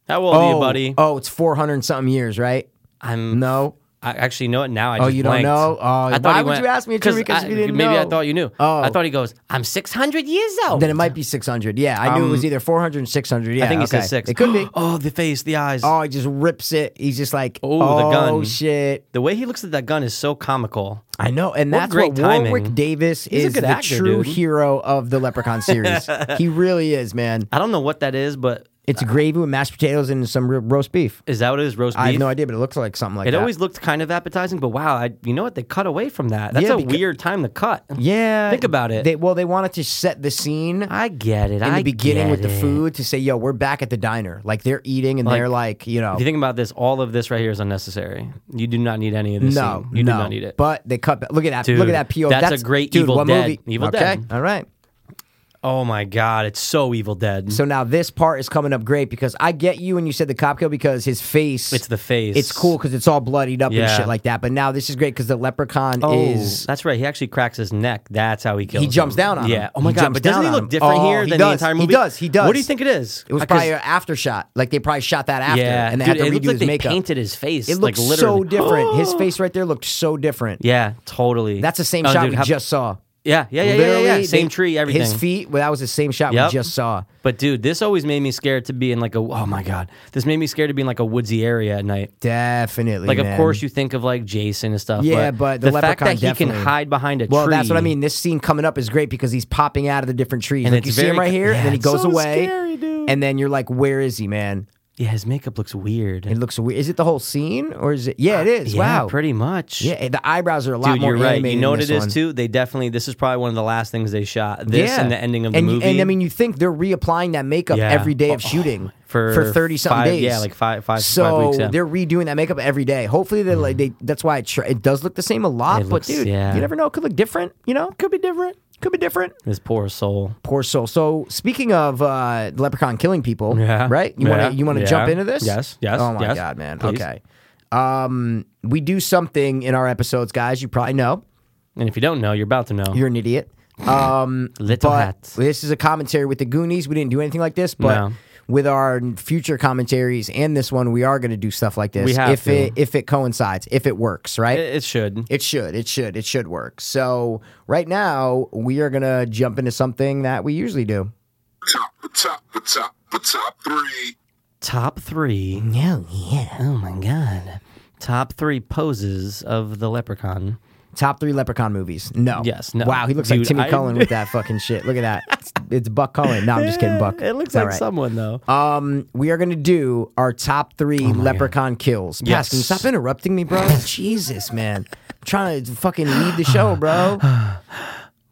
Speaker 5: How old
Speaker 6: Oh,
Speaker 5: are you, buddy?
Speaker 6: oh, it's four hundred and something years, right?
Speaker 5: I'm.
Speaker 6: No.
Speaker 5: I actually know it now. I
Speaker 6: Oh,
Speaker 5: just
Speaker 6: you don't
Speaker 5: blanked.
Speaker 6: know? Oh,
Speaker 5: I thought
Speaker 6: why
Speaker 5: he
Speaker 6: would
Speaker 5: went-
Speaker 6: you ask me a trivia 'cause
Speaker 5: I-
Speaker 6: you didn't
Speaker 5: Maybe I
Speaker 6: know?
Speaker 5: thought you knew.
Speaker 6: Oh.
Speaker 5: I thought he goes, I'm 600 years old.
Speaker 6: Then it might be six hundred. Yeah, I knew it was either four hundred and six hundred. Yeah,
Speaker 5: Oh, Um, I think he
Speaker 6: okay.
Speaker 5: says six.
Speaker 6: It could be.
Speaker 5: oh, the face, the eyes.
Speaker 6: Oh, he just rips it. He's just like,
Speaker 5: Oh, the gun.
Speaker 6: Oh shit.
Speaker 5: The way he looks at that gun is so comical.
Speaker 6: I know, and that's
Speaker 5: great
Speaker 6: what Warwick
Speaker 5: timing.
Speaker 6: Davis
Speaker 5: He's a
Speaker 6: is
Speaker 5: good
Speaker 6: the
Speaker 5: actor,
Speaker 6: true
Speaker 5: dude.
Speaker 6: hero of the Leprechaun series. he really is, man.
Speaker 5: I don't know what that is, but
Speaker 6: It's gravy with mashed potatoes and some ro- roast beef.
Speaker 5: is that what it is? Roast beef?
Speaker 6: I have no idea, but it looks like something like
Speaker 5: It
Speaker 6: that.
Speaker 5: always looked kind of appetizing, but wow, I, you know what? They cut away from that. That's
Speaker 6: Yeah,
Speaker 5: a
Speaker 6: becau-
Speaker 5: weird time to cut.
Speaker 6: yeah.
Speaker 5: Think about it.
Speaker 6: They, well, they wanted to set the scene
Speaker 5: I get it.
Speaker 6: in
Speaker 5: I
Speaker 6: the beginning
Speaker 5: get
Speaker 6: with the
Speaker 5: it.
Speaker 6: food to say, "Yo, we're back at the diner." Like they're eating and they're like, you know,
Speaker 5: If you think about this, all of this right here is unnecessary. You do not need any of this.
Speaker 6: no,
Speaker 5: scene. you
Speaker 6: no,
Speaker 5: do not need it.
Speaker 6: But they cut. Back. Look at that.
Speaker 5: Dude,
Speaker 6: look at that. PO.
Speaker 5: that's a great
Speaker 6: dude,
Speaker 5: Evil
Speaker 6: what
Speaker 5: Dead.
Speaker 6: Movie?
Speaker 5: Evil
Speaker 6: okay.
Speaker 5: Dead.
Speaker 6: All right.
Speaker 5: oh my god, it's so Evil Dead.
Speaker 6: So now this part is coming up great because I get you when you said the cop kill because his face.
Speaker 5: it's the face.
Speaker 6: It's cool because it's all bloodied up and
Speaker 5: Yeah.
Speaker 6: shit like that. But now this is great because the leprechaun
Speaker 5: Oh,
Speaker 6: is
Speaker 5: that's right. He actually cracks his neck. That's how he kills.
Speaker 6: He jumps
Speaker 5: him.
Speaker 6: down on him.
Speaker 5: Yeah. Oh my
Speaker 6: He
Speaker 5: god.
Speaker 6: jumps
Speaker 5: But
Speaker 6: down
Speaker 5: doesn't he
Speaker 6: on
Speaker 5: look
Speaker 6: him.
Speaker 5: different
Speaker 6: Oh,
Speaker 5: here
Speaker 6: he
Speaker 5: than the
Speaker 6: does.
Speaker 5: entire
Speaker 6: He
Speaker 5: movie?
Speaker 6: does. He does.
Speaker 5: What do you think it is?
Speaker 6: It was
Speaker 5: Because-
Speaker 6: probably an after shot. Like they probably shot that after,
Speaker 5: Yeah.
Speaker 6: and they
Speaker 5: Dude,
Speaker 6: had to
Speaker 5: it
Speaker 6: redo
Speaker 5: looked like
Speaker 6: his
Speaker 5: they
Speaker 6: makeup.
Speaker 5: painted his face.
Speaker 6: it
Speaker 5: like
Speaker 6: looked
Speaker 5: literally.
Speaker 6: so different. his face right there looked so different.
Speaker 5: Yeah. Totally.
Speaker 6: that's the same
Speaker 5: Oh,
Speaker 6: shot
Speaker 5: dude,
Speaker 6: we
Speaker 5: how-
Speaker 6: just saw.
Speaker 5: Yeah, yeah, yeah, yeah,
Speaker 6: Literally,
Speaker 5: yeah, yeah. Same
Speaker 6: they-
Speaker 5: tree, everything.
Speaker 6: His feet. Well, that was the same shot
Speaker 5: Yep.
Speaker 6: we just saw.
Speaker 5: But dude, this always made me scared to be in like a oh my god, this made me scared to be in like a woodsy area at night.
Speaker 6: Definitely.
Speaker 5: Like
Speaker 6: man.
Speaker 5: of course you think of like Jason and stuff.
Speaker 6: Yeah, but the
Speaker 5: fact
Speaker 6: leprechaun
Speaker 5: that he can
Speaker 6: definitely-
Speaker 5: hide behind a
Speaker 6: Well,
Speaker 5: tree.
Speaker 6: that's what I mean. This scene coming up is great because he's popping out of the different trees.
Speaker 5: And
Speaker 6: like
Speaker 5: it's
Speaker 6: you see him
Speaker 5: very-
Speaker 6: right here,
Speaker 5: yeah,
Speaker 6: and then he
Speaker 5: it's
Speaker 6: goes
Speaker 5: so
Speaker 6: away,
Speaker 5: scary, dude.
Speaker 6: and then you're like, "Where is he, man?"
Speaker 5: Yeah, his makeup looks weird.
Speaker 6: It looks weird. Is it the whole scene, or is it? Yeah, it is.
Speaker 5: yeah,
Speaker 6: wow,
Speaker 5: pretty much.
Speaker 6: Yeah, the eyebrows are a lot
Speaker 5: Dude,
Speaker 6: more
Speaker 5: you're right.
Speaker 6: animated
Speaker 5: You know
Speaker 6: in
Speaker 5: what
Speaker 6: this
Speaker 5: it is
Speaker 6: one.
Speaker 5: too. They definitely. This is probably one of the last things they shot. This and the ending of the
Speaker 6: and,
Speaker 5: movie.
Speaker 6: And I mean, you think they're reapplying that makeup
Speaker 5: Yeah.
Speaker 6: every day
Speaker 5: Oh,
Speaker 6: of shooting
Speaker 5: for
Speaker 6: for thirty something
Speaker 5: five-
Speaker 6: days.
Speaker 5: yeah, like five- five- five
Speaker 6: So
Speaker 5: weeks, yeah. Mm.
Speaker 6: they're redoing that makeup every day. Hopefully, they like they. That's why it, tr- it does look the same a lot.
Speaker 5: It
Speaker 6: but
Speaker 5: looks-
Speaker 6: dude,
Speaker 5: yeah.
Speaker 6: you never know. It could look different. You know, could be different. Could be different.
Speaker 5: this poor soul.
Speaker 6: Poor soul. So speaking of uh, Leprechaun killing people,
Speaker 5: Yeah.
Speaker 6: right? You
Speaker 5: Yeah.
Speaker 6: want to you want to
Speaker 5: Yeah.
Speaker 6: jump into this?
Speaker 5: Yes. Yes.
Speaker 6: Oh my
Speaker 5: Yes.
Speaker 6: god, man.
Speaker 5: Please.
Speaker 6: Okay. Um, we do something in our episodes, guys. You probably know.
Speaker 5: And if you don't know, you're about to know.
Speaker 6: You're an idiot. Um,
Speaker 5: Little
Speaker 6: but
Speaker 5: hat.
Speaker 6: This is a commentary with the Goonies. We didn't do anything like this, but
Speaker 5: No.
Speaker 6: with our future commentaries and this one, we are going to do stuff like this.
Speaker 5: We have
Speaker 6: if
Speaker 5: to.
Speaker 6: it if it coincides, if it works, right?
Speaker 5: it, it should.
Speaker 6: It should. It should. It should work. So right now we are gonna jump into something that we usually do.
Speaker 7: top, the top, the top, the top three.
Speaker 5: Top three.
Speaker 3: No, yeah.
Speaker 5: Oh my god. Top three poses of the leprechaun.
Speaker 6: Top three Leprechaun movies. No.
Speaker 5: Yes, no.
Speaker 6: Wow. He looks like
Speaker 5: Dude,
Speaker 6: Timmy
Speaker 5: I-
Speaker 6: Cullen with that fucking shit. Look at that. It's, it's Buck Cullen. No, I'm just kidding, Buck.
Speaker 5: It looks
Speaker 6: It's all
Speaker 5: like
Speaker 6: right.
Speaker 5: someone though.
Speaker 6: Um, we are gonna do our top three Leprechaun kills.
Speaker 5: Oh Yes.
Speaker 6: Paskin, stop interrupting me, bro. Jesus, man. I'm trying to fucking lead the show, bro.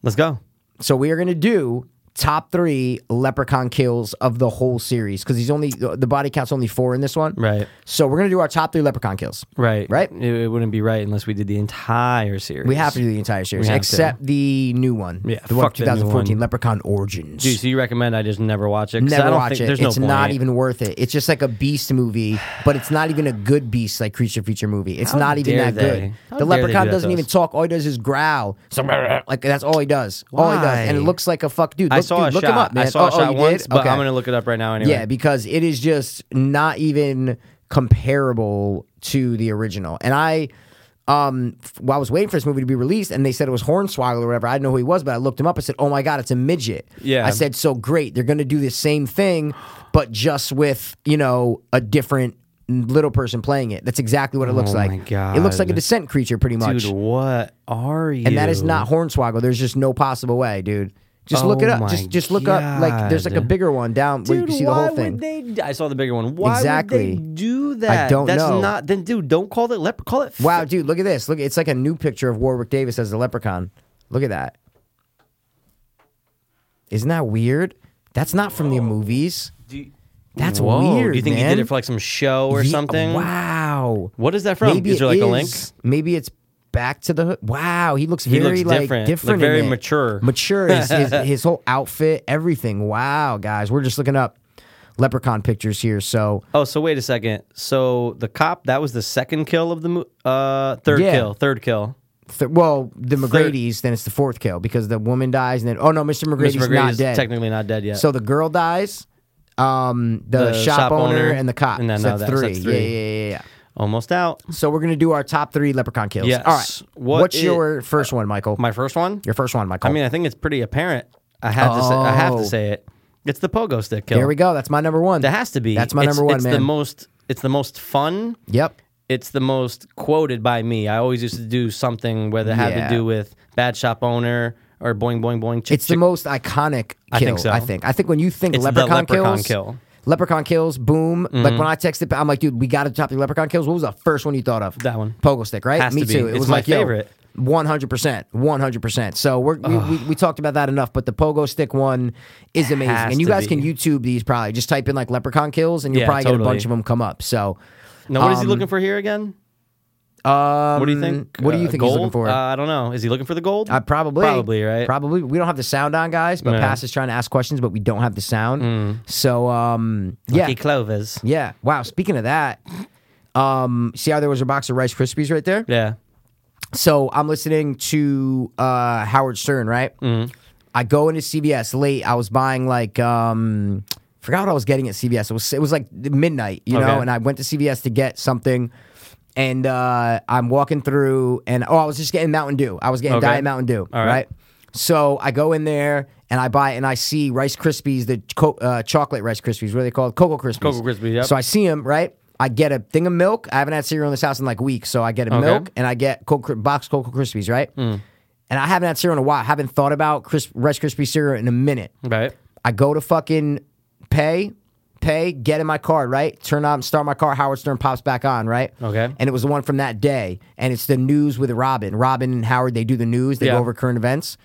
Speaker 5: Let's go.
Speaker 6: So we are gonna do top three Leprechaun kills of the whole series because he's only the body count's only four in this one.
Speaker 5: Right.
Speaker 6: So we're gonna do our top three Leprechaun kills.
Speaker 5: Right.
Speaker 6: Right?
Speaker 5: It, it wouldn't be right unless we did the entire series.
Speaker 6: We have to do the entire series
Speaker 5: have to.
Speaker 6: except the new one.
Speaker 5: Yeah,
Speaker 6: the one
Speaker 5: fuck
Speaker 6: from
Speaker 5: that new
Speaker 6: 2014
Speaker 5: one.
Speaker 6: Leprechaun Origins.
Speaker 5: Dude, so you recommend I just never watch it? 'Cause
Speaker 6: Never
Speaker 5: I don't
Speaker 6: watch
Speaker 5: think,
Speaker 6: it.
Speaker 5: There's
Speaker 6: It's
Speaker 5: no
Speaker 6: not
Speaker 5: point.
Speaker 6: even worth it. It's just like a beast movie, but it's not even a good beast like creature feature movie. It's not even
Speaker 5: dare
Speaker 6: that
Speaker 5: they.
Speaker 6: good. the
Speaker 5: How dare they
Speaker 6: leprechaun
Speaker 5: do that to
Speaker 6: doesn't even
Speaker 5: us.
Speaker 6: talk. All he does is growl. So, like that's all he does. All he does, and it
Speaker 5: Why?
Speaker 6: looks like a fuck dude. Look,
Speaker 5: I saw
Speaker 6: dude,
Speaker 5: a
Speaker 6: look
Speaker 5: shot.
Speaker 6: him up, man.
Speaker 5: I saw
Speaker 6: oh,
Speaker 5: a
Speaker 6: oh,
Speaker 5: shot
Speaker 6: you
Speaker 5: once,
Speaker 6: did?
Speaker 5: but
Speaker 6: Okay.
Speaker 5: I'm gonna look it up right now anyway.
Speaker 6: Yeah, because it is just not even comparable to the original. And I, um, f- while I was waiting for this movie to be released, and they said it was Hornswoggle or whatever. I didn't know who he was, but I looked him up. I said, "Oh my god, it's a midget."
Speaker 5: Yeah.
Speaker 6: I said, "So great, they're going to do the same thing, but just with you know a different." Little person playing it. That's exactly what it looks
Speaker 5: Oh
Speaker 6: like.
Speaker 5: my
Speaker 6: It looks like a
Speaker 5: God.
Speaker 6: descent creature, pretty much.
Speaker 5: Dude, what are you?
Speaker 6: and that is not Hornswoggle. There's just no possible way, dude. Just look
Speaker 5: Oh
Speaker 6: it up.
Speaker 5: my
Speaker 6: Just just look up. Like there's like a
Speaker 5: God.
Speaker 6: bigger one down where you
Speaker 5: Dude,
Speaker 6: can see the
Speaker 5: why
Speaker 6: whole thing.
Speaker 5: would they? d- I saw the bigger one. Why
Speaker 6: Exactly.
Speaker 5: would they do that?
Speaker 6: don't
Speaker 5: That's
Speaker 6: know.
Speaker 5: not. Then, dude, don't call it leper. Call it.
Speaker 6: Wow, dude, look at this. Look, it's like a new picture of Warwick Davis as the leprechaun. Look at that. Isn't that weird? That's not from the movies. That's
Speaker 5: Whoa,
Speaker 6: weird.
Speaker 5: Do you think
Speaker 6: man.
Speaker 5: he did it for like some show or
Speaker 6: Ye-
Speaker 5: something?
Speaker 6: Wow.
Speaker 5: What is that from?
Speaker 6: Maybe
Speaker 5: is there
Speaker 6: it
Speaker 5: like a link?
Speaker 6: is. Maybe it's back to the hood. Wow, he looks
Speaker 5: He
Speaker 6: very
Speaker 5: looks
Speaker 6: like
Speaker 5: different,
Speaker 6: different,
Speaker 5: like, very
Speaker 6: in it.
Speaker 5: mature.
Speaker 6: Mature. His, his, his whole outfit, everything. Wow, guys, we're just looking up leprechaun pictures here. So
Speaker 5: Oh, so wait a second. So the cop that was the second kill of the mo- uh third
Speaker 6: Yeah.
Speaker 5: kill, third kill.
Speaker 6: Th- well, the McGrady's, then it's the fourth kill because the woman dies, and then oh no, Mr. McGrady's,
Speaker 5: Mr. McGrady
Speaker 6: not
Speaker 5: is
Speaker 6: dead.
Speaker 5: technically not dead yet.
Speaker 6: So the girl dies, um, the,
Speaker 5: The
Speaker 6: shop,
Speaker 5: shop
Speaker 6: owner,
Speaker 5: owner,
Speaker 6: and the cop.
Speaker 5: and then
Speaker 6: So
Speaker 5: now
Speaker 6: that's,
Speaker 5: that's-
Speaker 6: three.
Speaker 5: that's three.
Speaker 6: Yeah, yeah, yeah, yeah.
Speaker 5: almost out.
Speaker 6: So we're gonna do our top three leprechaun kills.
Speaker 5: Yes.
Speaker 6: All right.
Speaker 5: What
Speaker 6: What's
Speaker 5: i-
Speaker 6: your first one, Michael?
Speaker 5: My first one.
Speaker 6: your first one, Michael.
Speaker 5: I mean, I think it's pretty apparent. I have to say, I have
Speaker 6: Oh.
Speaker 5: to say it. It's the pogo stick kill.
Speaker 6: there we go. That's my number one.
Speaker 5: That has to be.
Speaker 6: That's my
Speaker 5: It's-
Speaker 6: number one,
Speaker 5: It's
Speaker 6: man.
Speaker 5: the most. It's the most fun.
Speaker 6: Yep.
Speaker 5: It's the most quoted by me. I always used to do something whether it had
Speaker 6: Yeah.
Speaker 5: to do with bad shop owner or boing boing boing. Chick,
Speaker 6: It's the
Speaker 5: chick.
Speaker 6: most iconic kill. I
Speaker 5: think
Speaker 6: think,
Speaker 5: so.
Speaker 6: I think. I think when you think
Speaker 5: It's the
Speaker 6: leprechaun,
Speaker 5: leprechaun
Speaker 6: kills,
Speaker 5: kill. Mm-hmm.
Speaker 6: leprechaun kills, boom. Like when I texted, back, I'm like, dude, we got to top the leprechaun kills. What was the first one you thought of?
Speaker 5: That one.
Speaker 6: Pogo stick, right?
Speaker 5: Has
Speaker 6: Me
Speaker 5: to be.
Speaker 6: too. It
Speaker 5: It's
Speaker 6: was
Speaker 5: my
Speaker 6: like, yo,
Speaker 5: favorite.
Speaker 6: 100%. 100%. So we're, we, we, we talked about that enough, but the pogo stick one is amazing.
Speaker 5: Has
Speaker 6: And you
Speaker 5: to
Speaker 6: guys can
Speaker 5: be.
Speaker 6: YouTube these probably. Just type in like leprechaun kills and you'll
Speaker 5: Yeah,
Speaker 6: probably get a
Speaker 5: totally.
Speaker 6: bunch of them come up. So,
Speaker 5: Now, what is he
Speaker 6: um,
Speaker 5: looking for here again?
Speaker 6: um,
Speaker 5: What do you think?
Speaker 6: What do you
Speaker 5: Uh,
Speaker 6: think
Speaker 5: gold?
Speaker 6: he's looking for?
Speaker 5: Uh, I don't know. Is he looking for the gold?
Speaker 6: Uh, probably.
Speaker 5: Probably, right?
Speaker 6: Probably. We don't have the sound on, guys, but
Speaker 5: No. Mm.
Speaker 6: Pass is trying to ask questions, but we don't have the sound. So, um, yeah.
Speaker 5: Lucky Clovers.
Speaker 6: Yeah. Wow. Speaking of that, um, see how there was a box of Rice Krispies right there?
Speaker 5: Yeah.
Speaker 6: So I'm listening to uh, Howard Stern, right?
Speaker 5: Mm-hmm.
Speaker 6: I go into CVS late. I was buying like um, forgot what I was getting at CVS. It was it was like midnight, you know.
Speaker 5: Okay.
Speaker 6: And I went to CVS to get something, and uh, I'm walking through, and oh, I was just getting Mountain Dew. I was getting
Speaker 5: Okay.
Speaker 6: Diet Mountain Dew,
Speaker 5: All right.
Speaker 6: right? So I go in there and I buy and I see Rice Krispies, the co- uh, chocolate Rice Krispies, what are they called? Cocoa Krispies.
Speaker 5: Cocoa Krispies, yep.
Speaker 6: So I see them, right? I get a thing of milk. I haven't had cereal in this house in like weeks, so I get a
Speaker 5: Okay. Hmm.
Speaker 6: milk and I get Cocoa, box Cocoa Krispies, right? And I haven't had cereal in a while. I haven't thought about crisp, Rice Krispie cereal in a minute.
Speaker 5: Right.
Speaker 6: I go to fucking pay, pay, get in my card, right? Turn on, start my car. Howard Stern pops back on, right?
Speaker 5: Okay.
Speaker 6: And it was the one from that day. And it's the news with Robin. Robin and Howard, they do the news, they
Speaker 5: Yeah.
Speaker 6: go over current events.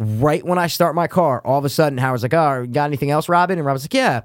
Speaker 6: Right when I start my car, all of a sudden Howard's like, oh, you got anything else, Robin? And Robin's like, yeah.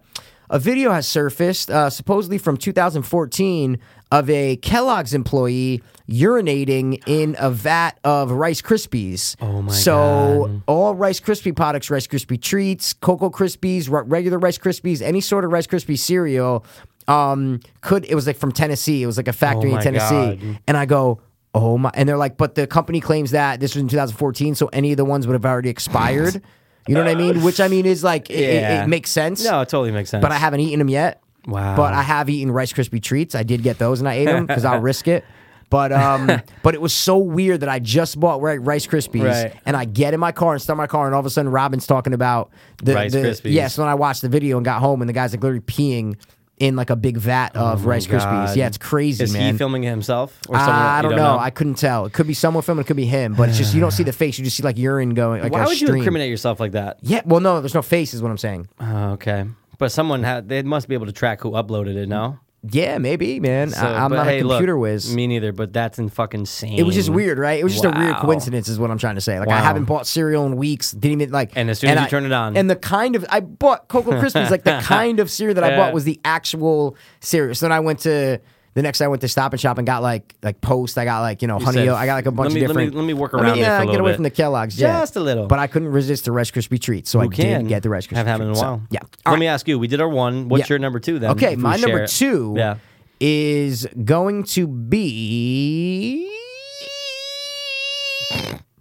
Speaker 6: A video has surfaced, uh, supposedly from 2014, of a Kellogg's employee urinating in a vat of Rice Krispies. Oh
Speaker 5: my
Speaker 6: so all Rice Krispie products, Rice Krispie treats, Cocoa Krispies, r- regular Rice Krispies, any sort of Rice Krispie cereal, um, could it was like from Tennessee. It was like a factory in
Speaker 5: Oh my
Speaker 6: Tennessee,
Speaker 5: God.
Speaker 6: and I go. Oh my! And they're like, but the company claims that this was in 2014, so any of the ones would have already expired. You know what I mean? Which I mean is like, it, it- it,
Speaker 5: Yeah.
Speaker 6: makes sense.
Speaker 5: No, it totally makes sense.
Speaker 6: but I haven't eaten them yet.
Speaker 5: Wow.
Speaker 6: But I have eaten Rice Krispie treats. I did get those, and I ate them because I'll risk it. But um, but it was so weird that I just bought Ri- Rice Krispies,
Speaker 5: Right.
Speaker 6: and I get in my car and start my car, and all of a sudden Robin's talking about the
Speaker 5: Rice
Speaker 6: the,
Speaker 5: Krispies.
Speaker 6: Yes, when I watched the video and got home, and the guy's like literally peeing in like a big vat of Rice Krispies.
Speaker 5: Oh God.
Speaker 6: Yeah, it's crazy,
Speaker 5: Is
Speaker 6: man.
Speaker 5: he filming it himself or someone?
Speaker 6: I
Speaker 5: you
Speaker 6: don't, know. I couldn't tell. It could be someone filming. It could be him. But it's just you don't see the face. You just see like urine going. Like
Speaker 5: Why
Speaker 6: a
Speaker 5: would you
Speaker 6: stream.
Speaker 5: incriminate yourself like that?
Speaker 6: Yeah. Well, no. There's no face. Is what I'm saying.
Speaker 5: Oh, okay. But someone had. They must be able to track who uploaded it. No.
Speaker 6: Yeah, maybe, man.
Speaker 5: So,
Speaker 6: I, am
Speaker 5: but
Speaker 6: not
Speaker 5: hey,
Speaker 6: a
Speaker 5: look,
Speaker 6: computer whiz.
Speaker 5: Me neither. But that's in fucking insane.
Speaker 6: It was just weird, right? It was just a weird
Speaker 5: Wow.
Speaker 6: coincidence, is what I'm trying to say. Like I
Speaker 5: Wow.
Speaker 6: haven't bought cereal in weeks. Didn't even like.
Speaker 5: And as soon as you
Speaker 6: I-
Speaker 5: turn it on.
Speaker 6: and the kind of I bought Cocoa Krispies, like the kind of cereal that I
Speaker 5: Yeah.
Speaker 6: bought was the actual cereal. So then I went to the next. day I went to Stop and Shop and got like like Post. I got like you know Honey
Speaker 5: said,
Speaker 6: Oat. I got like a
Speaker 5: "Let
Speaker 6: bunch
Speaker 5: me-
Speaker 6: of
Speaker 5: let me-
Speaker 6: different.
Speaker 5: let me work
Speaker 6: I
Speaker 5: around
Speaker 6: mean,
Speaker 5: it
Speaker 6: yeah,
Speaker 5: for a
Speaker 6: get
Speaker 5: little
Speaker 6: away
Speaker 5: bit.
Speaker 6: from the Kellogg's,
Speaker 5: Just a little.
Speaker 6: But I couldn't resist the Rice Krispie treat, so I
Speaker 5: Who can
Speaker 6: did get the Rice Krispie.
Speaker 5: Have happened in a
Speaker 6: treat. So,
Speaker 5: while.
Speaker 6: yeah.
Speaker 5: Let me ask you. We did our one. What's
Speaker 6: Yeah.
Speaker 5: your number two then?
Speaker 6: Okay,
Speaker 5: if we
Speaker 6: my number
Speaker 5: share it?
Speaker 6: two
Speaker 5: Yeah.
Speaker 6: is going to be.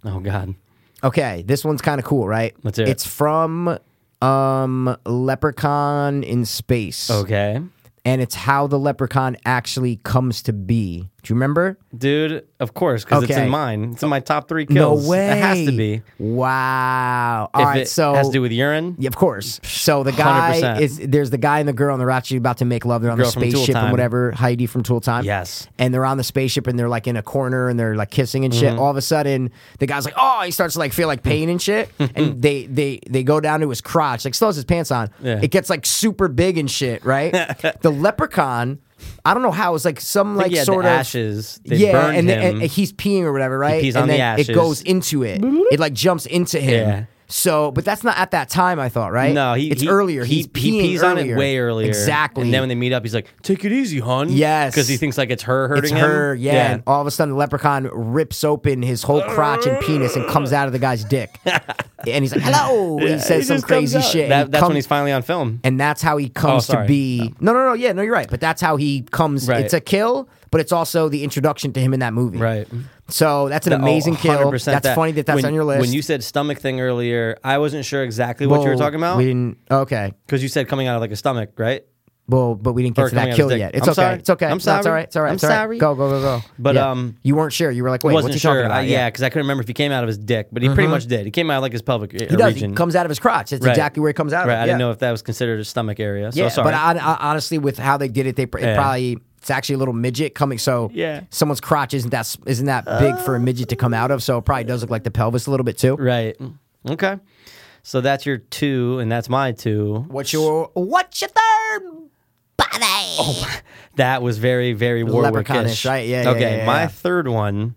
Speaker 5: Oh God.
Speaker 6: Okay, this one's kind of cool, right?
Speaker 5: Let's hear it.
Speaker 6: It's from um Leprechaun in Space.
Speaker 5: Okay.
Speaker 6: And it's how the leprechaun actually comes to be. Do you remember?
Speaker 5: Dude, of course, because it's
Speaker 6: Okay.
Speaker 5: in mine. It's in my top three kills.
Speaker 6: No way.
Speaker 5: It has to be.
Speaker 6: Wow. All right.
Speaker 5: if it
Speaker 6: so
Speaker 5: has to do with urine.
Speaker 6: Yeah, of course. So the guy
Speaker 5: 100%.
Speaker 6: is there's the guy and the girl, and they're actually about to make love. They're on the
Speaker 5: Girl from Tool
Speaker 6: spaceship and
Speaker 5: Time.
Speaker 6: whatever. Heidi from Tool Time.
Speaker 5: Yes.
Speaker 6: And they're on the spaceship and they're like in a corner and they're like kissing and
Speaker 5: Mm-hmm.
Speaker 6: shit. All of a sudden, the guy's like, oh, he starts to like feel like pain and shit. and they they they go down to his crotch, like still has his pants on.
Speaker 5: Yeah.
Speaker 6: It gets like super big and shit, right? the leprechaun. I don't know how it's like some like
Speaker 5: he had the
Speaker 6: sort of
Speaker 5: ashes. They
Speaker 6: yeah,
Speaker 5: burned
Speaker 6: and, then-
Speaker 5: him.
Speaker 6: and he's peeing or whatever, right?
Speaker 5: pees
Speaker 6: and
Speaker 5: on the
Speaker 6: then it
Speaker 5: ashes.
Speaker 6: goes into it. It like jumps into him.
Speaker 5: Yeah.
Speaker 6: So, but that's not at that time. I thought, right?
Speaker 5: no, he,
Speaker 6: it's
Speaker 5: he-
Speaker 6: earlier.
Speaker 5: He,
Speaker 6: he's peeing
Speaker 5: he pees on it
Speaker 6: earlier.
Speaker 5: way earlier.
Speaker 6: Exactly.
Speaker 5: And then when they meet up, he's like, "Take it easy, hon."
Speaker 6: Yes.
Speaker 5: because he thinks like it's her hurting
Speaker 6: it's her,
Speaker 5: him.
Speaker 6: yeah. And all of a sudden, the leprechaun rips open his whole crotch and penis and comes out of the guy's dick. and he's like, "Hello," and he
Speaker 5: Yeah,
Speaker 6: says some
Speaker 5: just comes
Speaker 6: crazy
Speaker 5: out.
Speaker 6: shit.
Speaker 5: That-
Speaker 6: and he
Speaker 5: that's
Speaker 6: comes-
Speaker 5: when he's finally on film.
Speaker 6: and that's how he comes to
Speaker 5: sorry. Oh.
Speaker 6: be. No, no, no. Yeah, no, you're right. But that's how he comes.
Speaker 5: Right.
Speaker 6: It's a kill, but it's also the introduction to him in that movie.
Speaker 5: Right.
Speaker 6: So that's an
Speaker 5: Oh,
Speaker 6: amazing kill.
Speaker 5: 100%
Speaker 6: That's
Speaker 5: that.
Speaker 6: funny that that's
Speaker 5: when,
Speaker 6: on your list.
Speaker 5: When you said stomach thing earlier, I wasn't sure exactly what you were
Speaker 6: Well,
Speaker 5: talking about
Speaker 6: We didn't. Okay.
Speaker 5: because you said coming out of like a stomach, right?
Speaker 6: Well, but we didn't get
Speaker 5: Or
Speaker 6: to
Speaker 5: coming
Speaker 6: that
Speaker 5: out
Speaker 6: kill
Speaker 5: of dick.
Speaker 6: yet. It's
Speaker 5: I'm
Speaker 6: okay.
Speaker 5: sorry.
Speaker 6: It's okay.
Speaker 5: I'm
Speaker 6: No, It's all
Speaker 5: sorry.
Speaker 6: right. It's all right.
Speaker 5: I'm
Speaker 6: It's all right.
Speaker 5: sorry.
Speaker 6: Go, go, go, go.
Speaker 5: But,
Speaker 6: Yeah.
Speaker 5: um,
Speaker 6: you weren't sure. You were like, wait,
Speaker 5: wasn't
Speaker 6: what's he
Speaker 5: sure.
Speaker 6: talking
Speaker 5: I-
Speaker 6: about? Mm-hmm.
Speaker 5: yeah, because I couldn't remember if he came out of his dick, but he pretty much did. He came out of like his pelvic e-,
Speaker 6: He does.
Speaker 5: region.
Speaker 6: He comes out of his crotch. That's
Speaker 5: Right.
Speaker 6: exactly where he comes out
Speaker 5: Right.
Speaker 6: of.
Speaker 5: I didn't
Speaker 6: Yeah.
Speaker 5: know if that was considered a stomach area. So
Speaker 6: yeah,
Speaker 5: sorry.
Speaker 6: but I, I- honestly, with how they did it, they pr- it
Speaker 5: Yeah.
Speaker 6: probably it's actually a little midget coming. So
Speaker 5: Yeah.
Speaker 6: someone's crotch isn't that s- isn't that big for a midget to come out of. So it probably does look like the pelvis a little bit too.
Speaker 5: right. Okay. So that's your two, and that's my two.
Speaker 6: What's your what's your third?
Speaker 3: Bobby. Oh,
Speaker 5: That was very, very Warwickish.
Speaker 6: Leprechaunish, right? Yeah, yeah,
Speaker 5: Okay.
Speaker 6: yeah, yeah,
Speaker 5: my
Speaker 6: yeah.
Speaker 5: third one,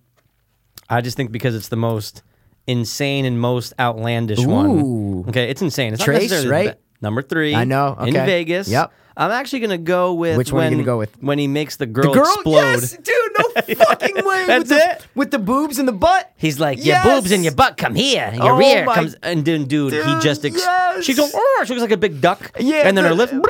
Speaker 5: I just think because it's the most insane and most outlandish
Speaker 6: Ooh.
Speaker 5: one. Okay, it's insane. It's
Speaker 6: Trace,
Speaker 5: not necessarily
Speaker 6: right?
Speaker 5: ba- number three.
Speaker 6: I know,
Speaker 5: In
Speaker 6: okay.
Speaker 5: Vegas.
Speaker 6: Yep.
Speaker 5: I'm actually gonna go with
Speaker 6: Which one
Speaker 5: when
Speaker 6: are you gonna go with?
Speaker 5: when he makes the girl, explode.
Speaker 6: yes, dude, no fucking way.
Speaker 5: That's
Speaker 6: with the,
Speaker 5: it?
Speaker 6: With the boobs and the butt.
Speaker 4: He's like, your
Speaker 6: Yes!
Speaker 4: boobs and your butt come here, and your
Speaker 6: Oh
Speaker 4: rear
Speaker 6: my
Speaker 4: comes.
Speaker 5: and then dude, he
Speaker 6: Dude,
Speaker 5: just ex-
Speaker 6: yes!
Speaker 5: she goes oh she looks like a big duck
Speaker 6: Yeah,
Speaker 5: and then
Speaker 6: the-
Speaker 5: her lips and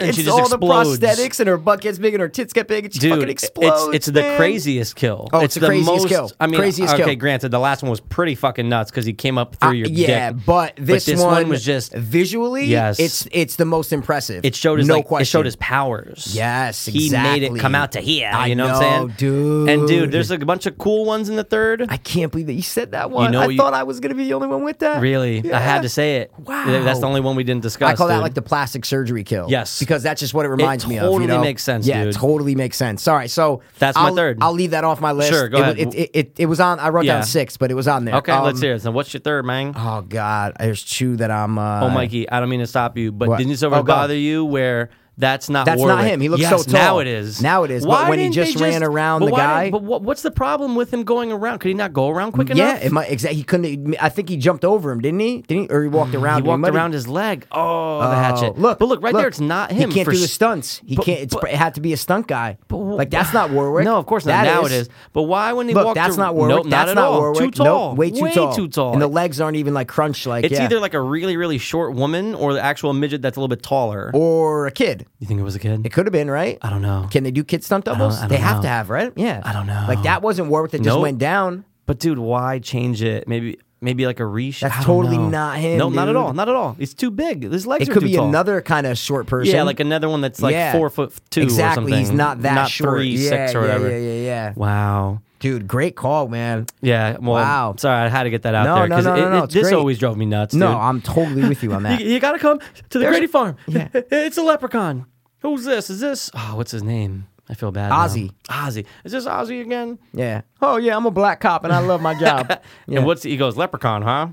Speaker 6: it's
Speaker 5: she just
Speaker 6: all
Speaker 5: explodes
Speaker 6: the prosthetics and her butt gets big and her tits get big and she
Speaker 5: dude
Speaker 6: fucking explodes.
Speaker 5: it's, it's the
Speaker 6: man.
Speaker 5: craziest kill
Speaker 6: Oh, it's the craziest
Speaker 5: most,
Speaker 6: kill.
Speaker 5: I mean
Speaker 6: Craziest
Speaker 5: okay
Speaker 6: kill.
Speaker 5: granted the last one was pretty fucking nuts because he came up through
Speaker 6: Uh,
Speaker 5: your
Speaker 6: yeah,
Speaker 5: dick
Speaker 6: but this,
Speaker 5: this one was just-
Speaker 6: visually.
Speaker 5: Yes.
Speaker 6: it's it's the most impressive.
Speaker 5: it showed his
Speaker 6: No
Speaker 5: like it
Speaker 6: question.
Speaker 5: showed his powers.
Speaker 6: Yes,
Speaker 5: he made
Speaker 6: exactly.
Speaker 5: it come out to here.
Speaker 6: I
Speaker 5: you know, what
Speaker 6: know,
Speaker 5: I'm saying,
Speaker 6: dude.
Speaker 5: And dude, there's like a bunch of cool ones in the third.
Speaker 6: I can't believe that you said that one.
Speaker 5: know
Speaker 6: I
Speaker 5: you-
Speaker 6: thought I was gonna be the only one with that.
Speaker 5: really, I
Speaker 6: Yeah.
Speaker 5: had to say it.
Speaker 6: Wow.
Speaker 5: that's the only one we didn't discuss.
Speaker 6: I call that
Speaker 5: dude.
Speaker 6: like the plastic surgery kill.
Speaker 5: Yes.
Speaker 6: because that's just what it reminds me of.
Speaker 5: totally
Speaker 6: You know?
Speaker 5: makes sense,
Speaker 6: Yeah, it
Speaker 5: dude.
Speaker 6: totally makes sense. All right, so
Speaker 5: That's my
Speaker 6: I'll,
Speaker 5: third.
Speaker 6: I'll leave that off my list.
Speaker 5: Sure, go
Speaker 6: it,
Speaker 5: ahead.
Speaker 6: It, it, it, it was on. I wrote
Speaker 5: Yeah.
Speaker 6: down six, but it was on there.
Speaker 5: Okay, let's
Speaker 6: Um,
Speaker 5: hear it. So, what's your third, man?
Speaker 6: Oh God, there's two that I'm. Uh,
Speaker 5: oh, Mikey, I don't mean to stop you, but
Speaker 6: What?
Speaker 5: didn't this ever
Speaker 6: Oh, go.
Speaker 5: bother you where? That's not.
Speaker 6: That's not
Speaker 5: Warwick.
Speaker 6: him. He looks
Speaker 5: yes,
Speaker 6: so tall.
Speaker 5: Now it is.
Speaker 6: Now it is, but
Speaker 5: Why
Speaker 6: when he
Speaker 5: didn't they
Speaker 6: just ran around
Speaker 5: but
Speaker 6: the
Speaker 5: why
Speaker 6: guy-
Speaker 5: didn't- But what, what's the problem with him going around? Could he not go around quick
Speaker 6: Yeah,
Speaker 5: enough?
Speaker 6: it might, exactly. He couldn't. I think he jumped over him, didn't he? Didn't he? Or he walked around.
Speaker 5: Mm, He
Speaker 6: him.
Speaker 5: walked
Speaker 6: might have-
Speaker 5: around his leg. Oh, the
Speaker 6: Oh,
Speaker 5: hatchet.
Speaker 6: Look,
Speaker 5: but look right
Speaker 6: look.
Speaker 5: there. It's not him.
Speaker 6: He can't
Speaker 5: for
Speaker 6: do the
Speaker 5: s-
Speaker 6: stunts. He
Speaker 5: but-
Speaker 6: can't. It's,
Speaker 5: but-
Speaker 6: it had to be a stunt guy.
Speaker 5: but wh-
Speaker 6: like that's not Warwick.
Speaker 5: No, of course not.
Speaker 6: That
Speaker 5: now
Speaker 6: is-
Speaker 5: it is. But why when he
Speaker 6: Look,
Speaker 5: walked?
Speaker 6: that's
Speaker 5: ar-
Speaker 6: not Warwick.
Speaker 5: Nope,
Speaker 6: that's
Speaker 5: at
Speaker 6: not
Speaker 5: all.
Speaker 6: Warwick.
Speaker 5: Too tall.
Speaker 6: Nope, way too tall.
Speaker 5: Too tall.
Speaker 6: And the legs aren't even like crunch. Like
Speaker 5: it's
Speaker 6: yeah.
Speaker 5: either like a really really short woman or the actual midget that's a little bit taller.
Speaker 6: or a kid.
Speaker 5: you think it was a kid?
Speaker 6: It could have been right.
Speaker 5: I don't know.
Speaker 6: Can they do kid stunt doubles?
Speaker 5: I don't
Speaker 6: they have
Speaker 5: know.
Speaker 6: to have, right? Yeah.
Speaker 5: I don't know.
Speaker 6: Like that wasn't Warwick that just
Speaker 5: Nope.
Speaker 6: went down.
Speaker 5: But dude, why change it? Maybe maybe like a reshape.
Speaker 6: That's
Speaker 5: I don't
Speaker 6: totally
Speaker 5: know.
Speaker 6: not him,
Speaker 5: No, not at
Speaker 6: dude.
Speaker 5: all. Not at all. It's too big. His legs
Speaker 6: It
Speaker 5: are
Speaker 6: could
Speaker 5: too
Speaker 6: be
Speaker 5: tall.
Speaker 6: another kind of short person.
Speaker 5: Yeah, like another one that's like
Speaker 6: Yeah.
Speaker 5: four foot two or
Speaker 6: Exactly.
Speaker 5: something.
Speaker 6: He's not that
Speaker 5: not
Speaker 6: short.
Speaker 5: three,
Speaker 6: yeah,
Speaker 5: six or
Speaker 6: yeah,
Speaker 5: whatever.
Speaker 6: Yeah, yeah, yeah.
Speaker 5: Wow.
Speaker 6: Dude, great call, man.
Speaker 5: Yeah. Well,
Speaker 6: Wow.
Speaker 5: Sorry, I had to get that out
Speaker 6: No,
Speaker 5: there
Speaker 6: no,
Speaker 5: because
Speaker 6: no, no, no, it's
Speaker 5: this
Speaker 6: great.
Speaker 5: always drove me nuts.
Speaker 6: No,
Speaker 5: dude.
Speaker 6: I'm totally with you on that.
Speaker 5: You, you gotta come to the Grady Farm.
Speaker 6: Yeah.
Speaker 5: It's a leprechaun. Who's this? Is this? Oh, what's his name? I feel bad. now.
Speaker 6: Ozzy.
Speaker 5: Ozzy. Is this Ozzy again?
Speaker 6: Yeah. Oh yeah, I'm a black cop and I love my job. Yeah.
Speaker 5: And what's he goes leprechaun? Huh?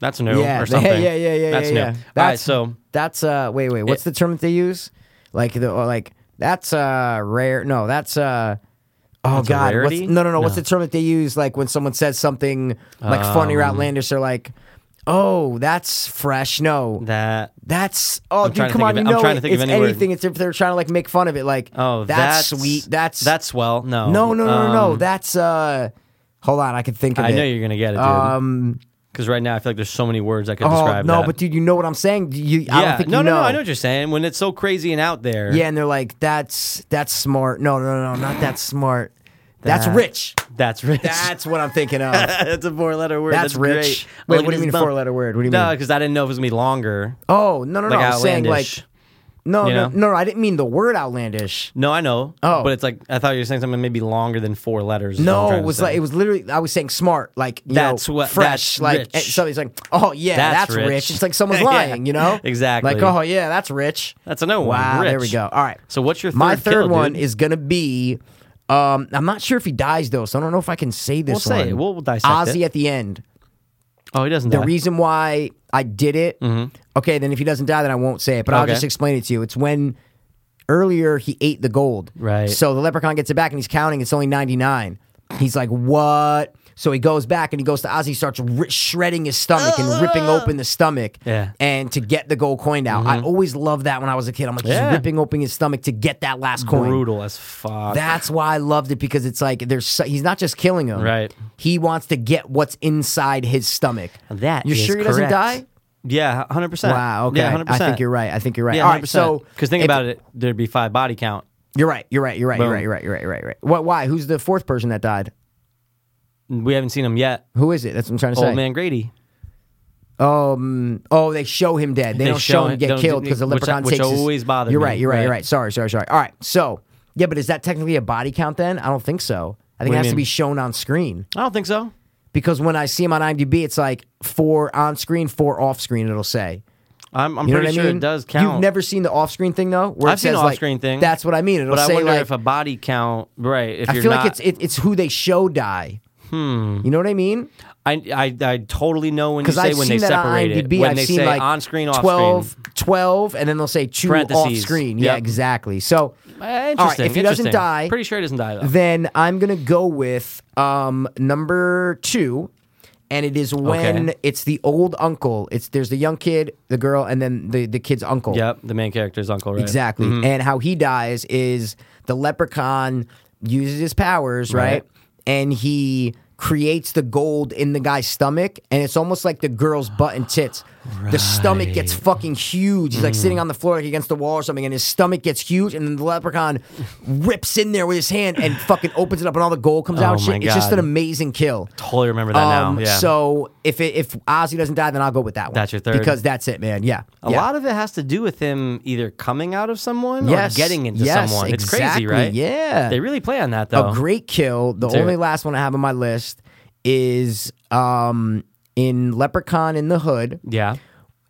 Speaker 5: That's new
Speaker 6: yeah,
Speaker 5: or something.
Speaker 6: Yeah, yeah, yeah, yeah.
Speaker 5: That's
Speaker 6: yeah,
Speaker 5: new.
Speaker 6: yeah.
Speaker 5: All right, so
Speaker 6: that's uh wait, wait, what's the term that they use? Like the or like that's uh rare. No, that's uh Oh
Speaker 5: That's a
Speaker 6: God! What's,
Speaker 5: rarity?
Speaker 6: no, no, no, What's
Speaker 5: No.
Speaker 6: the term that they use? Like when someone says something like funny or
Speaker 5: Um,
Speaker 6: outlandish, they're like, "Oh, that's fresh." No,
Speaker 5: that
Speaker 6: that's oh, dude,
Speaker 5: trying to
Speaker 6: come on!
Speaker 5: think of
Speaker 6: You
Speaker 5: it. I'm
Speaker 6: know,
Speaker 5: trying to
Speaker 6: it-
Speaker 5: think of
Speaker 6: it's
Speaker 5: any word.
Speaker 6: anything. It's if they're trying to like make fun of it. Like,
Speaker 5: oh
Speaker 6: that's, sweet. That's
Speaker 5: that's swell. No,
Speaker 6: no, no, no, no, no.
Speaker 5: um,
Speaker 6: That's uh, hold on, I can think of
Speaker 5: I
Speaker 6: it.
Speaker 5: know you're gonna get it, dude.
Speaker 6: Um,
Speaker 5: Because right now I feel like there's so many words I could
Speaker 6: oh
Speaker 5: describe.
Speaker 6: no,
Speaker 5: that.
Speaker 6: but dude, you know what I'm saying? Do You, I
Speaker 5: yeah.
Speaker 6: don't think
Speaker 5: no,
Speaker 6: you
Speaker 5: no,
Speaker 6: know.
Speaker 5: no. I know what you're saying. When it's so crazy and out there.
Speaker 6: Yeah, and they're like, that's that's smart. No, no, no, not that smart. That's
Speaker 5: That-
Speaker 6: rich.
Speaker 5: That's rich.
Speaker 6: That's what I'm thinking of.
Speaker 5: That's a four letter word.
Speaker 6: That's rich. Wait, what do you mean four letter word? What do you mean?
Speaker 5: because I didn't know if it was gonna be longer.
Speaker 6: Oh no, no, no!
Speaker 5: like
Speaker 6: I'm saying like
Speaker 5: outlandish.
Speaker 6: no,
Speaker 5: you
Speaker 6: no,
Speaker 5: know?
Speaker 6: no, no! I didn't mean the word outlandish.
Speaker 5: no, I know.
Speaker 6: Oh.
Speaker 5: but it's like I thought you were saying something maybe longer than four letters. is what I'm
Speaker 6: No,
Speaker 5: trying
Speaker 6: it
Speaker 5: to
Speaker 6: was
Speaker 5: say.
Speaker 6: like it was literally. I was saying smart, like you
Speaker 5: That's
Speaker 6: know,
Speaker 5: what-
Speaker 6: fresh,
Speaker 5: that's
Speaker 6: like
Speaker 5: rich.
Speaker 6: and somebody's like, oh yeah,
Speaker 5: That's
Speaker 6: that's, rich.
Speaker 5: rich.
Speaker 6: It's like someone's
Speaker 5: Yeah,
Speaker 6: lying, you know?
Speaker 5: exactly.
Speaker 6: Like oh yeah, that's rich.
Speaker 5: That's another one,
Speaker 6: Wow, there we
Speaker 5: rich.
Speaker 6: go. All right.
Speaker 5: So what's your
Speaker 6: my
Speaker 5: third
Speaker 6: third
Speaker 5: kill,
Speaker 6: one
Speaker 5: dude?
Speaker 6: is gonna be. Um, I'm not sure if he dies though, so I don't know if I can say this
Speaker 5: We'll say
Speaker 6: one.
Speaker 5: it. We'll- we'll dissect
Speaker 6: Ozzy
Speaker 5: it.
Speaker 6: at the end.
Speaker 5: oh, he doesn't.
Speaker 6: The
Speaker 5: die.
Speaker 6: reason why I did it, okay, then if he doesn't die, then I won't say it, but I'll
Speaker 5: Mm-hmm. Okay.
Speaker 6: just explain it to you. It's when earlier he ate the gold.
Speaker 5: Right.
Speaker 6: So the leprechaun gets it back and he's counting. It's only 99. He's like, what? So he goes back and he goes to Ozzy, starts ri shredding his stomach and ripping open the stomach.
Speaker 5: Yeah. Mm-hmm.
Speaker 6: And to get the gold coin out. I always loved that when I was a kid. I'm like, he's
Speaker 5: Yeah.
Speaker 6: ripping open his stomach to get that last coin.
Speaker 5: brutal as fuck.
Speaker 6: That's why I loved it because it's like there's so, he's not just killing him.
Speaker 5: Right.
Speaker 6: He wants to get what's inside his stomach.
Speaker 5: That
Speaker 6: you
Speaker 5: is
Speaker 6: sure he doesn't
Speaker 5: correct.
Speaker 6: die?
Speaker 5: yeah, hundred percent.
Speaker 6: Wow. Okay.
Speaker 5: Yeah, hundred
Speaker 6: I
Speaker 5: percent.
Speaker 6: think you're right. I think you're right.
Speaker 5: Yeah,
Speaker 6: All right. So
Speaker 5: because think about it, there'd be five body count.
Speaker 6: You're right. You're right. You're right. You're
Speaker 5: Boom.
Speaker 6: right. You're right. You're right. You're right. You're right. What? Why? Who's the fourth person that died?
Speaker 5: We haven't seen him yet.
Speaker 6: Who is it? That's what I'm trying to say.
Speaker 5: Old man Grady.
Speaker 6: Um. Oh, they show him dead. They,
Speaker 5: They
Speaker 6: don't
Speaker 5: show
Speaker 6: show him
Speaker 5: him-
Speaker 6: get
Speaker 5: don't-
Speaker 6: killed because the
Speaker 5: which-
Speaker 6: leprechaun
Speaker 5: which
Speaker 6: takes. his-
Speaker 5: always bothered
Speaker 6: You're
Speaker 5: me,
Speaker 6: right. You're right. You're
Speaker 5: right.
Speaker 6: right. Sorry. Sorry. Sorry. All right. So yeah, but is that technically a body count then? I don't think so. I think it
Speaker 5: What do you
Speaker 6: has to
Speaker 5: mean?
Speaker 6: be shown on screen
Speaker 5: I don't think so.
Speaker 6: because when I see him on IMDb, it's like four on screen, four off screen. It'll say.
Speaker 5: I'm, I'm
Speaker 6: You know
Speaker 5: pretty
Speaker 6: what I
Speaker 5: sure
Speaker 6: mean?
Speaker 5: it does count.
Speaker 6: You've never seen the off screen thing though. Where
Speaker 5: I've
Speaker 6: it
Speaker 5: seen
Speaker 6: says,
Speaker 5: the
Speaker 6: like-
Speaker 5: off-screen thing.
Speaker 6: That's what I mean. It'll
Speaker 5: but I
Speaker 6: say
Speaker 5: wonder
Speaker 6: like
Speaker 5: if a body count, right? If
Speaker 6: I
Speaker 5: you're
Speaker 6: feel
Speaker 5: not,
Speaker 6: like it's it, it's who they show die. Hmm. You know what I mean?
Speaker 5: I, I I totally know when you
Speaker 6: Because
Speaker 5: say
Speaker 6: I've
Speaker 5: when
Speaker 6: seen
Speaker 5: they
Speaker 6: that on
Speaker 5: separate it.
Speaker 6: IMDb.
Speaker 5: When
Speaker 6: I've
Speaker 5: they
Speaker 6: seen
Speaker 5: say
Speaker 6: like
Speaker 5: on screen, off
Speaker 6: 12,
Speaker 5: screen.
Speaker 6: 12, and then they'll say two off
Speaker 5: Parentheses.
Speaker 6: screen. Yeah,
Speaker 5: Yep.
Speaker 6: exactly. So,
Speaker 5: Eh, Interesting.
Speaker 6: all right, if he doesn't
Speaker 5: interesting.
Speaker 6: die,
Speaker 5: pretty sure he doesn't die though.
Speaker 6: then I'm gonna go with um, number two, and it is when
Speaker 5: Okay.
Speaker 6: it's the old uncle. It's there's the young kid, the girl, and then the the kid's uncle.
Speaker 5: yep, the main character's uncle, right? Mm-hmm.
Speaker 6: Exactly. And how he dies is the leprechaun uses his powers, right?
Speaker 5: Right.
Speaker 6: And he creates the gold in the guy's stomach, and it's almost like the girl's butt and tits. the stomach gets fucking huge. He's like
Speaker 5: Mm.
Speaker 6: sitting on the floor, like against the wall or something, and his stomach gets huge. And then the leprechaun rips in there with his hand and fucking opens it up, and all the gold comes
Speaker 5: Oh
Speaker 6: out. And
Speaker 5: my
Speaker 6: shit. It's just
Speaker 5: God.
Speaker 6: an amazing kill.
Speaker 5: Totally remember that
Speaker 6: Um,
Speaker 5: now. Yeah.
Speaker 6: So if it, if Ozzy doesn't die, then I'll go with that one.
Speaker 5: That's your third? Oh,
Speaker 6: because that's it, man. Yeah,
Speaker 5: a lot of it has to do with him either coming out of someone
Speaker 6: Yes,
Speaker 5: or getting into
Speaker 6: yes,
Speaker 5: someone. It's
Speaker 6: exactly,
Speaker 5: crazy, right?
Speaker 6: yeah.
Speaker 5: They really play on that though.
Speaker 6: A great kill. The
Speaker 5: hear
Speaker 6: only
Speaker 5: it.
Speaker 6: last one I have on my list is um, in Leprechaun in the Hood.
Speaker 5: yeah.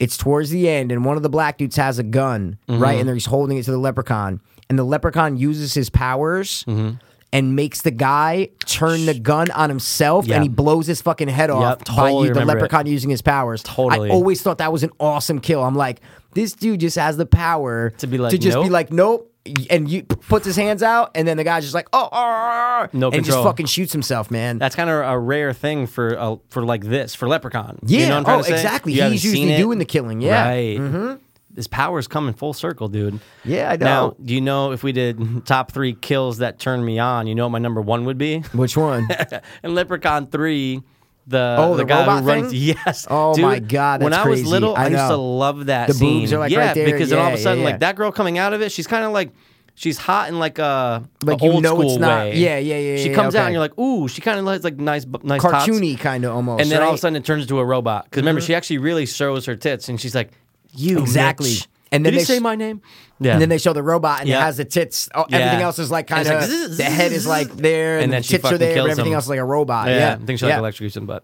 Speaker 6: It's towards the end, and one of the black dudes has a gun,
Speaker 5: Mm-hmm.
Speaker 6: right? And he's holding it to the leprechaun, and the leprechaun uses his powers.
Speaker 5: Mm-hmm.
Speaker 6: And makes the guy turn the gun on himself,
Speaker 5: Yeah.
Speaker 6: and he blows his fucking head off
Speaker 5: totally
Speaker 6: by the
Speaker 5: remember it.
Speaker 6: leprechaun using his powers.
Speaker 5: Totally.
Speaker 6: I always thought that was an awesome kill. I'm like, this dude just has the power
Speaker 5: To be like,
Speaker 6: to just be
Speaker 5: nope.
Speaker 6: like, nope, and you puts his hands out, and then the guy's just like, oh, ah, ah,
Speaker 5: No
Speaker 6: and just
Speaker 5: control.
Speaker 6: fucking shoots himself, man.
Speaker 5: That's kind of a rare thing for uh, for like this for Leprechaun.
Speaker 6: yeah,
Speaker 5: you know what I'm trying
Speaker 6: oh,
Speaker 5: to say?
Speaker 6: exactly.
Speaker 5: You haven't
Speaker 6: He's
Speaker 5: seen
Speaker 6: usually
Speaker 5: it?
Speaker 6: doing the killing. Yeah, Mm-hmm.
Speaker 5: Right. His power's coming full circle, dude.
Speaker 6: Yeah, I
Speaker 5: Now,
Speaker 6: know.
Speaker 5: do you know if we did top three kills that turned me on, you know what my number one would be?
Speaker 6: Which one?
Speaker 5: In Leprechaun 3, the,
Speaker 6: Oh, the
Speaker 5: guy
Speaker 6: robot
Speaker 5: who runs.
Speaker 6: thing?
Speaker 5: Yes.
Speaker 6: Oh
Speaker 5: dude,
Speaker 6: my God,
Speaker 5: when
Speaker 6: that's
Speaker 5: I was
Speaker 6: crazy.
Speaker 5: little,
Speaker 6: I
Speaker 5: I, used
Speaker 6: know.
Speaker 5: to love that
Speaker 6: The
Speaker 5: scene.
Speaker 6: boobs are, like,
Speaker 5: yeah,
Speaker 6: right there.
Speaker 5: because then all of
Speaker 6: Yeah,
Speaker 5: a sudden,
Speaker 6: yeah, yeah.
Speaker 5: like that girl coming out of it, she's kind of like. She's hot in like a, a
Speaker 6: Like, you
Speaker 5: old
Speaker 6: know it's
Speaker 5: school
Speaker 6: not-
Speaker 5: way.
Speaker 6: yeah, yeah, yeah,
Speaker 5: She
Speaker 6: yeah,
Speaker 5: comes out
Speaker 6: okay.
Speaker 5: and you're like, ooh, she kind of has like nice, bu- nice tots.
Speaker 6: Cartoony kind of almost.
Speaker 5: and then
Speaker 6: right?
Speaker 5: all of
Speaker 6: Mm-hmm.
Speaker 5: a sudden it turns into a robot. Because remember, she actually really shows her tits, and she's like, "You
Speaker 6: Exactly.
Speaker 5: Mitch.
Speaker 6: And then
Speaker 5: did
Speaker 6: they
Speaker 5: you say
Speaker 6: sh-
Speaker 5: my name? Yeah.
Speaker 6: And then they show the robot and it
Speaker 5: Yeah.
Speaker 6: has the tits. Oh,
Speaker 5: Yeah.
Speaker 6: Everything else is like
Speaker 5: And
Speaker 6: kind
Speaker 5: it's
Speaker 6: of
Speaker 5: like
Speaker 6: the head is like there and,
Speaker 5: And then
Speaker 6: the
Speaker 5: she
Speaker 6: tits are
Speaker 5: fucking
Speaker 6: there, but
Speaker 5: kills
Speaker 6: everything
Speaker 5: him.
Speaker 6: else is like a robot. Yeah,
Speaker 5: yeah, I think she like electrocutes him, but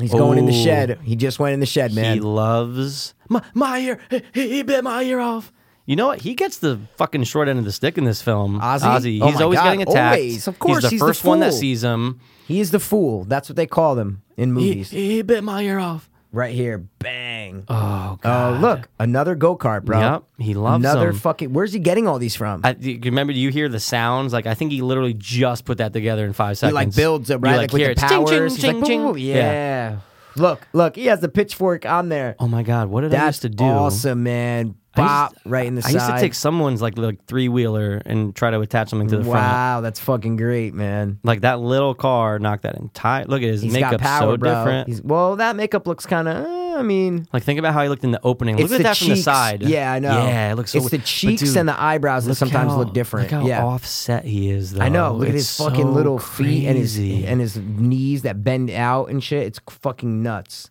Speaker 6: He's going in the
Speaker 5: Ooh.
Speaker 6: shed. He just went in the shed, man.
Speaker 5: he loves my my ear. He, he bit my ear off. You know what? He gets the fucking short end of the stick in this film.
Speaker 6: Ozzy?
Speaker 5: Ozzy.
Speaker 6: Oh
Speaker 5: He's
Speaker 6: my
Speaker 5: always
Speaker 6: God,
Speaker 5: getting attacked.
Speaker 6: always. Of course,
Speaker 5: he's the
Speaker 6: he's the
Speaker 5: first one that
Speaker 6: fool.
Speaker 5: sees him.
Speaker 6: he is the fool. That's what they call them in
Speaker 5: He,
Speaker 6: movies.
Speaker 5: he bit my ear off.
Speaker 6: right here, bang.
Speaker 5: Oh
Speaker 6: Oh,
Speaker 5: god.
Speaker 6: look, another go kart, bro.
Speaker 5: Yep, he loves
Speaker 6: another
Speaker 5: them.
Speaker 6: fucking. Where's he getting all these from?
Speaker 5: I, do you remember, do you hear the sounds? Like I think he literally just put that together in five
Speaker 6: he
Speaker 5: seconds.
Speaker 6: like builds them,
Speaker 5: You,
Speaker 6: right? Like,
Speaker 5: hear
Speaker 6: with the
Speaker 5: it, ching,
Speaker 6: powers.
Speaker 5: ching,
Speaker 6: He's like,
Speaker 5: ching,
Speaker 6: "Boo,
Speaker 5: ching."
Speaker 6: boo, boo." yeah. Look, look, he has the pitchfork on there.
Speaker 5: Oh my god, what did I
Speaker 6: That's
Speaker 5: used to do?
Speaker 6: awesome, man. Bop
Speaker 5: used-
Speaker 6: right in the
Speaker 5: I
Speaker 6: side.
Speaker 5: used to take someone's like like three wheeler and try to attach something to the front.
Speaker 6: Wow, that's fucking great, man.
Speaker 5: Like that little car knocked that entire. Look at his
Speaker 6: He's
Speaker 5: makeup
Speaker 6: got power,
Speaker 5: so
Speaker 6: bro.
Speaker 5: different.
Speaker 6: He's, well, that makeup looks kind of. Uh, I mean,
Speaker 5: like think about how he looked in the opening.
Speaker 6: it's
Speaker 5: Look
Speaker 6: the
Speaker 5: at that from the
Speaker 6: cheeks.
Speaker 5: side.
Speaker 6: Yeah, I know.
Speaker 5: Yeah, it looks. So
Speaker 6: It's the
Speaker 5: but
Speaker 6: cheeks
Speaker 5: dude,
Speaker 6: and the eyebrows that
Speaker 5: look
Speaker 6: sometimes
Speaker 5: how-
Speaker 6: look different.
Speaker 5: Look how
Speaker 6: yeah.
Speaker 5: offset he is. though.
Speaker 6: I know. Look at
Speaker 5: It's
Speaker 6: his fucking
Speaker 5: so
Speaker 6: little feet and his
Speaker 5: crazy.
Speaker 6: and his knees that bend out and shit. It's fucking nuts.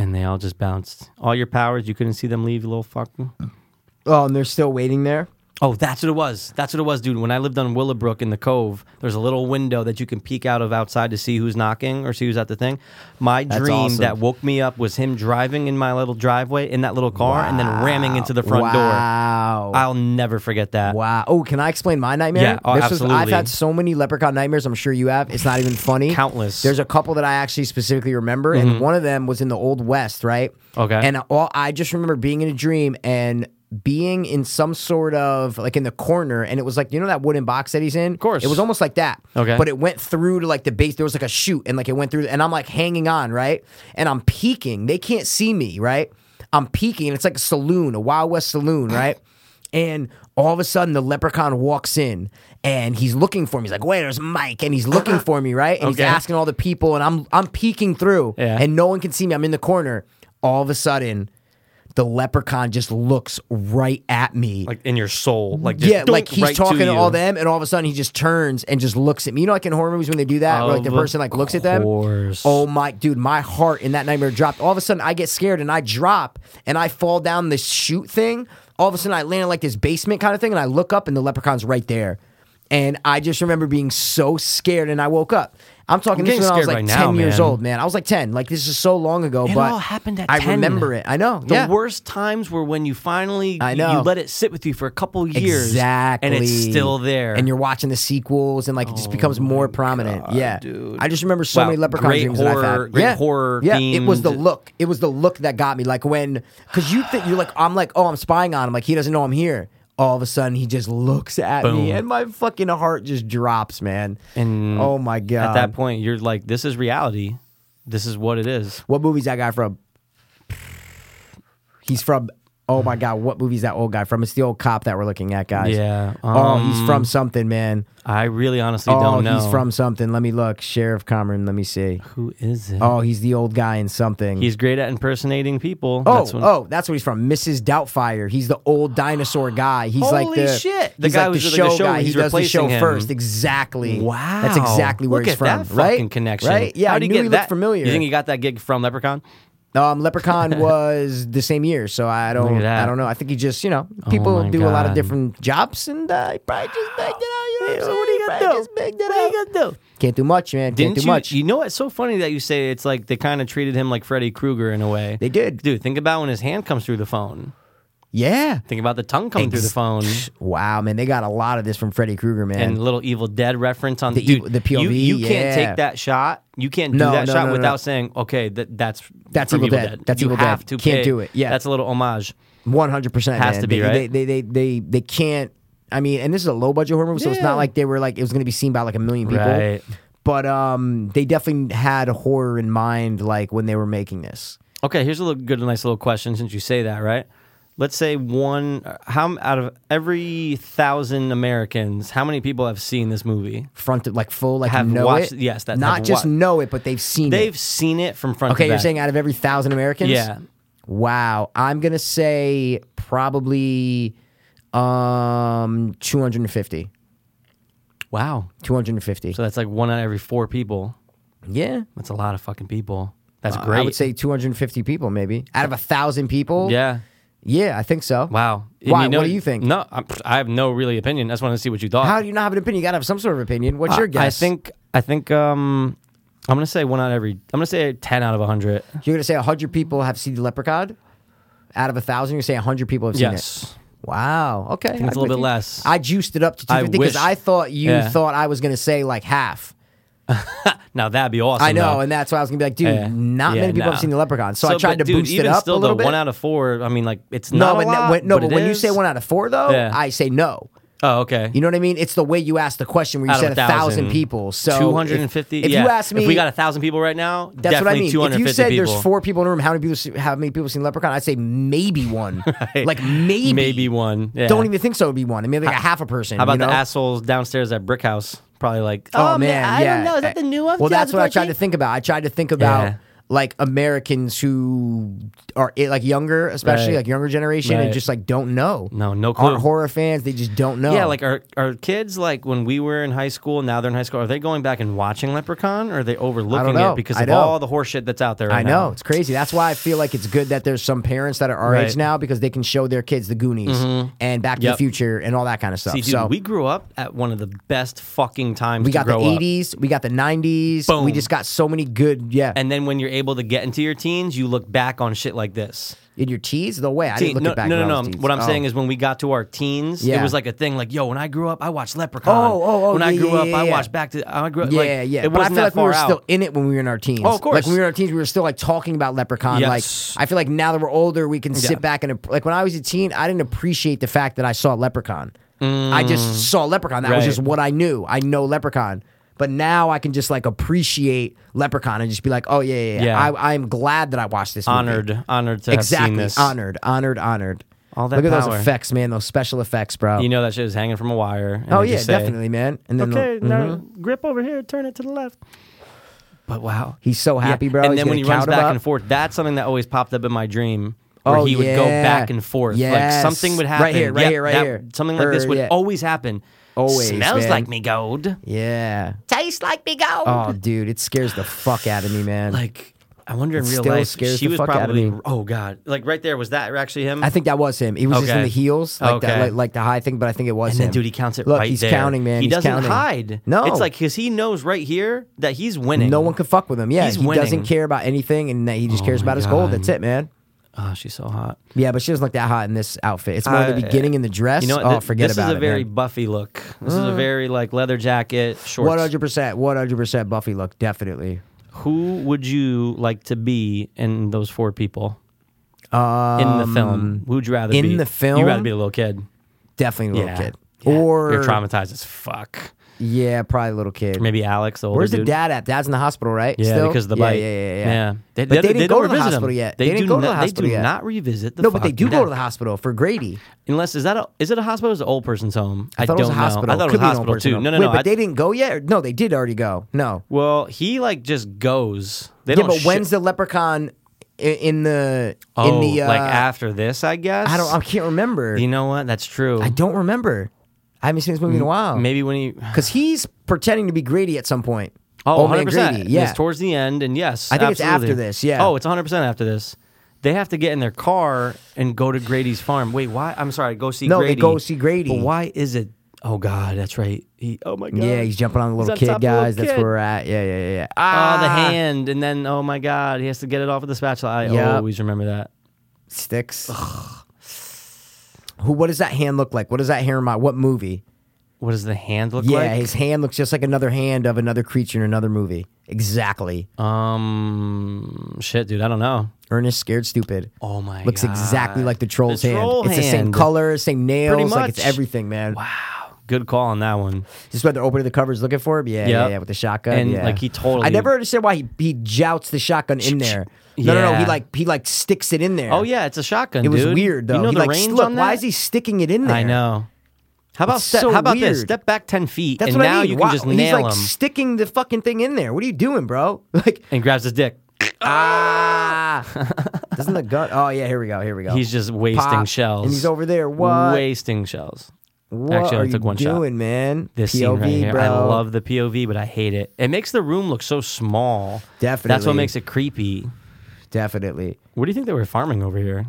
Speaker 5: and they all just bounced. All your powers, you couldn't see them leave. You little fucking.
Speaker 6: Oh, and they're still waiting there.
Speaker 5: Oh, that's what it was. That's what it was, dude. When I lived on Willowbrook in the Cove, there's a little window that you can peek out of outside to see who's knocking or see who's at the thing. My dream
Speaker 6: awesome.
Speaker 5: that woke me up was him driving in my little driveway in that little car and then ramming into the front door.
Speaker 6: wow.
Speaker 5: I'll never forget that.
Speaker 6: Wow. Oh, can I explain my nightmare?
Speaker 5: Yeah, oh,
Speaker 6: This was- I've
Speaker 5: absolutely.
Speaker 6: had so many leprechaun nightmares. I'm sure you have. It's not even funny.
Speaker 5: Countless. Mm-hmm.
Speaker 6: There's a couple that I actually specifically remember, and one of them was in the Old West, right?
Speaker 5: Okay.
Speaker 6: And all I just remember being in a dream and being in some sort of like in the corner, and it was like you know that wooden box that he's in. Of
Speaker 5: course.
Speaker 6: It was almost like that.
Speaker 5: Okay.
Speaker 6: But it went through to like the base. There was like a chute, and like it went through, and I'm like hanging on, right? And I'm peeking. They can't see me, right? I'm peeking, and it's like a saloon, a Wild West saloon, right? And all of a sudden, the leprechaun walks in and he's looking for me. He's like, "Where's Mike?" And he's looking for me, right? And he's
Speaker 5: Okay.
Speaker 6: asking all the people, and I'm I'm peeking through,
Speaker 5: Yeah.
Speaker 6: and no one can see me. I'm in the corner. All of a sudden, the leprechaun just looks right at me,
Speaker 5: Like in your soul. Like just
Speaker 6: yeah, like
Speaker 5: doink
Speaker 6: he's
Speaker 5: right
Speaker 6: talking to,
Speaker 5: you.
Speaker 6: all them, and all of a sudden he just turns and just looks at me. You know, like in horror movies when they do that, where like the
Speaker 5: Of
Speaker 6: person like looks at them.
Speaker 5: course.
Speaker 6: Oh my dude, my heart in that nightmare dropped. All of a sudden I get scared and I drop and I fall down this chute thing. All of a sudden I land in like this basement kind of thing, and I look up and the leprechaun's right there. And I just remember being so scared, and I woke up. I'm talking
Speaker 5: I'm
Speaker 6: this
Speaker 5: getting
Speaker 6: when I was
Speaker 5: scared
Speaker 6: like
Speaker 5: right
Speaker 6: 10
Speaker 5: now,
Speaker 6: years
Speaker 5: man.
Speaker 6: old, man. I was like 10. Like this is so long ago,
Speaker 5: It
Speaker 6: but
Speaker 5: all happened at
Speaker 6: I
Speaker 5: 10.
Speaker 6: remember it. I know.
Speaker 5: The
Speaker 6: yeah.
Speaker 5: worst times were when you finally
Speaker 6: I
Speaker 5: you-
Speaker 6: know.
Speaker 5: you let it sit with you for a couple years.
Speaker 6: Exactly.
Speaker 5: And it's still there. Oh
Speaker 6: And you're watching the sequels and like it just becomes more prominent. yeah. I just remember so
Speaker 5: Wow,
Speaker 6: many leprechaun
Speaker 5: great
Speaker 6: dreams that I've
Speaker 5: horror-
Speaker 6: had.
Speaker 5: great
Speaker 6: yeah.
Speaker 5: horror
Speaker 6: Yeah. It was the
Speaker 5: themed-
Speaker 6: look. It was the look that got me. Like when cause you think you're like, I'm like, oh, I'm spying on him. Like he doesn't know I'm here. All of a sudden he just looks at me
Speaker 5: Boom.
Speaker 6: and my fucking heart just drops, man.
Speaker 5: And
Speaker 6: oh my god.
Speaker 5: At that point, you're like, this is reality. This is what it is.
Speaker 6: what movie's that guy from? He's from Oh my god, what movie's that old guy from? It's the old cop that we're looking at, guys.
Speaker 5: Yeah,
Speaker 6: oh, he's
Speaker 5: um,
Speaker 6: from something, man.
Speaker 5: I really honestly
Speaker 6: Oh,
Speaker 5: don't know.
Speaker 6: he's from something. Let me look. Sheriff Cameron. Let me see.
Speaker 5: Who is it?
Speaker 6: Oh, he's the old guy in something.
Speaker 5: He's great at impersonating people.
Speaker 6: oh,
Speaker 5: That's when-
Speaker 6: oh, that's what he's from. Mrs. Doubtfire. He's the old dinosaur guy. He's like
Speaker 5: Holy
Speaker 6: the
Speaker 5: shit. The
Speaker 6: he's
Speaker 5: guy
Speaker 6: like
Speaker 5: who's
Speaker 6: the
Speaker 5: the- the
Speaker 6: show
Speaker 5: show,
Speaker 6: guy. He
Speaker 5: he's
Speaker 6: does the show
Speaker 5: replacing him.
Speaker 6: first. Exactly.
Speaker 5: Wow.
Speaker 6: That's exactly where
Speaker 5: Look
Speaker 6: he's
Speaker 5: at
Speaker 6: from.
Speaker 5: That
Speaker 6: right?
Speaker 5: fucking connection.
Speaker 6: Right? Yeah.
Speaker 5: How
Speaker 6: I
Speaker 5: did
Speaker 6: knew
Speaker 5: you get
Speaker 6: he
Speaker 5: that?
Speaker 6: looked familiar.
Speaker 5: You think he got that gig from Leprechaun?
Speaker 6: Um, Leprechaun was the same year, so I
Speaker 5: Look
Speaker 6: don't,
Speaker 5: at that. Oh
Speaker 6: I don't know. I think he just, you know, people
Speaker 5: my
Speaker 6: do a lot of
Speaker 5: God.
Speaker 6: different jobs, and uh, he probably just banged it out. You know
Speaker 5: So what do you
Speaker 6: got
Speaker 5: gotta do?
Speaker 6: Just banged it out.
Speaker 5: though?
Speaker 6: Can't do much, man. Can't
Speaker 5: Didn't
Speaker 6: do
Speaker 5: you?
Speaker 6: much.
Speaker 5: You know, it's so funny that you say it's like they kind of treated him like Freddy Krueger in a way.
Speaker 6: They did.
Speaker 5: Dude, think about when his hand comes through the phone.
Speaker 6: Yeah.
Speaker 5: Think about the tongue coming through the phone.
Speaker 6: Wow, man, they got a lot of this from Freddy Krueger, man.
Speaker 5: And little Evil Dead reference on
Speaker 6: The
Speaker 5: dude,
Speaker 6: evil- the
Speaker 5: You,
Speaker 6: POV,
Speaker 5: you
Speaker 6: yeah.
Speaker 5: can't take that shot. You can't do
Speaker 6: No,
Speaker 5: that
Speaker 6: no,
Speaker 5: shot
Speaker 6: no, no.
Speaker 5: without saying, "Okay, that that's
Speaker 6: That's
Speaker 5: from
Speaker 6: Evil Dead. That's
Speaker 5: you
Speaker 6: Evil Dead.
Speaker 5: have to
Speaker 6: Can't
Speaker 5: pay-
Speaker 6: do it. Yeah.
Speaker 5: that's a little homage.
Speaker 6: One hundred percent
Speaker 5: Has
Speaker 6: man.
Speaker 5: to be,
Speaker 6: they,
Speaker 5: right?
Speaker 6: They, they they they they can't. I mean, and this is a low budget horror movie, so it's
Speaker 5: Yeah.
Speaker 6: not like they were like it was going to be seen by like a million people.
Speaker 5: Right.
Speaker 6: But um, they definitely had horror in mind, like when they were making this.
Speaker 5: Okay, here's a little good, nice little question since you say that, right? Let's say one, how m- out of every thousand Americans, how many people have seen this movie?
Speaker 6: Front like full, like
Speaker 5: Have
Speaker 6: know
Speaker 5: watched-
Speaker 6: it.
Speaker 5: yes, that-
Speaker 6: not
Speaker 5: have
Speaker 6: just
Speaker 5: wa-
Speaker 6: know it, but they've seen
Speaker 5: They've
Speaker 6: it.
Speaker 5: seen it from front.
Speaker 6: Okay,
Speaker 5: to
Speaker 6: you're
Speaker 5: back.
Speaker 6: saying out of every thousand Americans,
Speaker 5: Yeah.
Speaker 6: Wow, I'm gonna say probably um 250,
Speaker 5: wow.
Speaker 6: 250.
Speaker 5: So that's like one out of every four people.
Speaker 6: yeah,
Speaker 5: That's a lot of fucking people. That's
Speaker 6: Uh,
Speaker 5: great.
Speaker 6: I would say 250 people, maybe out of a thousand people.
Speaker 5: yeah.
Speaker 6: yeah, I think so.
Speaker 5: Wow. And
Speaker 6: Why? what do you think?
Speaker 5: No, I'm, I have no really opinion. I just want to see what you thought.
Speaker 6: How do you not have an opinion? You gotta have some sort of opinion. What's your
Speaker 5: I-
Speaker 6: guess?
Speaker 5: I think. I think. Um, I'm gonna say one out of every. I'm gonna say ten out of hundred.
Speaker 6: you're gonna say 100 people have seen the leprechaun. Out of a thousand, you're gonna say 100 people have seen it.
Speaker 5: Yes.
Speaker 6: Wow. Okay. I
Speaker 5: think it's a little bit less.
Speaker 6: I juiced it up to
Speaker 5: I
Speaker 6: 250 because
Speaker 5: wish-
Speaker 6: I, thought you
Speaker 5: Yeah.
Speaker 6: thought I was gonna say like half.
Speaker 5: Now that'd be awesome.
Speaker 6: I know,
Speaker 5: though.
Speaker 6: and that's why I was gonna be like, dude,
Speaker 5: Yeah.
Speaker 6: not
Speaker 5: Yeah,
Speaker 6: many people
Speaker 5: nah.
Speaker 6: have seen the leprechaun. So, I tried to
Speaker 5: but dude,
Speaker 6: boost
Speaker 5: even
Speaker 6: it up a
Speaker 5: still,
Speaker 6: little
Speaker 5: though,
Speaker 6: bit.
Speaker 5: One out of four. I mean, like it's
Speaker 6: no,
Speaker 5: not a
Speaker 6: and that-
Speaker 5: lot,
Speaker 6: when, no, but,
Speaker 5: it
Speaker 6: when you
Speaker 5: is.
Speaker 6: say one out of four though,
Speaker 5: Yeah.
Speaker 6: I say no.
Speaker 5: Oh, okay.
Speaker 6: You know what I mean? It's the way you asked the question where you
Speaker 5: Out
Speaker 6: said
Speaker 5: of
Speaker 6: a
Speaker 5: a
Speaker 6: thousand
Speaker 5: thousand,
Speaker 6: people. So if-
Speaker 5: two hundred and fifty.
Speaker 6: If, you asked me,
Speaker 5: if we got a thousand people right now,
Speaker 6: that's what I
Speaker 5: definitely
Speaker 6: mean.
Speaker 5: two
Speaker 6: If
Speaker 5: hundred
Speaker 6: you
Speaker 5: fifty
Speaker 6: said
Speaker 5: people.
Speaker 6: there's four people in the room, how many people? See, how many people seen Leprechaun? I'd say maybe one. Like maybe.
Speaker 5: maybe one. Yeah.
Speaker 6: Don't even think so. Would be one. I mean, like a half a person.
Speaker 5: How about
Speaker 6: you know?
Speaker 5: the assholes downstairs at Brick House? Probably like,
Speaker 6: Oh, man, yeah. Well, that's what I tried to think about. I tried to think about.
Speaker 5: Yeah.
Speaker 6: Like Americans who are eh, like younger, especially
Speaker 5: Right.
Speaker 6: like younger generation, and
Speaker 5: Right.
Speaker 6: just like don't know.
Speaker 5: No, no
Speaker 6: Aren't
Speaker 5: clue.
Speaker 6: horror fans. They just don't know.
Speaker 5: Yeah, like are are kids like when we were in high school? Now they're in high school. Are they going back and watching Leprechaun? Or are they overlooking
Speaker 6: know.
Speaker 5: it because
Speaker 6: I
Speaker 5: of
Speaker 6: know.
Speaker 5: all the horseshit that's out there? Right
Speaker 6: I know
Speaker 5: now?
Speaker 6: it's crazy. That's why I feel like it's good that there's some parents that are our age
Speaker 5: Right. Mm-hmm.
Speaker 6: now because they can show their kids the Goonies and Back to the
Speaker 5: Yep.
Speaker 6: Future and all that kind of stuff.
Speaker 5: See, dude,
Speaker 6: so
Speaker 5: we grew up at one of the best fucking times.
Speaker 6: we
Speaker 5: to
Speaker 6: got the
Speaker 5: grow up.
Speaker 6: '80s, we got the '90s. We
Speaker 5: Boom.
Speaker 6: just got so many good. Yeah,
Speaker 5: And then when you're able to get into your teens, you look back on shit like this.
Speaker 6: in your tees, the way I didn't
Speaker 5: Teen-
Speaker 6: look
Speaker 5: no,
Speaker 6: at back.
Speaker 5: no,
Speaker 6: when I
Speaker 5: no,
Speaker 6: was
Speaker 5: no.
Speaker 6: teens.
Speaker 5: What I'm
Speaker 6: Oh.
Speaker 5: saying is when we got to our teens,
Speaker 6: Yeah.
Speaker 5: it was like a thing. Like, yo, when I grew up, I watched Leprechaun.
Speaker 6: Oh, oh, oh,
Speaker 5: When I
Speaker 6: yeah,
Speaker 5: grew
Speaker 6: yeah,
Speaker 5: up,
Speaker 6: yeah,
Speaker 5: I
Speaker 6: yeah.
Speaker 5: watched Back to. I grew up.
Speaker 6: Yeah,
Speaker 5: like,
Speaker 6: yeah.
Speaker 5: It
Speaker 6: but I
Speaker 5: wasn't
Speaker 6: feel
Speaker 5: that
Speaker 6: like we
Speaker 5: far
Speaker 6: were
Speaker 5: out.
Speaker 6: still in it when we were in our teens.
Speaker 5: Oh, of course.
Speaker 6: Like when we were in our teens, we were still like talking about Leprechaun.
Speaker 5: Yes.
Speaker 6: Like I feel like now that we're older, we can
Speaker 5: Yeah.
Speaker 6: sit back and like when I was a teen, I didn't appreciate the fact that I saw Leprechaun. I just saw Leprechaun. That was
Speaker 5: Mm. Right.
Speaker 6: just what I knew. I know Leprechaun. But now I can just like appreciate Leprechaun and just be like, oh yeah, yeah, yeah.
Speaker 5: Yeah.
Speaker 6: I, I'm glad that I watched this. movie.
Speaker 5: honored, honored to have
Speaker 6: exactly.
Speaker 5: seen this.
Speaker 6: Honored, honored, honored.
Speaker 5: All that
Speaker 6: Look at
Speaker 5: power.
Speaker 6: those effects, man. Those special effects, bro.
Speaker 5: You know that shit is hanging from a wire. and
Speaker 6: oh
Speaker 5: they
Speaker 6: yeah,
Speaker 5: just say,
Speaker 6: definitely, man. And then
Speaker 5: Okay,
Speaker 6: the, mm-hmm.
Speaker 5: now grip over here, turn it to the left. Mm-hmm. But wow,
Speaker 6: he's so happy,
Speaker 5: Yeah,
Speaker 6: bro.
Speaker 5: And
Speaker 6: He's
Speaker 5: then when
Speaker 6: gonna
Speaker 5: he runs
Speaker 6: count him
Speaker 5: back
Speaker 6: up.
Speaker 5: and forth, that's something that always popped up in my dream. Where
Speaker 6: Oh,
Speaker 5: he would go
Speaker 6: yeah.
Speaker 5: back and forth.
Speaker 6: Yes.
Speaker 5: Like something would happen.
Speaker 6: Right here, right
Speaker 5: Yep,
Speaker 6: here, right
Speaker 5: that-
Speaker 6: here.
Speaker 5: Something like this
Speaker 6: Or,
Speaker 5: would
Speaker 6: yeah.
Speaker 5: always happen.
Speaker 6: Always,
Speaker 5: Smells
Speaker 6: man.
Speaker 5: like me gold.
Speaker 6: Yeah.
Speaker 3: Tastes like big old.
Speaker 6: Oh, dude, it scares the fuck out of me, man.
Speaker 5: Like I wonder in
Speaker 6: It
Speaker 5: real
Speaker 6: still
Speaker 5: life,
Speaker 6: scares the
Speaker 5: she was
Speaker 6: fuck out of
Speaker 5: probably
Speaker 6: me.
Speaker 5: oh god. Like right there, was that actually him?
Speaker 6: I think that was him. He was just in
Speaker 5: Okay.
Speaker 6: the heels, like, the,
Speaker 5: Okay.
Speaker 6: like like the high thing, but I think it was
Speaker 5: and
Speaker 6: him.
Speaker 5: then, dude, he counts it
Speaker 6: Look,
Speaker 5: right
Speaker 6: he's
Speaker 5: there.
Speaker 6: counting, man.
Speaker 5: He
Speaker 6: he's
Speaker 5: doesn't
Speaker 6: counting.
Speaker 5: hide.
Speaker 6: No,
Speaker 5: it's like because he knows right here that he's winning.
Speaker 6: no one can fuck with him. Yeah,
Speaker 5: He's
Speaker 6: he doesn't
Speaker 5: winning. Oh
Speaker 6: care about anything, and that he just cares
Speaker 5: my
Speaker 6: about his gold.
Speaker 5: God.
Speaker 6: That's it, man.
Speaker 5: Oh, she's so hot.
Speaker 6: Yeah, but she doesn't look that hot in this outfit. It's more the
Speaker 5: I-
Speaker 6: beginning in the dress.
Speaker 5: You know, what?
Speaker 6: oh,
Speaker 5: Th-
Speaker 6: forget
Speaker 5: this
Speaker 6: about
Speaker 5: is a
Speaker 6: it,
Speaker 5: very
Speaker 6: man. Uh.
Speaker 5: Buffy look. This is a very like leather jacket, shorts.
Speaker 6: One hundred percent, one hundred percent Buffy look, definitely.
Speaker 5: Who would you like to be in those four people? in the film, who'd you rather
Speaker 6: Um, in
Speaker 5: be?
Speaker 6: the film?
Speaker 5: you'd rather be a little kid,
Speaker 6: Definitely a little
Speaker 5: Yeah.
Speaker 6: kid.
Speaker 5: Yeah.
Speaker 6: Or
Speaker 5: you're traumatized as fuck.
Speaker 6: Yeah, probably a little kid.
Speaker 5: Maybe Alex, the older
Speaker 6: Where's the
Speaker 5: dude.
Speaker 6: dad at? Dad's in the hospital, right?
Speaker 5: Yeah,
Speaker 6: Still?
Speaker 5: because of the
Speaker 6: yeah,
Speaker 5: bite.
Speaker 6: Yeah, yeah, yeah.
Speaker 5: They,
Speaker 6: but they, didn't
Speaker 5: don't
Speaker 6: go to the
Speaker 5: revisit him.
Speaker 6: hospital yet.
Speaker 5: They,
Speaker 6: They, didn't
Speaker 5: do
Speaker 6: go to
Speaker 5: not,
Speaker 6: the hospital
Speaker 5: They do
Speaker 6: yet.
Speaker 5: not revisit the.
Speaker 6: no, but they do
Speaker 5: fucking
Speaker 6: go
Speaker 5: death.
Speaker 6: to the hospital for Grady.
Speaker 5: Unless is that a, is it a hospital? or Is it an old person's home? I,
Speaker 6: I thought
Speaker 5: don't
Speaker 6: it was a hospital.
Speaker 5: know. I thought
Speaker 6: Could be
Speaker 5: it was
Speaker 6: an old
Speaker 5: hospital
Speaker 6: person
Speaker 5: too.
Speaker 6: home.
Speaker 5: No, no,
Speaker 6: Wait,
Speaker 5: no.
Speaker 6: But
Speaker 5: I-
Speaker 6: they didn't go yet. Or- No, they did already go. No.
Speaker 5: well, he like just goes. They
Speaker 6: Yeah,
Speaker 5: don't.
Speaker 6: but
Speaker 5: sh-
Speaker 6: when's the leprechaun i- in the
Speaker 5: oh,
Speaker 6: in the uh,
Speaker 5: like after this? I guess
Speaker 6: I don't. I can't remember.
Speaker 5: You know what? That's true.
Speaker 6: I don't remember. I haven't seen this movie in a while.
Speaker 5: Maybe when he.
Speaker 6: because he's pretending to be Grady at some point.
Speaker 5: Oh,
Speaker 6: Old man
Speaker 5: 100%.
Speaker 6: Grady, Yeah.
Speaker 5: It's towards the end, and yes.
Speaker 6: I think it's after
Speaker 5: absolutely.
Speaker 6: this, yeah.
Speaker 5: Oh, it's 100% after this. They have to get in their car and go to Grady's farm. Wait, why? I'm sorry. Go see
Speaker 6: No, they
Speaker 5: Grady.
Speaker 6: go see Grady.
Speaker 5: But why is it? Oh, God. That's right. He, oh, my God.
Speaker 6: yeah, he's jumping on the little
Speaker 5: on top
Speaker 6: kid,
Speaker 5: of the little
Speaker 6: guys. That's
Speaker 5: kid.
Speaker 6: where we're at. Yeah, yeah, yeah, yeah.
Speaker 5: Oh, the
Speaker 6: Ah!
Speaker 5: hand. And then, oh, my God. He has to get it off with the spatula. I
Speaker 6: Yep.
Speaker 5: always remember that.
Speaker 6: sticks. Who? What does that hand look like? What does that hair remind? What movie?
Speaker 5: What does the hand look
Speaker 6: Yeah,
Speaker 5: like?
Speaker 6: his hand looks just like another hand of another creature in another movie. Exactly.
Speaker 5: um, shit, dude. I don't know.
Speaker 6: Ernest scared stupid.
Speaker 5: Oh, my
Speaker 6: looks
Speaker 5: God.
Speaker 6: exactly like the troll's
Speaker 5: The troll
Speaker 6: hand. It's the same
Speaker 5: hand.
Speaker 6: color, same nails,
Speaker 5: Pretty
Speaker 6: like it's
Speaker 5: much.
Speaker 6: everything, man.
Speaker 5: Good call on that one.
Speaker 6: Just what the opening of the cover is looking for. Yeah, yeah,
Speaker 5: Yep.
Speaker 6: yeah, with the shotgun.
Speaker 5: And,
Speaker 6: yeah.
Speaker 5: like, he totally-
Speaker 6: I never understood why he, he jouts the shotgun in there. No, no, no. He
Speaker 5: Yeah.
Speaker 6: like he like sticks it in there.
Speaker 5: Oh, yeah. It's a shotgun,
Speaker 6: It was
Speaker 5: dude.
Speaker 6: weird though.
Speaker 5: You know
Speaker 6: He,
Speaker 5: the
Speaker 6: like,
Speaker 5: range
Speaker 6: look,
Speaker 5: on that?
Speaker 6: why is he sticking it in there?
Speaker 5: I know. How about
Speaker 6: It's
Speaker 5: step,
Speaker 6: so
Speaker 5: how about this?
Speaker 6: weird.
Speaker 5: Step back ten feet,
Speaker 6: That's
Speaker 5: and
Speaker 6: what
Speaker 5: now
Speaker 6: I mean.
Speaker 5: you
Speaker 6: Why-
Speaker 5: can just
Speaker 6: he's
Speaker 5: nail
Speaker 6: like
Speaker 5: him
Speaker 6: sticking the fucking thing in there. What are you doing, bro? Like
Speaker 5: and grabs his dick.
Speaker 6: ah, doesn't the gun? Oh yeah, here we go. Here we go.
Speaker 5: He's just wasting
Speaker 6: Pop.
Speaker 5: shells.
Speaker 6: and he's over there. What?
Speaker 5: Wasting shells.
Speaker 6: what
Speaker 5: Actually, I
Speaker 6: are
Speaker 5: only took
Speaker 6: you
Speaker 5: one shot.
Speaker 6: doing, man?
Speaker 5: This
Speaker 6: POV,
Speaker 5: scene right here,
Speaker 6: bro.
Speaker 5: I love the POV, but I hate it. It makes the room look so small. that's
Speaker 6: Definitely.
Speaker 5: what makes it creepy.
Speaker 6: definitely.
Speaker 5: What do you think they were farming over here?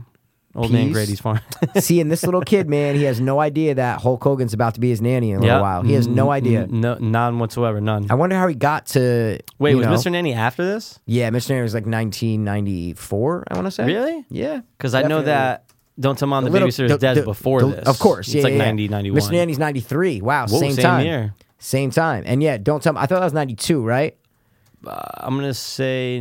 Speaker 5: Old man
Speaker 6: Peas?
Speaker 5: Grady's farm.
Speaker 6: Seeing this little kid, man, he has no idea that Hulk Hogan's about to be his nanny in a little
Speaker 5: Yeah. Mm-hmm.
Speaker 6: while. He has no
Speaker 5: N-
Speaker 6: idea.
Speaker 5: n- No, none whatsoever. None.
Speaker 6: I wonder how he got to.
Speaker 5: Wait,
Speaker 6: you
Speaker 5: was
Speaker 6: know-
Speaker 5: Mr. Nanny after this?
Speaker 6: Yeah, Mr. Nanny was like 1994. I want to say.
Speaker 5: Really?
Speaker 6: Yeah.
Speaker 5: Because I know
Speaker 6: Definitely.
Speaker 5: that. Don't tell mom the,
Speaker 6: little-
Speaker 5: babysitter's dead is before
Speaker 6: the-
Speaker 5: this.
Speaker 6: Of course,
Speaker 5: it's
Speaker 6: yeah,
Speaker 5: like
Speaker 6: yeah, yeah.
Speaker 5: 90, 91.
Speaker 6: Mr. Nanny's ninety three. Wow,
Speaker 5: Whoa,
Speaker 6: same,
Speaker 5: same
Speaker 6: time,
Speaker 5: year.
Speaker 6: same time, and yeah, don't tell. me. I thought that was ninety two, right?
Speaker 5: I'm gonna say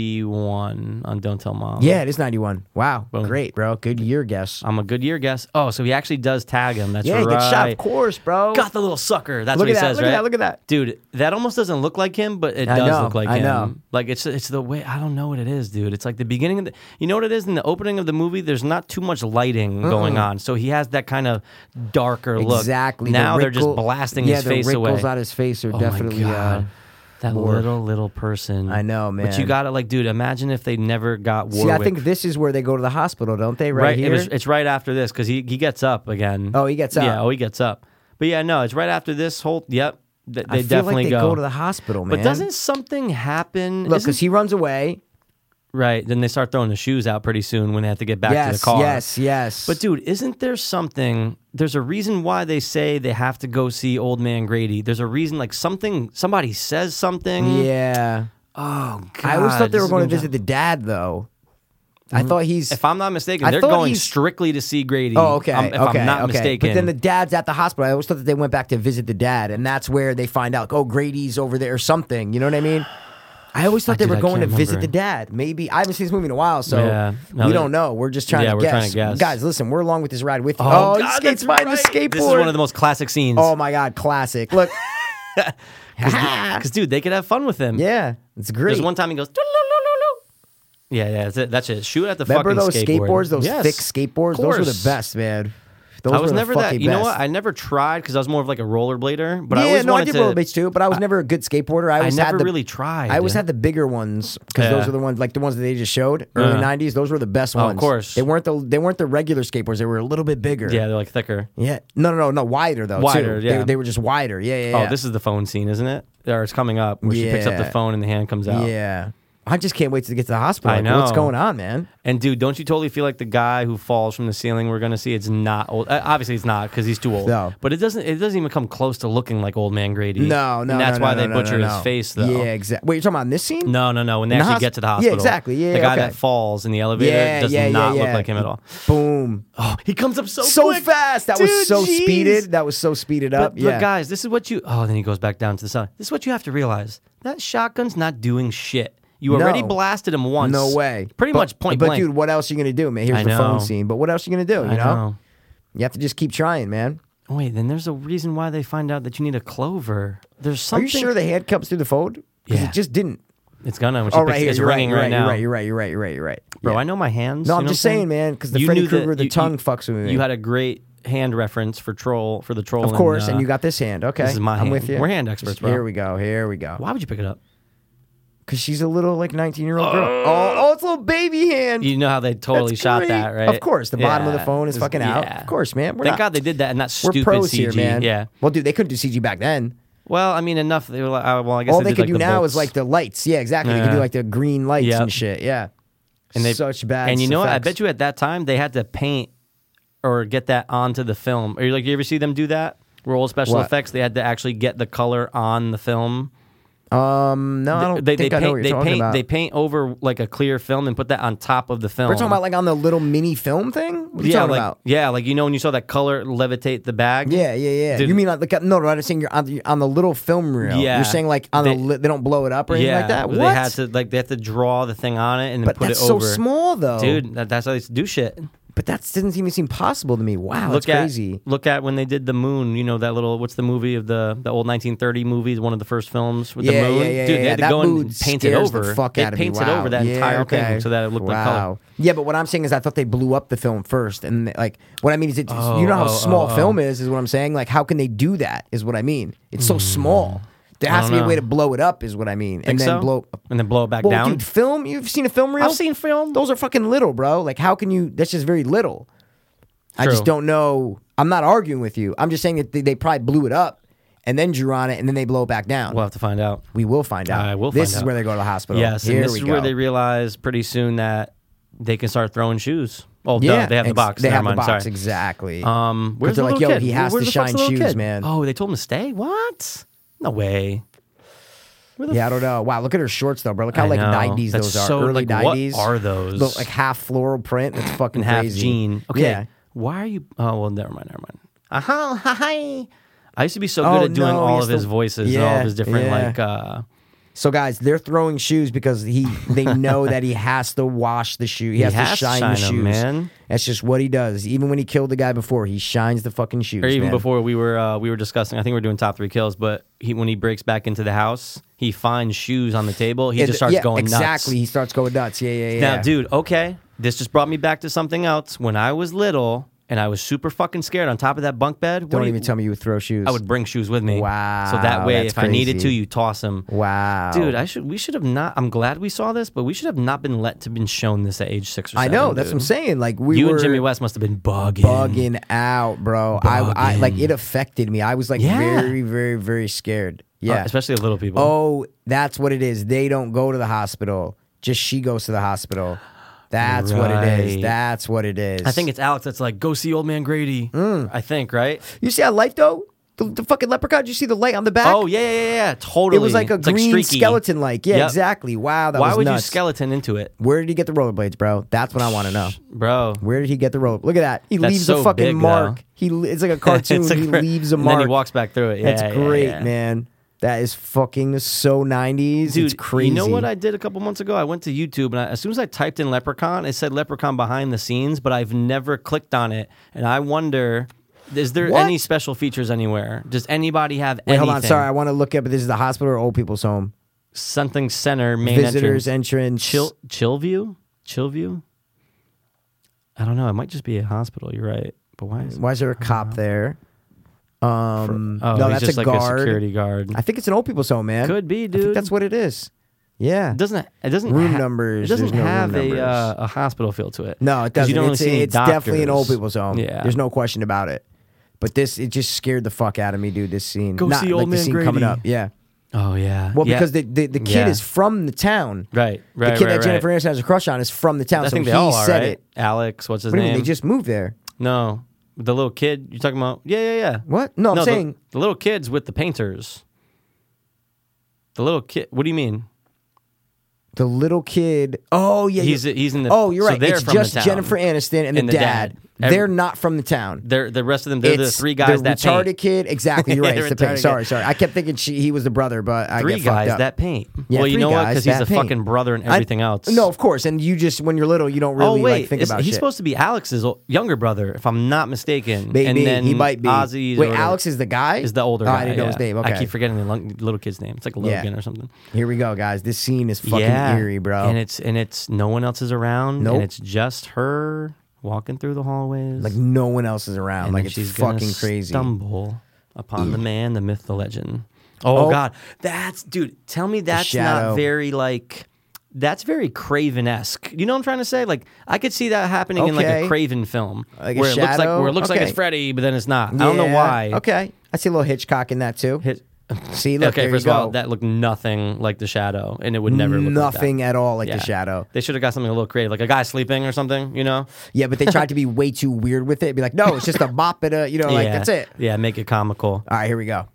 Speaker 5: 91 on Don't Tell Mom.
Speaker 6: Yeah, it is ninety one. Wow,
Speaker 5: Boom.
Speaker 6: great, bro, good year guess.
Speaker 5: I'm a good year guess. Oh, so he actually does tag him. That's
Speaker 6: yeah,
Speaker 5: right.
Speaker 6: good shot, of course, bro.
Speaker 5: Got the little sucker. That's
Speaker 6: Oh. Look
Speaker 5: what he
Speaker 6: at that,
Speaker 5: says,
Speaker 6: look at
Speaker 5: right?
Speaker 6: that, look at that.
Speaker 5: dude. That almost doesn't look like him, but it
Speaker 6: I
Speaker 5: does
Speaker 6: know,
Speaker 5: look like
Speaker 6: I
Speaker 5: him.
Speaker 6: know.
Speaker 5: Like it's it's the way I don't know what it is, dude. It's like the beginning of the. You know what it is in the opening of the movie. There's not too much lighting going on, so he has that kind of darker look.
Speaker 6: exactly. the
Speaker 5: Now they're
Speaker 6: wrinkle-
Speaker 5: just blasting
Speaker 6: yeah,
Speaker 5: his
Speaker 6: the
Speaker 5: face away.
Speaker 6: wrinkles on his face are
Speaker 5: Oh my
Speaker 6: definitely.
Speaker 5: God.
Speaker 6: Uh,
Speaker 5: that little little person.
Speaker 6: I know,
Speaker 5: But you
Speaker 6: man.
Speaker 5: gotta like, dude. Imagine if they never got
Speaker 6: see,
Speaker 5: Warwick.
Speaker 6: I think this is where they go to the hospital, don't they? Right,
Speaker 5: right,
Speaker 6: here.
Speaker 5: it was, it's right after this because he, he gets up again.
Speaker 6: Oh, he gets
Speaker 5: Yeah,
Speaker 6: up.
Speaker 5: oh, he gets up. But yeah, no, it's right after this whole. Yep, th-
Speaker 6: I
Speaker 5: they
Speaker 6: feel
Speaker 5: definitely
Speaker 6: like they
Speaker 5: go.
Speaker 6: to the hospital, man.
Speaker 5: but doesn't something happen?
Speaker 6: look
Speaker 5: Isn't-
Speaker 6: because he runs away.
Speaker 5: right then they start throwing the shoes out pretty soon when they have to get back to
Speaker 6: Yes,
Speaker 5: the car.
Speaker 6: yes, yes.
Speaker 5: But dude, isn't there something? There's a reason why they say they have to go see Old Man Grady. There's a reason, like something. Somebody says something.
Speaker 6: yeah.
Speaker 5: Oh God.
Speaker 6: I always thought they
Speaker 5: this
Speaker 6: were
Speaker 5: is
Speaker 6: going to
Speaker 5: gonna- Mm-hmm.
Speaker 6: visit the dad, though. I thought he's.
Speaker 5: If I'm not mistaken,
Speaker 6: I
Speaker 5: they're
Speaker 6: thought
Speaker 5: going
Speaker 6: he's-
Speaker 5: strictly to see Grady.
Speaker 6: oh, okay.
Speaker 5: I'm- if
Speaker 6: okay,
Speaker 5: I'm not
Speaker 6: okay.
Speaker 5: mistaken.
Speaker 6: But then the dad's at the hospital. I always thought that they went back to visit the dad, and that's where they find out, oh, Grady's over there or something. You know what I mean? I always thought they
Speaker 5: dude,
Speaker 6: were
Speaker 5: I
Speaker 6: going to
Speaker 5: can't
Speaker 6: visit
Speaker 5: remember.
Speaker 6: the dad. Maybe I haven't seen this movie in a while, so
Speaker 5: Yeah. No,
Speaker 6: we
Speaker 5: they-
Speaker 6: don't know. We're just trying,
Speaker 5: Yeah,
Speaker 6: to,
Speaker 5: we're
Speaker 6: guess.
Speaker 5: trying to guess.
Speaker 6: Guys, listen, we're along with this ride with you.
Speaker 5: Oh,
Speaker 6: he
Speaker 5: God,
Speaker 6: skates by
Speaker 5: that's
Speaker 6: the skateboard.
Speaker 5: right. This is one of the most classic scenes.
Speaker 6: oh my god, classic! Look,
Speaker 5: Because dude, they could have fun with him.
Speaker 6: yeah, it's great.
Speaker 5: There's one time he goes. "Doo-loo-loo-loo-loo." Yeah, yeah, that's it. That's it. Shoot at the
Speaker 6: Remember
Speaker 5: fucking
Speaker 6: those
Speaker 5: skateboard.
Speaker 6: skateboards, those
Speaker 5: Yes,
Speaker 6: thick skateboards?
Speaker 5: of
Speaker 6: Those were the
Speaker 5: course.
Speaker 6: best, man. Those
Speaker 5: I was
Speaker 6: were the
Speaker 5: never that.
Speaker 6: fucking
Speaker 5: You know
Speaker 6: best.
Speaker 5: what? I never tried because I was more of like a rollerblader. But I
Speaker 6: yeah,
Speaker 5: always
Speaker 6: no, I
Speaker 5: wanted
Speaker 6: did
Speaker 5: to.
Speaker 6: roller rollerblades too, but I was never a good skateboarder. I
Speaker 5: I
Speaker 6: always
Speaker 5: never
Speaker 6: had the,
Speaker 5: really tried.
Speaker 6: I always had the bigger ones because those
Speaker 5: Yeah.
Speaker 6: are the ones like the ones that they just showed early
Speaker 5: Yeah.
Speaker 6: '90s. Those were the best ones.
Speaker 5: course.
Speaker 6: they weren't the they weren't the regular skateboards. They were a little bit bigger.
Speaker 5: Yeah, they're like thicker.
Speaker 6: yeah. No, no, no, no. Wider though. too.
Speaker 5: Wider,
Speaker 6: They-
Speaker 5: yeah.
Speaker 6: They, were just wider. Yeah, yeah.
Speaker 5: Oh,
Speaker 6: yeah.
Speaker 5: this is the phone scene, isn't it? Or it's coming up where she picks up
Speaker 6: Yeah.
Speaker 5: the phone and the hand comes out.
Speaker 6: Yeah, I just can't wait to get to the hospital.
Speaker 5: I
Speaker 6: Like, what's
Speaker 5: know.
Speaker 6: going on, man?
Speaker 5: And dude, don't you totally feel like the guy who falls from the ceiling we're gonna see? It's not old. uh, Obviously, it's not because he's too old.
Speaker 6: No.
Speaker 5: But it doesn't. It doesn't even come close to looking like Old Man Grady.
Speaker 6: No, no,
Speaker 5: And that's
Speaker 6: no,
Speaker 5: why
Speaker 6: no,
Speaker 5: they
Speaker 6: no, no,
Speaker 5: butcher
Speaker 6: no,
Speaker 5: his
Speaker 6: no.
Speaker 5: face, though.
Speaker 6: Yeah, exactly. Wait, you're talking about in this scene?
Speaker 5: No, no, no. When they
Speaker 6: In the
Speaker 5: actually
Speaker 6: hos-
Speaker 5: get to the
Speaker 6: Yeah,
Speaker 5: hospital,
Speaker 6: exactly. Yeah,
Speaker 5: the guy
Speaker 6: okay.
Speaker 5: that falls in the elevator
Speaker 6: Yeah,
Speaker 5: does
Speaker 6: yeah, yeah,
Speaker 5: not
Speaker 6: yeah.
Speaker 5: look like him at all.
Speaker 6: Boom.
Speaker 5: Oh, he comes up so
Speaker 6: so
Speaker 5: quick.
Speaker 6: fast. That
Speaker 5: Dude,
Speaker 6: was so
Speaker 5: jeez.
Speaker 6: speeded. That was so speeded up.
Speaker 5: But
Speaker 6: yeah.
Speaker 5: look, guys, this is what you. Oh, then he goes back down to the sun. This is what you have to realize. That shotgun's not doing shit. You already
Speaker 6: No.
Speaker 5: blasted him once.
Speaker 6: No way.
Speaker 5: Pretty
Speaker 6: But-
Speaker 5: much point
Speaker 6: but
Speaker 5: blank.
Speaker 6: dude, what else are you gonna do, man? Here's
Speaker 5: I
Speaker 6: the phone
Speaker 5: know.
Speaker 6: scene. But what else are you gonna do? You
Speaker 5: I know.
Speaker 6: You have to just keep trying, man.
Speaker 5: Wait, then there's a reason why they find out that you need a clover. There's
Speaker 6: Are
Speaker 5: something.
Speaker 6: you sure they had cups through the fold? Because
Speaker 5: Yeah.
Speaker 6: it just didn't.
Speaker 5: It's gonna. Which
Speaker 6: Oh,
Speaker 5: is
Speaker 6: right
Speaker 5: big-
Speaker 6: here.
Speaker 5: It's
Speaker 6: You're right,
Speaker 5: ringing
Speaker 6: you're
Speaker 5: right,
Speaker 6: right,
Speaker 5: now.
Speaker 6: You're right. You're right. You're right. You're right. You're right.
Speaker 5: Bro,
Speaker 6: Yeah.
Speaker 5: I know my hands.
Speaker 6: No,
Speaker 5: you
Speaker 6: I'm
Speaker 5: know
Speaker 6: just
Speaker 5: what
Speaker 6: saying, man, 'cause the
Speaker 5: You
Speaker 6: Freddy
Speaker 5: knew
Speaker 6: Krueger, the tongue fucks with me.
Speaker 5: You had a great hand reference for troll for the troll.
Speaker 6: Of
Speaker 5: in,
Speaker 6: course. And
Speaker 5: uh,
Speaker 6: you got this hand. Okay.
Speaker 5: this is my
Speaker 6: I'm
Speaker 5: hand.
Speaker 6: with you.
Speaker 5: We're hand experts, bro.
Speaker 6: Here we go. Here we go.
Speaker 5: Why would you pick it up?
Speaker 6: Because she's a little like 19 year old girl. Oh, oh, it's a little baby hand.
Speaker 5: You know how they totally
Speaker 6: That's
Speaker 5: shot
Speaker 6: great.
Speaker 5: that, right?
Speaker 6: Of course, the bottom of the
Speaker 5: Yeah.
Speaker 6: phone is
Speaker 5: It's-
Speaker 6: fucking out.
Speaker 5: yeah.
Speaker 6: Of course, man. We're
Speaker 5: Thank
Speaker 6: not-
Speaker 5: God they did that and that
Speaker 6: We're
Speaker 5: stupid
Speaker 6: pros
Speaker 5: CG.
Speaker 6: here, man.
Speaker 5: Yeah.
Speaker 6: Well, dude, they couldn't do CG back then.
Speaker 5: Well, I mean, enough. They were like, uh, well, I guess
Speaker 6: All
Speaker 5: they,
Speaker 6: they,
Speaker 5: did,
Speaker 6: could
Speaker 5: like,
Speaker 6: do
Speaker 5: the
Speaker 6: now is
Speaker 5: bolts.
Speaker 6: like the lights. Yeah, exactly. They could do
Speaker 5: Yeah.
Speaker 6: like the green lights
Speaker 5: Yep.
Speaker 6: and shit. Yeah.
Speaker 5: and they,
Speaker 6: such bad.
Speaker 5: And you know, what? I
Speaker 6: effects.
Speaker 5: bet you at that time they had to paint or get that onto the film. Or you like, you ever see them do that? Where old special
Speaker 6: What?
Speaker 5: effects, they had to actually get the color on the film.
Speaker 6: Mm, No, I don't
Speaker 5: They,
Speaker 6: think
Speaker 5: they
Speaker 6: I know what you're
Speaker 5: paint, they
Speaker 6: talking
Speaker 5: paint,
Speaker 6: about.
Speaker 5: they paint over like a clear film and put that on top of the film.
Speaker 6: We're talking about like on the little mini film thing. What are you
Speaker 5: yeah,
Speaker 6: talking
Speaker 5: like
Speaker 6: about?
Speaker 5: yeah, like you know when you saw that color levitate the bag.
Speaker 6: Yeah, yeah, yeah.
Speaker 5: Dude.
Speaker 6: you mean like the, no, no? I'm just saying you're on the, on the little film reel.
Speaker 5: Yeah.
Speaker 6: you're saying like on
Speaker 5: They-
Speaker 6: the li- they don't blow it up or anything
Speaker 5: yeah,
Speaker 6: like that.
Speaker 5: They
Speaker 6: What?
Speaker 5: had to like they had to draw the thing on it and then
Speaker 6: but
Speaker 5: put
Speaker 6: that's
Speaker 5: it
Speaker 6: so
Speaker 5: over.
Speaker 6: small though,
Speaker 5: dude. That, that's how they do shit.
Speaker 6: But that doesn't even seem possible to me. Wow,
Speaker 5: look
Speaker 6: Oh, that's
Speaker 5: at
Speaker 6: crazy.
Speaker 5: look at when they did the moon. You know that little what's the movie of the the old 1930 movie, one of the first films with
Speaker 6: Yeah,
Speaker 5: the moon.
Speaker 6: yeah, yeah,
Speaker 5: Dude, they
Speaker 6: yeah.
Speaker 5: had to
Speaker 6: That
Speaker 5: go
Speaker 6: mood
Speaker 5: and paint it
Speaker 6: scares the
Speaker 5: over.
Speaker 6: fuck
Speaker 5: they
Speaker 6: out of me.
Speaker 5: painted
Speaker 6: Wow.
Speaker 5: over that
Speaker 6: Yeah,
Speaker 5: entire
Speaker 6: okay.
Speaker 5: thing so that it looked like color.
Speaker 6: Wow. Yeah, but what I'm saying is, I thought they blew up the film first, and like, what I mean is, it, you know how
Speaker 5: oh,
Speaker 6: small
Speaker 5: oh, oh.
Speaker 6: film is, is what I'm saying. Like, how can they do that? Is what I mean. It's so small. There has to
Speaker 5: don't
Speaker 6: be a way
Speaker 5: know.
Speaker 6: to blow it up, is what I mean,
Speaker 5: Think
Speaker 6: and then
Speaker 5: so?
Speaker 6: blow.
Speaker 5: and then blow it back
Speaker 6: Well,
Speaker 5: down.
Speaker 6: dude, film. You've seen a film reel?
Speaker 5: I've seen film.
Speaker 6: Those are fucking little, bro. Like, how can you? That's just very little. I just
Speaker 5: True.
Speaker 6: don't know. I'm not arguing with you. I'm just saying that they, they probably blew it up and then drew on it and then they blow it back down.
Speaker 5: We'll have to find out.
Speaker 6: We will find out.
Speaker 5: I will
Speaker 6: This
Speaker 5: find
Speaker 6: is
Speaker 5: out.
Speaker 6: where they go to the hospital.
Speaker 5: Yes,
Speaker 6: Here
Speaker 5: and this
Speaker 6: we
Speaker 5: is
Speaker 6: go.
Speaker 5: where they realize pretty soon that they can start throwing shoes. Oh,
Speaker 6: yeah,
Speaker 5: no, they have the
Speaker 6: ex-
Speaker 5: box.
Speaker 6: They
Speaker 5: Never
Speaker 6: have
Speaker 5: mind.
Speaker 6: the box
Speaker 5: Sorry.
Speaker 6: exactly.
Speaker 5: Um, where's
Speaker 6: they're
Speaker 5: the
Speaker 6: like,
Speaker 5: little
Speaker 6: yo,
Speaker 5: kid?
Speaker 6: he has
Speaker 5: Where
Speaker 6: to
Speaker 5: the fuck's
Speaker 6: shine
Speaker 5: the little
Speaker 6: shoes,
Speaker 5: kid?
Speaker 6: man.
Speaker 5: Oh, they told him to stay. What? No way. Where the
Speaker 6: yeah, I don't know. Wow, look at her shorts though, bro. Look how
Speaker 5: I
Speaker 6: like
Speaker 5: know.
Speaker 6: nineties
Speaker 5: That's
Speaker 6: those are.
Speaker 5: so,
Speaker 6: Early
Speaker 5: like, what
Speaker 6: nineties.
Speaker 5: are those?
Speaker 6: Look like half floral print. That's fucking
Speaker 5: and half
Speaker 6: crazy.
Speaker 5: gene. Okay.
Speaker 6: Yeah. Uh-huh,
Speaker 5: Why are you? Oh well, never mind. Never mind. Aha! Hi. I used to be so good
Speaker 6: Oh,
Speaker 5: at doing
Speaker 6: no,
Speaker 5: all
Speaker 6: he's
Speaker 5: of his
Speaker 6: the-
Speaker 5: voices and all
Speaker 6: Yeah,
Speaker 5: of his different
Speaker 6: yeah.
Speaker 5: like. uh
Speaker 6: So guys, they're throwing shoes because he they know that he has to wash the shoe. He, has,
Speaker 5: has to
Speaker 6: to shine, the
Speaker 5: shine 'em,
Speaker 6: shoes.
Speaker 5: man.
Speaker 6: That's just what he does. Even when he killed the guy before, he shines the fucking shoes.
Speaker 5: Or even
Speaker 6: man.
Speaker 5: before we were uh, we were discussing, I think we are doing top three kills. But he when he breaks back into the house, he finds shoes on the table. He
Speaker 6: Yeah,
Speaker 5: just starts
Speaker 6: yeah,
Speaker 5: going
Speaker 6: exactly.
Speaker 5: nuts.
Speaker 6: He starts going nuts. Yeah, yeah, yeah.
Speaker 5: Now, dude, okay, this just brought me back to something else. When I was little and I was super fucking scared on top of that bunk bed, what
Speaker 6: don't
Speaker 5: do you-
Speaker 6: even tell me you would throw shoes.
Speaker 5: I would bring shoes with me.
Speaker 6: Wow,
Speaker 5: So that way,
Speaker 6: that's
Speaker 5: if I needed to,
Speaker 6: crazy.
Speaker 5: you toss them.
Speaker 6: Wow,
Speaker 5: Dude, I should. We should have not. I'm glad we saw this, but we should have not been let to been shown this at age six or
Speaker 6: I
Speaker 5: seven.
Speaker 6: know. That's
Speaker 5: dude.
Speaker 6: what I'm saying. Like we
Speaker 5: you
Speaker 6: were
Speaker 5: and Jimmy West must have been bugging.
Speaker 6: bugging out, bro. I, I like
Speaker 5: Bugging.
Speaker 6: it affected me. I was like
Speaker 5: Yeah.
Speaker 6: very, very, very scared. Yeah.
Speaker 5: Uh, especially of little people.
Speaker 6: oh, that's what it is. They don't go to the hospital. Just she goes to the hospital. That's what it is.
Speaker 5: Right.
Speaker 6: That's what it is.
Speaker 5: I think it's Alex that's like, go see Old Man Grady.
Speaker 6: Mm.
Speaker 5: I think right.
Speaker 6: you see that light though. The, the fucking leprechaun. Did you see the light on the back?
Speaker 5: Oh yeah, yeah, yeah, yeah. Totally.
Speaker 6: it was like a
Speaker 5: It's
Speaker 6: green
Speaker 5: streaky.
Speaker 6: skeleton. Like yeah,
Speaker 5: Yep.
Speaker 6: exactly. Wow, that
Speaker 5: Why
Speaker 6: was
Speaker 5: would
Speaker 6: nuts.
Speaker 5: you skeleton into it,
Speaker 6: Where did he get the rollerblades, bro? That's what I want to know.
Speaker 5: bro?
Speaker 6: Where did he get the roller? Look at that. He
Speaker 5: That's
Speaker 6: leaves a
Speaker 5: so
Speaker 6: fucking
Speaker 5: big,
Speaker 6: mark.
Speaker 5: though.
Speaker 6: He it's like a cartoon.
Speaker 5: It's like-
Speaker 6: he leaves a
Speaker 5: and
Speaker 6: mark.
Speaker 5: Then he walks back through it. Yeah,
Speaker 6: That's
Speaker 5: yeah,
Speaker 6: great,
Speaker 5: yeah.
Speaker 6: man. That is fucking so 90s.
Speaker 5: Dude,
Speaker 6: it's crazy.
Speaker 5: you know what I did a couple months ago? I went to YouTube and I, as soon as I typed in leprechaun, it said leprechaun behind the scenes, but I've never clicked on it. And I wonder, is there
Speaker 6: What?
Speaker 5: any special features anywhere? Does anybody have
Speaker 6: Wait,
Speaker 5: anything?
Speaker 6: hold on. Sorry, I want to look up. This is the hospital or old people's home.
Speaker 5: Something center main
Speaker 6: Visitors
Speaker 5: entrance.
Speaker 6: entrance.
Speaker 5: Chill, chill view, chill view. I don't know. It might just be a hospital. You're right. But why is?
Speaker 6: Why is there a cop
Speaker 5: Uh-huh.
Speaker 6: there? Um,
Speaker 5: Oh,
Speaker 6: no,
Speaker 5: he's
Speaker 6: that's
Speaker 5: just
Speaker 6: a
Speaker 5: like
Speaker 6: guard.
Speaker 5: a security guard.
Speaker 6: I think it's an old people's home, man.
Speaker 5: Could be,
Speaker 6: I think
Speaker 5: dude.
Speaker 6: that's what it is. Yeah.
Speaker 5: It doesn't it doesn't
Speaker 6: Room
Speaker 5: ha-
Speaker 6: numbers,
Speaker 5: It doesn't
Speaker 6: there's no room
Speaker 5: have
Speaker 6: numbers.
Speaker 5: a uh, a hospital feel to it.
Speaker 6: No, it
Speaker 5: 'Cause
Speaker 6: doesn't.
Speaker 5: You don't
Speaker 6: it's
Speaker 5: see any
Speaker 6: it's definitely an old
Speaker 5: doctors.
Speaker 6: people's home.
Speaker 5: Yeah,
Speaker 6: There's no question about it. But this, it just scared the fuck out of me, dude. This scene.
Speaker 5: Go
Speaker 6: Not
Speaker 5: see
Speaker 6: like
Speaker 5: Old
Speaker 6: the
Speaker 5: Man
Speaker 6: scene coming
Speaker 5: Grady.
Speaker 6: up. Yeah.
Speaker 5: Oh yeah.
Speaker 6: Well,
Speaker 5: Yeah.
Speaker 6: because the, the, the kid
Speaker 5: Yeah.
Speaker 6: is from the town.
Speaker 5: Right, right,
Speaker 6: The kid
Speaker 5: right,
Speaker 6: that Jennifer
Speaker 5: right.
Speaker 6: Aniston has a crush on is from the town.
Speaker 5: I
Speaker 6: so
Speaker 5: think
Speaker 6: he
Speaker 5: they all are,
Speaker 6: said
Speaker 5: right?
Speaker 6: it.
Speaker 5: Alex, what's his
Speaker 6: What do you
Speaker 5: name?
Speaker 6: mean? They just moved there.
Speaker 5: no, the little kid you're talking about. Yeah, yeah, yeah.
Speaker 6: What? No, I'm
Speaker 5: the-
Speaker 6: saying-
Speaker 5: the, little kids with the painters. The little kid. What do you mean?
Speaker 6: The little kid. Oh yeah.
Speaker 5: He's
Speaker 6: you-
Speaker 5: he's in the.
Speaker 6: oh, you're
Speaker 5: so
Speaker 6: right.
Speaker 5: They're
Speaker 6: It's
Speaker 5: from
Speaker 6: just
Speaker 5: the town.
Speaker 6: Jennifer Aniston and,
Speaker 5: And
Speaker 6: the,
Speaker 5: the
Speaker 6: dad.
Speaker 5: dad. Every-
Speaker 6: they're not from the town.
Speaker 5: They're the rest of them. They're
Speaker 6: It's
Speaker 5: the three guys
Speaker 6: the
Speaker 5: that
Speaker 6: retarded
Speaker 5: paint.
Speaker 6: kid. Exactly, you're right.
Speaker 5: The
Speaker 6: It's the paint.
Speaker 5: retarded
Speaker 6: Sorry,
Speaker 5: kid.
Speaker 6: sorry. I kept thinking she, he was the brother, but I
Speaker 5: Three
Speaker 6: get fucked
Speaker 5: guys
Speaker 6: up.
Speaker 5: that paint.
Speaker 6: Yeah,
Speaker 5: well, you
Speaker 6: three
Speaker 5: know what?
Speaker 6: guys
Speaker 5: Because he's
Speaker 6: that
Speaker 5: a
Speaker 6: paint.
Speaker 5: fucking brother and
Speaker 6: I-
Speaker 5: everything else.
Speaker 6: No, of course. And you just when you're little, you don't really
Speaker 5: oh wait,
Speaker 6: like think
Speaker 5: is-
Speaker 6: about
Speaker 5: he's
Speaker 6: shit.
Speaker 5: supposed to be Alex's o- younger brother, if I'm not mistaken.
Speaker 6: Maybe
Speaker 5: and then
Speaker 6: he might be.
Speaker 5: Ozzy's
Speaker 6: Wait,
Speaker 5: or whatever
Speaker 6: Alex is the guy.
Speaker 5: is the
Speaker 6: Oh,
Speaker 5: older. guy,
Speaker 6: I didn't know
Speaker 5: yeah.
Speaker 6: his name. Okay,
Speaker 5: I keep forgetting the lung- little kid's name. It's like Logan or something.
Speaker 6: Here we go, guys. This scene is fucking
Speaker 5: yeah,
Speaker 6: eerie, bro.
Speaker 5: And it's and it's no one else is around.
Speaker 6: Nope.
Speaker 5: and it's just her walking through the hallways.
Speaker 6: like no one else is around.
Speaker 5: and
Speaker 6: like
Speaker 5: then
Speaker 6: it's
Speaker 5: she's gonna
Speaker 6: fucking crazy.
Speaker 5: Stumble upon the man, the myth, the legend. Oh,
Speaker 6: Oh.
Speaker 5: God, that's dude. Tell me that's
Speaker 6: shadow.
Speaker 5: not very like. That's very Craven esque. You know what I'm trying to say? Like I could see that happening in like
Speaker 6: Okay.
Speaker 5: a Craven film,
Speaker 6: Like a
Speaker 5: where it looks like
Speaker 6: shadow?
Speaker 5: where it looks like
Speaker 6: Okay.
Speaker 5: it's Freddy, but then it's not. I don't know
Speaker 6: Yeah.
Speaker 5: why.
Speaker 6: Okay, I see a little Hitchcock in that too.
Speaker 5: Hit-
Speaker 6: See, look,
Speaker 5: okay,
Speaker 6: there
Speaker 5: first
Speaker 6: you
Speaker 5: of
Speaker 6: go.
Speaker 5: all, that looked nothing like the shadow, and it would never look like that.
Speaker 6: nothing at all like
Speaker 5: Yeah.
Speaker 6: the shadow.
Speaker 5: They should have got something a little creative, like a guy sleeping or something. You know?
Speaker 6: Yeah, but they tried to be way too weird with it. Be like, no, it's just a mop at a, you know, like
Speaker 5: yeah.
Speaker 6: that's it.
Speaker 5: Yeah, make it comical.
Speaker 6: All right, here we go.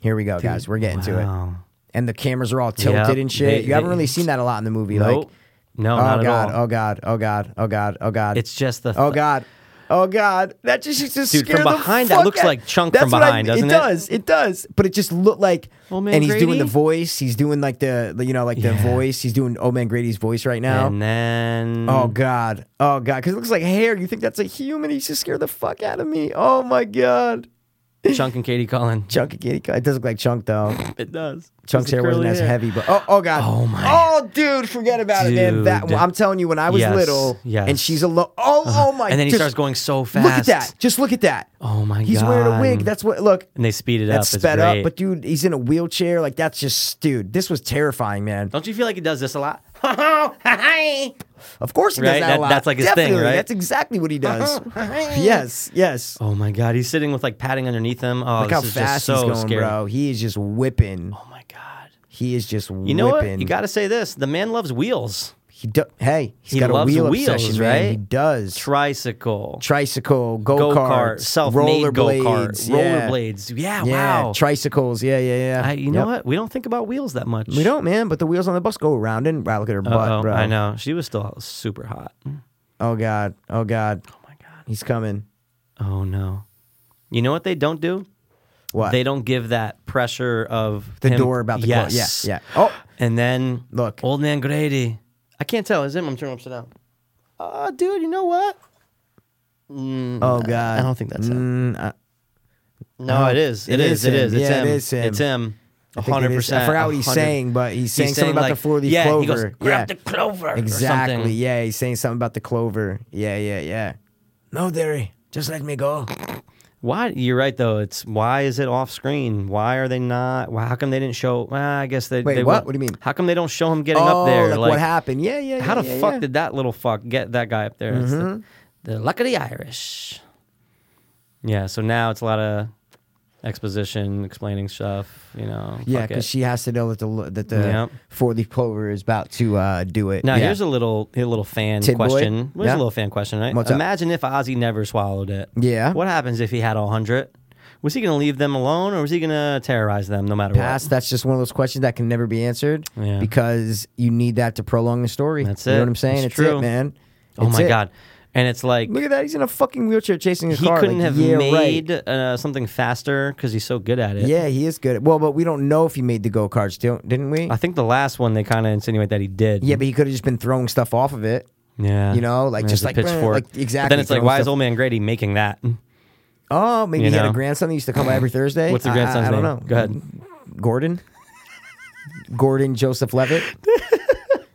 Speaker 6: Here we go, guys. We're getting to it.
Speaker 5: Wow.
Speaker 6: And the cameras are all tilted
Speaker 5: Yep,
Speaker 6: and shit.
Speaker 5: they-
Speaker 6: you haven't
Speaker 5: they-
Speaker 6: really seen that a lot in the movie. Like,
Speaker 5: Nope. no,
Speaker 6: oh
Speaker 5: not at
Speaker 6: god,
Speaker 5: all.
Speaker 6: oh god, oh god, oh god, oh god.
Speaker 5: It's just the
Speaker 6: Oh God. Oh God, that just used to
Speaker 5: Dude,
Speaker 6: scare
Speaker 5: from
Speaker 6: the
Speaker 5: behind, that
Speaker 6: fuck
Speaker 5: looks
Speaker 6: out-
Speaker 5: like Chunk
Speaker 6: That's
Speaker 5: from
Speaker 6: what I
Speaker 5: behind,
Speaker 6: mean.
Speaker 5: doesn't it?
Speaker 6: does, it does, but it just looked like.
Speaker 5: Old Man
Speaker 6: and he's doing
Speaker 5: Grady?
Speaker 6: the voice. He's doing like the, the- you know, like the
Speaker 5: Yeah.
Speaker 6: voice. He's doing Old Man Grady's voice right now.
Speaker 5: and mm. then
Speaker 6: oh God, oh God, because it looks like hair. You think that's a human? He just scared the fuck out of me. Oh my God,
Speaker 5: Chunk and Katie Cullen.
Speaker 6: Chunk again. It does look like Chunk though.
Speaker 5: It does.
Speaker 6: Chunk's hair wasn't as heavy, but oh, oh god,
Speaker 5: Oh, my.
Speaker 6: oh dude, forget about it, man. That
Speaker 5: Dude.
Speaker 6: I'm telling you, when I was
Speaker 5: Yes,
Speaker 6: little,
Speaker 5: yes. Uh-huh.
Speaker 6: and she's alone. Oh, oh my,
Speaker 5: And then he
Speaker 6: just-
Speaker 5: starts going so fast.
Speaker 6: Look at that. Just look at that.
Speaker 5: Oh my
Speaker 6: He's wearing a wig.
Speaker 5: God.
Speaker 6: That's what. Look,
Speaker 5: And they speed it
Speaker 6: that's
Speaker 5: up. It's
Speaker 6: sped up.
Speaker 5: great.
Speaker 6: But dude, he's in a wheelchair. Like that's just, dude. This was terrifying, man.
Speaker 5: Don't you feel like he does this a lot?
Speaker 6: Of course he does
Speaker 5: Right?
Speaker 6: that,
Speaker 5: That-
Speaker 6: a lot.
Speaker 5: that's like his thing,
Speaker 6: Definitely.
Speaker 5: right?
Speaker 6: That's exactly what he does. yes, yes.
Speaker 5: oh my god, he's sitting with like padding underneath him. Oh,
Speaker 6: Look
Speaker 5: this
Speaker 6: how
Speaker 5: is
Speaker 6: fast
Speaker 5: just so
Speaker 6: he's going,
Speaker 5: scary.
Speaker 6: bro. He is just whipping.
Speaker 5: Oh my god.
Speaker 6: He is just whipping.
Speaker 5: You know what? You got to say this. The man loves wheels.
Speaker 6: He do- hey, he's
Speaker 5: He
Speaker 6: got a
Speaker 5: loves
Speaker 6: wheel
Speaker 5: wheels,
Speaker 6: obsession, man. He
Speaker 5: right?
Speaker 6: does.
Speaker 5: Tricycle,
Speaker 6: Tricycle, go
Speaker 5: go kart,
Speaker 6: karts,
Speaker 5: self-made go
Speaker 6: rollerblades,
Speaker 5: kart,
Speaker 6: yeah.
Speaker 5: rollerblades. Yeah,
Speaker 6: yeah,
Speaker 5: wow.
Speaker 6: tricycles, yeah, yeah, yeah.
Speaker 5: I, you know
Speaker 6: Yep.
Speaker 5: what? We don't think about wheels that much.
Speaker 6: We don't, man. But the wheels on the bus go around and wow, look at her butt,
Speaker 5: Uh-oh,
Speaker 6: bro.
Speaker 5: I know. She was still super hot.
Speaker 6: Oh god. Oh god.
Speaker 5: Oh my god.
Speaker 6: He's coming.
Speaker 5: Oh no. You know what they don't do?
Speaker 6: What?
Speaker 5: They don't give that pressure of
Speaker 6: the
Speaker 5: him-
Speaker 6: door about to
Speaker 5: yes.
Speaker 6: close. Yeah. Yeah. Oh.
Speaker 5: And then
Speaker 6: Look.
Speaker 5: old man Grady. I can't tell. Is him? I'm turning upside down. Oh, dude. You know what?
Speaker 6: Oh god.
Speaker 5: I don't think that's him.
Speaker 6: Mm, I,
Speaker 5: No, it is.
Speaker 6: it
Speaker 5: It
Speaker 6: is
Speaker 5: is. It
Speaker 6: him.
Speaker 5: is. It's
Speaker 6: Yeah, it
Speaker 5: him.
Speaker 6: is him.
Speaker 5: It's him.
Speaker 6: I think it
Speaker 5: hundred
Speaker 6: is.
Speaker 5: percent.
Speaker 6: I forgot what he's saying, but he's saying something about the floor of the
Speaker 5: yeah, He
Speaker 6: clover.
Speaker 5: goes, Grab
Speaker 6: yeah.
Speaker 5: the clover. or
Speaker 6: exactly.
Speaker 5: something.
Speaker 6: Yeah. He's saying something about the clover. Yeah. Yeah. Yeah. No, Derry. Just let me go.
Speaker 5: Why? You're right though. It's why is it off screen? Why are they not? Why, how come they didn't show? Well, I guess they.
Speaker 6: Wait,
Speaker 5: they
Speaker 6: what?
Speaker 5: won't-
Speaker 6: What do you mean?
Speaker 5: How come they don't show him getting
Speaker 6: oh,
Speaker 5: up there?
Speaker 6: Like, what happened? Yeah. Yeah.
Speaker 5: How
Speaker 6: yeah,
Speaker 5: the
Speaker 6: yeah,
Speaker 5: fuck
Speaker 6: yeah.
Speaker 5: did that little fuck get that guy up there? It's the, the luck of the Irish. Yeah. So now it's a lot of exposition, explaining stuff. You know.
Speaker 6: Yeah,
Speaker 5: fuck it.
Speaker 6: because she has to know that the lo- that the
Speaker 5: Yep.
Speaker 6: four leaf clover is about to uh, do it.
Speaker 5: Now
Speaker 6: yeah.
Speaker 5: here's a little a little fan
Speaker 6: Tin boy?
Speaker 5: question. Here's
Speaker 6: Yeah.
Speaker 5: a little fan question, right?
Speaker 6: What's up?
Speaker 5: Imagine if Ozzy never swallowed it.
Speaker 6: Yeah.
Speaker 5: What happens if he had all hundred? Was he going to leave them alone, or was he going to terrorize them no matter
Speaker 6: pass.
Speaker 5: what?
Speaker 6: That's just one of those questions that can never be answered
Speaker 5: Yeah.
Speaker 6: because you need that to prolong the story.
Speaker 5: That's
Speaker 6: You know
Speaker 5: it.
Speaker 6: what I'm saying?
Speaker 5: It's
Speaker 6: It's, it,
Speaker 5: true.
Speaker 6: man.
Speaker 5: Oh
Speaker 6: It's
Speaker 5: my
Speaker 6: it.
Speaker 5: god! And it's like
Speaker 6: Look at that. He's in a fucking wheelchair chasing his
Speaker 5: he
Speaker 6: car.
Speaker 5: couldn't
Speaker 6: Like,
Speaker 5: have
Speaker 6: yeah,
Speaker 5: made
Speaker 6: Right.
Speaker 5: uh, something faster because he's so good at it.
Speaker 6: Yeah, he is good. Well, but we don't know if he made the go karts, didn't we?
Speaker 5: I think the last one they kind of insinuate that he did.
Speaker 6: yeah, but he could have just been throwing stuff off of it.
Speaker 5: yeah,
Speaker 6: you know, like,
Speaker 5: And
Speaker 6: just
Speaker 5: there's a
Speaker 6: like, eh,
Speaker 5: pitchfork.
Speaker 6: like,
Speaker 5: But
Speaker 6: exactly,
Speaker 5: then it's like,
Speaker 6: throwing
Speaker 5: why is
Speaker 6: stuff-
Speaker 5: old man Grady making that?
Speaker 6: Oh, maybe
Speaker 5: You
Speaker 6: he had a
Speaker 5: know.
Speaker 6: grandson that used to come by every Thursday.
Speaker 5: What's the
Speaker 6: I-
Speaker 5: grandson's
Speaker 6: I, I don't
Speaker 5: name?
Speaker 6: know. Mm.
Speaker 5: Go ahead.
Speaker 6: Gordon. Gordon Joseph Levitt.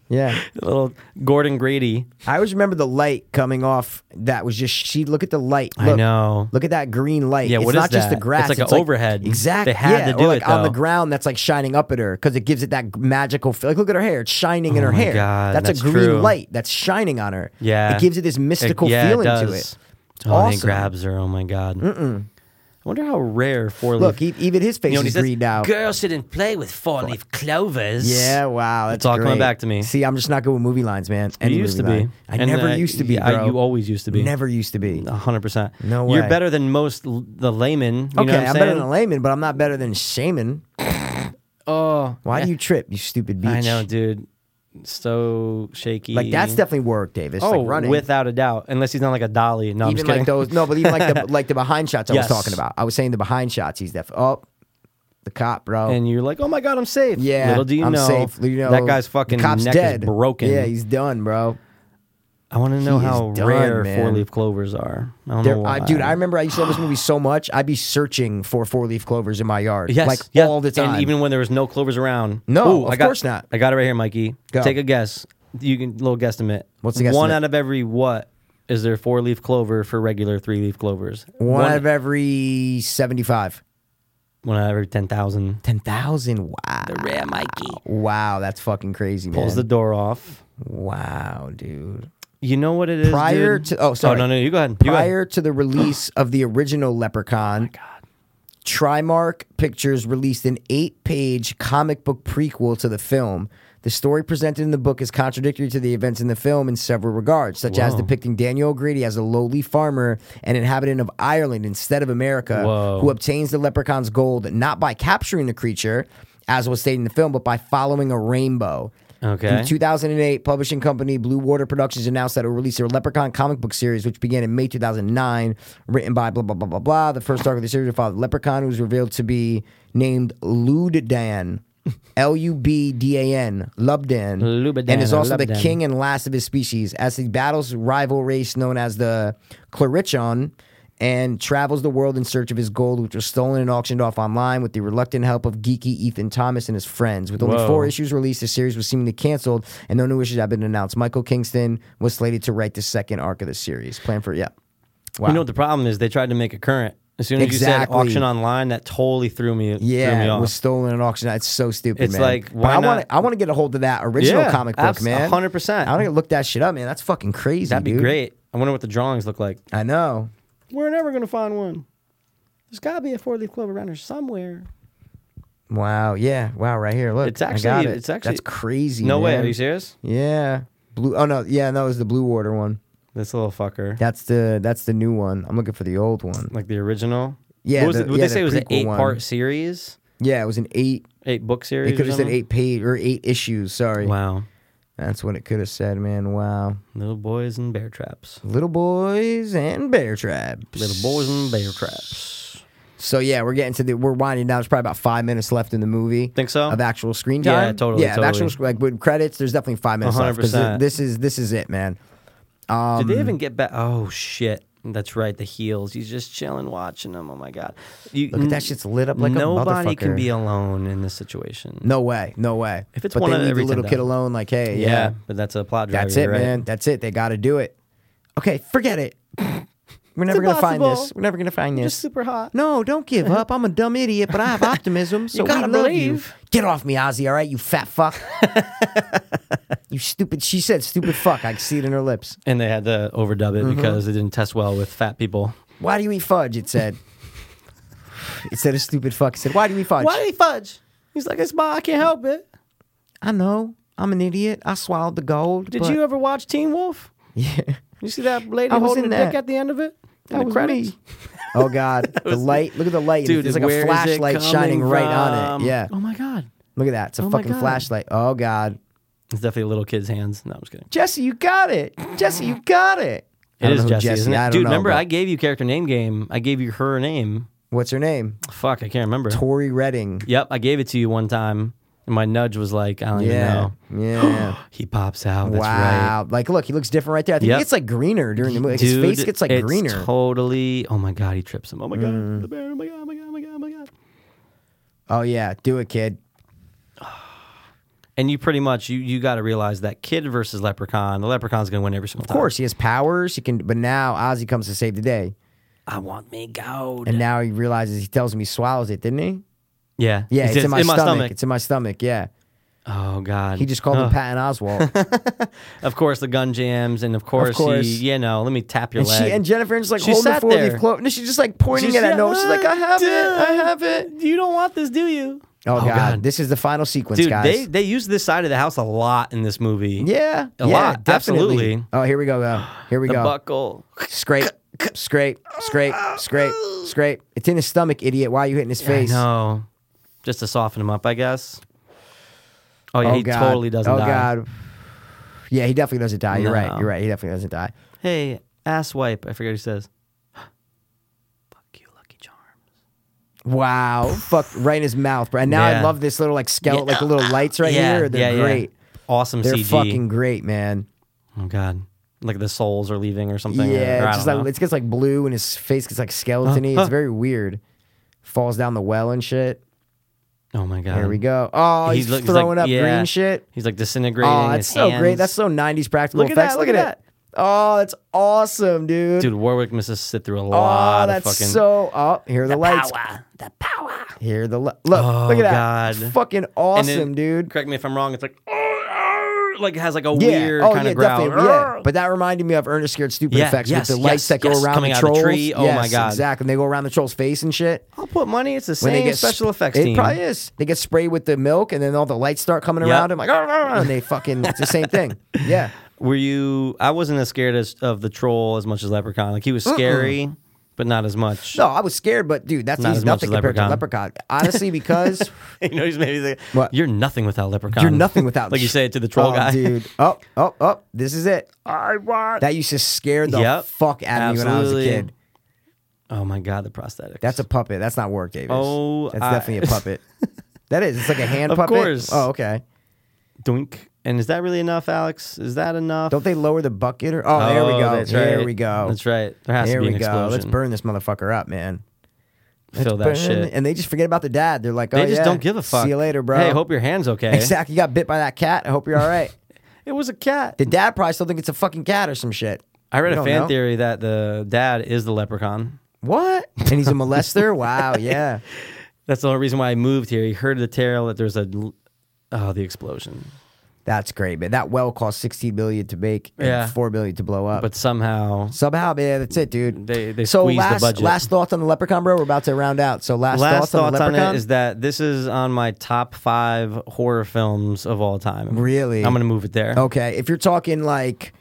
Speaker 6: yeah.
Speaker 5: little Gordon Grady.
Speaker 6: I always remember the light coming off. That was just she. Look at the light. Look,
Speaker 5: I know.
Speaker 6: Look at that green light.
Speaker 5: Yeah,
Speaker 6: it's
Speaker 5: what is
Speaker 6: not just the
Speaker 5: that?
Speaker 6: grass.
Speaker 5: It's like a overhead.
Speaker 6: Exactly.
Speaker 5: They had
Speaker 6: yeah,
Speaker 5: to do
Speaker 6: or like
Speaker 5: it,
Speaker 6: on the
Speaker 5: though.
Speaker 6: ground. That's like shining up at her because it gives it that g- magical. Feel. Like look at her hair. It's shining in
Speaker 5: Oh
Speaker 6: her
Speaker 5: my
Speaker 6: hair.
Speaker 5: God,
Speaker 6: a
Speaker 5: that's
Speaker 6: green
Speaker 5: true.
Speaker 6: light that's shining on her.
Speaker 5: Yeah,
Speaker 6: it gives it this mystical
Speaker 5: yeah,
Speaker 6: feeling
Speaker 5: it
Speaker 6: to
Speaker 5: does.
Speaker 6: it.
Speaker 5: Oh, and
Speaker 6: awesome.
Speaker 5: he grabs her. Oh my god. Mm-mm. I wonder how rare four leaf.
Speaker 6: Look, he, even his face
Speaker 5: you know what he
Speaker 6: is
Speaker 5: says?
Speaker 6: green now.
Speaker 5: Girls shouldn't play with four leaf clovers.
Speaker 6: Yeah, wow. That's
Speaker 5: It's all coming
Speaker 6: great.
Speaker 5: back to me.
Speaker 6: See, I'm just not good with movie lines, man. Any
Speaker 5: you used to
Speaker 6: movie
Speaker 5: be.
Speaker 6: line. I
Speaker 5: And,
Speaker 6: never
Speaker 5: uh,
Speaker 6: used to be,
Speaker 5: yeah,
Speaker 6: bro.
Speaker 5: you always used to be.
Speaker 6: Never used to be.
Speaker 5: 100%.
Speaker 6: No way.
Speaker 5: You're better than most l- the laymen. You
Speaker 6: okay,
Speaker 5: know what I'm,
Speaker 6: I'm
Speaker 5: saying?
Speaker 6: better than a layman, but I'm not better than shaman.
Speaker 5: Oh,
Speaker 6: Why do you trip, you stupid bitch?
Speaker 5: I know, dude. so shaky.
Speaker 6: Like that's definitely work, Davis.
Speaker 5: oh,
Speaker 6: like running.
Speaker 5: without a doubt. Unless he's not like a dolly. No, I'm
Speaker 6: even
Speaker 5: just
Speaker 6: like
Speaker 5: kidding.
Speaker 6: those no, but even like the like the behind shots I
Speaker 5: Yes.
Speaker 6: was talking about. I was saying the behind shots. He's definitely oh, the cop, bro.
Speaker 5: and you're like, oh my god, I'm safe.
Speaker 6: yeah,
Speaker 5: Little do you
Speaker 6: I'm
Speaker 5: know,
Speaker 6: safe. You know,
Speaker 5: that guy's fucking
Speaker 6: the cop's
Speaker 5: neck
Speaker 6: dead.
Speaker 5: is broken.
Speaker 6: Yeah, he's done, bro.
Speaker 5: I want to know
Speaker 6: he is
Speaker 5: how
Speaker 6: done,
Speaker 5: rare
Speaker 6: man.
Speaker 5: four leaf clovers are. I don't know
Speaker 6: There,
Speaker 5: why.
Speaker 6: I, dude, I remember I used to love this movie so much. I'd be searching for four leaf clovers in my yard,
Speaker 5: Yes,
Speaker 6: like
Speaker 5: yeah,
Speaker 6: all the time.
Speaker 5: and even when there was no clovers around.
Speaker 6: No,
Speaker 5: Ooh,
Speaker 6: of
Speaker 5: I got,
Speaker 6: course not.
Speaker 5: I got it right here, Mikey.
Speaker 6: Go.
Speaker 5: Take a guess. You can little guesstimate.
Speaker 6: What's the
Speaker 5: One
Speaker 6: guesstimate?
Speaker 5: out of every what is there four leaf clover for regular three leaf clovers?
Speaker 6: one, out of every seventy-five.
Speaker 5: one out of every ten thousand.
Speaker 6: Ten thousand. Wow.
Speaker 4: Rare Mikey.
Speaker 6: Wow, that's fucking crazy, man.
Speaker 5: Pulls the door off.
Speaker 6: wow, dude.
Speaker 5: You know what it is.
Speaker 6: Prior
Speaker 5: dude?
Speaker 6: to- oh, sorry.
Speaker 5: no no you go ahead. You go ahead.
Speaker 6: Prior to the release of the original Leprechaun, Trimark Pictures released an eight page comic book prequel to the film. The story presented in the book is contradictory to the events in the film in several regards, such as
Speaker 5: Whoa.
Speaker 6: depicting Daniel O'Grady as a lowly farmer and inhabitant of Ireland instead of America,
Speaker 5: Whoa.
Speaker 6: who obtains the leprechaun's gold not by capturing the creature, as was stated in the film, but by following a rainbow.
Speaker 5: Okay.
Speaker 6: In 2008, publishing company Blue Water Productions announced that it would release their Leprechaun comic book series, which began in May 2009, written by blah, blah, blah, blah, blah. The first arc of the series followed Leprechaun, who was revealed to be named Ludan. L U B D A N, Lubdan,
Speaker 5: Lubdan
Speaker 6: and is
Speaker 5: or
Speaker 6: also the
Speaker 5: Lubdan.
Speaker 6: king and last of his species. As he battles rival race known as the Clarichon and travels the world in search of his gold, which was stolen and auctioned off online with the reluctant help of geeky Ethan Thomas and his friends. With only
Speaker 5: Whoa.
Speaker 6: four issues released, the series was seemingly canceled, and no new issues have been announced. Michael Kingston was slated to write the second arc of the series. Plan for yeah. Wow.
Speaker 5: You know what the problem is? They tried to make it current. As soon as
Speaker 6: Exactly.
Speaker 5: you said auction online, that totally threw me. threw
Speaker 6: yeah,
Speaker 5: me
Speaker 6: it
Speaker 5: off.
Speaker 6: was stolen and auctioned. It's so stupid,
Speaker 5: It's
Speaker 6: man.
Speaker 5: like,
Speaker 6: But
Speaker 5: why
Speaker 6: I
Speaker 5: not-
Speaker 6: want to. I want to get a hold of that original
Speaker 5: Yeah,
Speaker 6: comic book,
Speaker 5: abs-
Speaker 6: man.
Speaker 5: 100%.
Speaker 6: I want to look that shit up, man. That's fucking crazy.
Speaker 5: That'd be
Speaker 6: dude.
Speaker 5: great. I wonder what the drawings look like.
Speaker 6: I know.
Speaker 5: We're never gonna find one. There's gotta be a four leaf clover around here somewhere.
Speaker 6: Wow. Yeah. Wow. Right here. Look.
Speaker 5: It's
Speaker 6: I
Speaker 5: actually-
Speaker 6: got it.
Speaker 5: it's actually-
Speaker 6: That's crazy.
Speaker 5: No way.
Speaker 6: man.
Speaker 5: Are you serious?
Speaker 6: Yeah. Blue. Oh no. Yeah. That was the blue water one.
Speaker 5: This little fucker.
Speaker 6: That's the that's the new one. I'm looking for the old one.
Speaker 5: Like the original.
Speaker 6: Yeah,
Speaker 5: What was
Speaker 6: the-
Speaker 5: it- would
Speaker 6: yeah,
Speaker 5: they
Speaker 6: the
Speaker 5: say it was an
Speaker 6: prequel
Speaker 5: eight
Speaker 6: one.
Speaker 5: part series,
Speaker 6: Yeah. It was an eight.
Speaker 5: eight book series?
Speaker 6: It could
Speaker 5: or
Speaker 6: have said
Speaker 5: something?
Speaker 6: eight page or eight issues. Sorry.
Speaker 5: Wow.
Speaker 6: That's what it could have said, man. Wow.
Speaker 5: Little boys and bear traps.
Speaker 6: Little boys and bear traps.
Speaker 5: Little boys and bear traps.
Speaker 6: So yeah, we're getting to the we're winding down. There's probably about five minutes left in the movie.
Speaker 5: Think so?
Speaker 6: Of actual screen
Speaker 5: Yeah,
Speaker 6: time.
Speaker 5: totally,
Speaker 6: Yeah, of
Speaker 5: totally.
Speaker 6: actual like with credits. There's definitely five minutes left 'cause
Speaker 5: 100%.
Speaker 6: This is this is it, man.
Speaker 5: Did they
Speaker 6: Um,
Speaker 5: even get back? Oh shit. That's right, the heels. He's just chilling, watching them. Oh my god! You,
Speaker 6: Look at that shit's lit up like a
Speaker 5: nobody can
Speaker 6: motherfucker.
Speaker 5: be alone in this situation.
Speaker 6: No way, no way.
Speaker 5: If it's
Speaker 6: but
Speaker 5: one
Speaker 6: they
Speaker 5: out of
Speaker 6: leave
Speaker 5: every
Speaker 6: the little
Speaker 5: 10,000.
Speaker 6: kid alone, like hey,
Speaker 5: Yeah,
Speaker 6: yeah,
Speaker 5: but that's a plot driver.
Speaker 6: that's it,
Speaker 5: you're right?
Speaker 6: man. That's it. They got to do it. Okay, forget it. We're never gonna find this.
Speaker 5: impossible.
Speaker 6: We're never gonna find this.
Speaker 5: super hot.
Speaker 6: No, don't give up. I'm a dumb idiot, but I have optimism. So
Speaker 5: gotta
Speaker 6: we love
Speaker 5: believe.
Speaker 6: you. Get off me, Ozzy. All right, you fat fuck. you stupid. She said stupid fuck. I can see it in her lips.
Speaker 5: And they had to overdub it because it didn't test well with fat people.
Speaker 6: Why do you eat Mm-hmm. fudge? It said. it said a stupid fuck. It said, Why do you eat fudge?
Speaker 5: he fudge? He's like, it's my, I can't help it.
Speaker 6: I know. I'm an idiot. I swallowed the gold. but-
Speaker 5: ever watch Teen Wolf?
Speaker 6: Yeah.
Speaker 5: You see that lady
Speaker 6: I was in that.
Speaker 5: the end of it? In
Speaker 6: That was me. Oh God, the light! Look at the light.
Speaker 5: Dude,
Speaker 6: Dude, it's like a
Speaker 5: where is it
Speaker 6: flashlight shining
Speaker 5: coming
Speaker 6: right on it.
Speaker 5: from?
Speaker 6: Yeah,
Speaker 5: Oh my God.
Speaker 6: look at that. It's a
Speaker 5: Oh my
Speaker 6: fucking
Speaker 5: God.
Speaker 6: flashlight. Oh God,
Speaker 5: It's definitely a little kid's hands. No, I'm just kidding.
Speaker 6: Jesse, you got it. Jesse, you got it. I
Speaker 5: It
Speaker 6: don't
Speaker 5: is
Speaker 6: know who
Speaker 5: Jesse, isn't it?
Speaker 6: I don't
Speaker 5: Dude,
Speaker 6: know,
Speaker 5: remember
Speaker 6: but-
Speaker 5: I gave you character name game. I gave you her name.
Speaker 6: What's her name?
Speaker 5: Fuck, I can't remember.
Speaker 6: Tori Redding.
Speaker 5: yep, I gave it to you one time, and my nudge was like, I don't
Speaker 6: Yeah,
Speaker 5: even
Speaker 6: yeah.
Speaker 5: know. He pops out. That's right.
Speaker 6: wow. Like, look, he looks different right there. I think
Speaker 5: Yep.
Speaker 6: he gets like greener during the movie. Like, his
Speaker 5: Dude,
Speaker 6: face gets like
Speaker 5: it's
Speaker 6: greener. Mm.
Speaker 5: Totally. Oh my god, he trips him. Oh my god, the bear. Oh my god. Oh my god. Oh my god. Oh my god.
Speaker 6: oh yeah, do it, kid.
Speaker 5: And you pretty much you you got to realize that kid versus leprechaun. The leprechaun's gonna win every single
Speaker 6: Of course, he has powers. He can, but now Ozzy comes to save the day,
Speaker 5: I want me gold.
Speaker 6: and now he realizes. He tells him he swallows it, didn't he?
Speaker 5: yeah.
Speaker 6: Yeah,
Speaker 5: He
Speaker 6: it's
Speaker 5: says,
Speaker 6: in my, stomach. It's in my stomach. Yeah.
Speaker 5: oh god.
Speaker 6: He just called
Speaker 5: Ugh.
Speaker 6: him Patton Oswald.
Speaker 5: Of course, the gun jams, and of course,
Speaker 6: course.
Speaker 5: He, you know, let me tap your
Speaker 6: and
Speaker 5: leg.
Speaker 6: she and Jennifer just like
Speaker 5: She
Speaker 6: holding the
Speaker 5: sat
Speaker 6: four leaf
Speaker 5: there.
Speaker 6: clover. And she's just like pointing
Speaker 5: She's
Speaker 6: it at
Speaker 5: like,
Speaker 6: Noah. She's like, I have it. I have it.
Speaker 5: You don't want this, do you?
Speaker 6: Oh, God.
Speaker 5: God.
Speaker 6: This is the final sequence,
Speaker 5: Dude,
Speaker 6: guys.
Speaker 5: they they use this side of the house a lot in this movie.
Speaker 6: yeah.
Speaker 5: A
Speaker 6: yeah,
Speaker 5: lot,
Speaker 6: definitely.
Speaker 5: absolutely.
Speaker 6: Oh, here we go, go. Here we
Speaker 5: The
Speaker 6: go.
Speaker 5: buckle.
Speaker 6: Scrape, scrape, scrape, scrape, scrape. It's in his stomach, idiot. Why are you hitting his face?
Speaker 5: No, just to soften him up, I guess. Oh yeah,
Speaker 6: Oh,
Speaker 5: he
Speaker 6: God.
Speaker 5: totally doesn't
Speaker 6: Oh,
Speaker 5: die.
Speaker 6: God. Yeah, he definitely doesn't die. You're right.
Speaker 5: No.
Speaker 6: You're right. He definitely doesn't die.
Speaker 5: Hey, ass wipe. I forget what he says. Fuck you, Lucky Charms.
Speaker 6: Wow. Fuck right in his mouth, bro. And now I
Speaker 5: Yeah.
Speaker 6: love this little like skeleton, like the little lights right here. They're great.
Speaker 5: Awesome
Speaker 6: They're
Speaker 5: CG.
Speaker 6: fucking great, man.
Speaker 5: oh god, like the souls are leaving or something.
Speaker 6: Yeah,
Speaker 5: or, I
Speaker 6: it's just
Speaker 5: don't
Speaker 6: like
Speaker 5: know. Uh-huh.
Speaker 6: it gets like blue and his face gets like skeletony.
Speaker 5: huh.
Speaker 6: It's very weird. Falls down the well and shit.
Speaker 5: oh my god.
Speaker 6: There we go. Oh,
Speaker 5: He
Speaker 6: he's,
Speaker 5: looks
Speaker 6: throwing
Speaker 5: like-
Speaker 6: up
Speaker 5: yeah.
Speaker 6: green shit.
Speaker 5: He's like disintegrating.
Speaker 6: Oh, that's
Speaker 5: his
Speaker 6: so great.
Speaker 5: hands.
Speaker 6: That's so '90s practical
Speaker 5: Look at
Speaker 6: effects.
Speaker 5: that,
Speaker 6: look,
Speaker 5: look
Speaker 6: at
Speaker 5: at
Speaker 6: that. Oh, it's awesome, dude.
Speaker 5: dude. Warwick must have sit through a
Speaker 6: oh,
Speaker 5: lot
Speaker 6: that's
Speaker 5: of fucking.
Speaker 6: so. Oh, here are the, lights.
Speaker 4: Power. The power.
Speaker 6: Here are the li- look. look
Speaker 5: Oh,
Speaker 6: at that. It's
Speaker 5: God.
Speaker 6: Fucking
Speaker 5: And then-
Speaker 6: awesome, dude.
Speaker 5: Correct me if I'm wrong. It's like, like it has like a
Speaker 6: Yeah.
Speaker 5: weird
Speaker 6: oh,
Speaker 5: kind
Speaker 6: yeah,
Speaker 5: of growl.
Speaker 6: definitely. Yeah. But that reminded me of Ernest Scared Stupid
Speaker 5: Yeah,
Speaker 6: Effects
Speaker 5: yes,
Speaker 6: with the lights
Speaker 5: yes,
Speaker 6: that go
Speaker 5: yes,
Speaker 6: around
Speaker 5: coming
Speaker 6: the
Speaker 5: out of the
Speaker 6: trolls.
Speaker 5: tree. Oh, my
Speaker 6: Yes,
Speaker 5: God.
Speaker 6: Exactly. And they go around the troll's face and shit.
Speaker 5: I'll put money. It's the
Speaker 6: when they
Speaker 5: same
Speaker 6: get
Speaker 5: special
Speaker 6: sp-
Speaker 5: effects
Speaker 6: It
Speaker 5: team.
Speaker 6: probably is. They get sprayed with the milk, and then all the lights start coming
Speaker 5: Yep.
Speaker 6: around him, like, "Arr, arr, arr," and they fucking. It's the same thing. Yeah.
Speaker 5: Were you? I wasn't as scared as of the troll as much as Leprechaun. Like he was scary, but not as much.
Speaker 6: No, I was scared, but dude, that's
Speaker 5: Not
Speaker 6: he's
Speaker 5: as much
Speaker 6: nothing
Speaker 5: as
Speaker 6: compared to Leprechaun. Honestly, because
Speaker 5: you know, he's maybe like,
Speaker 6: What?
Speaker 5: You're nothing without Leprechaun.
Speaker 6: you're nothing without.
Speaker 5: Um, like you say it to the troll
Speaker 6: oh,
Speaker 5: guy.
Speaker 6: dude. Oh, oh, oh! This is it. I want that used to scare the
Speaker 5: Yep.
Speaker 6: fuck out of me when I was a
Speaker 5: Absolutely.
Speaker 6: kid.
Speaker 5: Oh my god, the prosthetics.
Speaker 6: That's a puppet. That's not work, Davis.
Speaker 5: Oh,
Speaker 6: that's
Speaker 5: I-
Speaker 6: definitely a puppet. that is. It's like a hand
Speaker 5: Of
Speaker 6: puppet.
Speaker 5: course.
Speaker 6: Oh, okay.
Speaker 5: doink. And is that really enough, Alex? Is that enough?
Speaker 6: Don't they lower the bucket or? Oh, there we
Speaker 5: Oh,
Speaker 6: go.
Speaker 5: That's
Speaker 6: There
Speaker 5: right.
Speaker 6: we go.
Speaker 5: That's right. There has
Speaker 6: There
Speaker 5: to be
Speaker 6: we
Speaker 5: an
Speaker 6: go.
Speaker 5: explosion.
Speaker 6: Let's burn this motherfucker up, man.
Speaker 5: Fill that
Speaker 6: Burn-
Speaker 5: shit.
Speaker 6: And they just forget about the dad. They're like, oh,
Speaker 5: they just
Speaker 6: yeah,
Speaker 5: don't give a fuck.
Speaker 6: See you later, bro.
Speaker 5: Hey, hope your hand's okay.
Speaker 6: Exactly. You got bit by that cat. I hope you're all right.
Speaker 5: It was a cat.
Speaker 6: the dad probably still think it's a fucking cat or some shit.
Speaker 5: I read
Speaker 6: You
Speaker 5: a
Speaker 6: don't
Speaker 5: fan
Speaker 6: know.
Speaker 5: theory that the dad is the leprechaun.
Speaker 6: What? And he's a molester? wow. Yeah.
Speaker 5: That's the only reason why I moved here. He heard the tale that there's a l- oh the explosion,
Speaker 6: That's great, man. That well cost 16 billion to make and
Speaker 5: Yeah.
Speaker 6: 4 billion to blow up.
Speaker 5: but somehow
Speaker 6: somehow, man, that's it, dude.
Speaker 5: They- they
Speaker 6: so
Speaker 5: squeezed the
Speaker 6: last,
Speaker 5: budget.
Speaker 6: last thoughts on the leprechaun, bro. We're about to round out. So last, on
Speaker 5: last
Speaker 6: the
Speaker 5: thoughts on
Speaker 6: leprechaun
Speaker 5: it is that this is on my top five horror films of all time.
Speaker 6: Really? Oh,
Speaker 5: I'm gonna move it there.
Speaker 6: okay. If you're talking like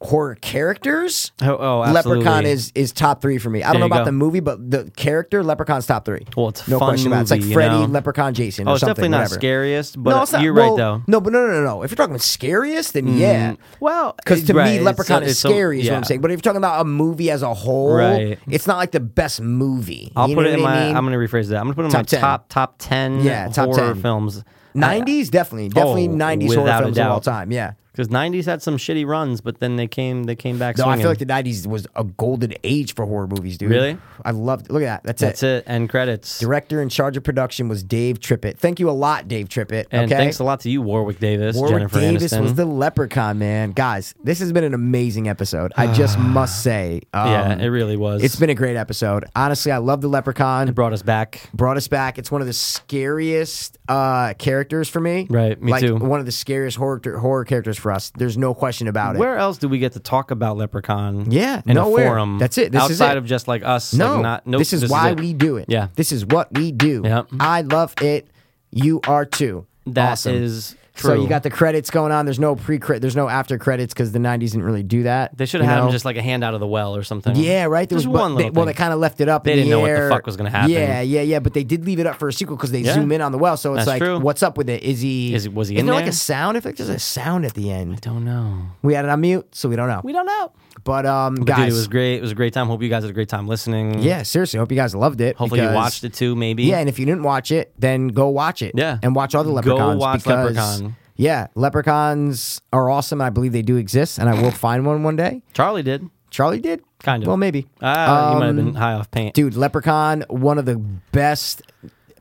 Speaker 6: horror characters,
Speaker 5: Oh, oh, absolutely.
Speaker 6: Leprechaun is is top three for me. I don't
Speaker 5: There
Speaker 6: know
Speaker 5: you
Speaker 6: about
Speaker 5: go.
Speaker 6: the movie, but the character Leprechaun's top three.
Speaker 5: Well, it's a
Speaker 6: no
Speaker 5: fun
Speaker 6: question about it. It's like
Speaker 5: movie, you
Speaker 6: Freddy,
Speaker 5: know?
Speaker 6: Leprechaun, Jason.
Speaker 5: oh,
Speaker 6: or
Speaker 5: it's
Speaker 6: something,
Speaker 5: definitely not
Speaker 6: whatever.
Speaker 5: scariest, but
Speaker 6: no, it's not.
Speaker 5: you're
Speaker 6: well,
Speaker 5: right though.
Speaker 6: No, but no, no, no, no. If you're talking about scariest, then yeah.
Speaker 5: Well,
Speaker 6: Because to
Speaker 5: right,
Speaker 6: me,
Speaker 5: it's-
Speaker 6: Leprechaun is
Speaker 5: it's a-
Speaker 6: scary, is what
Speaker 5: yeah.
Speaker 6: I'm saying. But if you're talking about a movie as a whole,
Speaker 5: Right.
Speaker 6: it's not like the best movie.
Speaker 5: I'll
Speaker 6: You
Speaker 5: put
Speaker 6: know
Speaker 5: it in
Speaker 6: what I
Speaker 5: my.
Speaker 6: mean?
Speaker 5: I'm going to rephrase that. I'm going to put it in
Speaker 6: Top
Speaker 5: my
Speaker 6: 10.
Speaker 5: top top ten.
Speaker 6: Yeah, top
Speaker 5: horror
Speaker 6: 10.
Speaker 5: films.
Speaker 6: 90s, definitely, definitely
Speaker 5: Oh,
Speaker 6: 90s horror
Speaker 5: without a
Speaker 6: films of all
Speaker 5: doubt.
Speaker 6: time. Yeah.
Speaker 5: Because '90s had some shitty runs, but then they came. They came back.
Speaker 6: No, I
Speaker 5: swinging.
Speaker 6: feel like the 90s was a golden age for horror movies, dude.
Speaker 5: Really?
Speaker 6: I loved. Look at that. That's,
Speaker 5: that's it. End credits.
Speaker 6: Director in charge of production was Dave Trippett. Thank you a lot, Dave Trippett.
Speaker 5: and
Speaker 6: okay?
Speaker 5: thanks a lot to you, Warwick Davis,
Speaker 6: Warwick
Speaker 5: Jennifer
Speaker 6: Davis
Speaker 5: Aniston.
Speaker 6: was the leprechaun, man. Guys, this has been an amazing episode. I just must say. Um,
Speaker 5: yeah, it really was.
Speaker 6: It's been a great episode. Honestly, I love the leprechaun.
Speaker 5: It brought us back.
Speaker 6: Brought us back. It's one of the scariest uh, characters for me.
Speaker 5: Right, me
Speaker 6: like,
Speaker 5: too.
Speaker 6: One of the scariest horror horror characters for us. There's no question about it.
Speaker 5: Where else do we get to talk about Leprechaun?
Speaker 6: Yeah,
Speaker 5: in
Speaker 6: nowhere.
Speaker 5: a forum.
Speaker 6: That's it. This is
Speaker 5: outside
Speaker 6: it.
Speaker 5: of just like us.
Speaker 6: No,
Speaker 5: like not, nope,
Speaker 6: this is why
Speaker 5: it.
Speaker 6: we do it.
Speaker 5: Yeah.
Speaker 6: this is what we do.
Speaker 5: Yep.
Speaker 6: I love it. You are too.
Speaker 5: That
Speaker 6: awesome.
Speaker 5: is
Speaker 6: So you
Speaker 5: true.
Speaker 6: got the credits going on. There's no pre credit. There's no after credits because the '90s didn't really do that.
Speaker 5: They should
Speaker 6: you
Speaker 5: have had
Speaker 6: know?
Speaker 5: him just like a hand out of the well or something.
Speaker 6: Yeah, right. There
Speaker 5: Just
Speaker 6: was but
Speaker 5: one
Speaker 6: they-
Speaker 5: little.
Speaker 6: Well, they
Speaker 5: thing.
Speaker 6: kind of left it up.
Speaker 5: They
Speaker 6: in
Speaker 5: didn't
Speaker 6: the
Speaker 5: know what the
Speaker 6: air.
Speaker 5: fuck was gonna happen.
Speaker 6: Yeah, yeah, yeah. But they did leave it up for a sequel because they
Speaker 5: Yeah.
Speaker 6: zoom in on the well. So it's
Speaker 5: That's
Speaker 6: like,
Speaker 5: true.
Speaker 6: what's up with it? Is he?
Speaker 5: Is he- was he
Speaker 6: is
Speaker 5: in
Speaker 6: there, like
Speaker 5: there?
Speaker 6: a sound effect? There's a sound at the end.
Speaker 5: Don't know.
Speaker 6: We had it on mute, so we don't know.
Speaker 5: We don't know.
Speaker 6: But um,
Speaker 5: But
Speaker 6: guys,
Speaker 5: dude, it was great. It was a great time. Hope you guys had a great time listening.
Speaker 6: yeah, seriously. Hope you guys loved it.
Speaker 5: Hopefully you
Speaker 6: because-
Speaker 5: watched it too. Maybe.
Speaker 6: Yeah, and if you didn't watch it, then go watch it.
Speaker 5: Yeah.
Speaker 6: and watch all the
Speaker 5: Go
Speaker 6: leprechauns.
Speaker 5: watch
Speaker 6: because,
Speaker 5: Leprechaun.
Speaker 6: Yeah, leprechauns are awesome. I believe they do exist, and I will find one one day.
Speaker 5: Charlie did.
Speaker 6: Charlie did
Speaker 5: Kind of.
Speaker 6: Well, maybe.
Speaker 5: Ah, he might have
Speaker 6: Um,
Speaker 5: been high off paint.
Speaker 6: dude leprechaun one of the best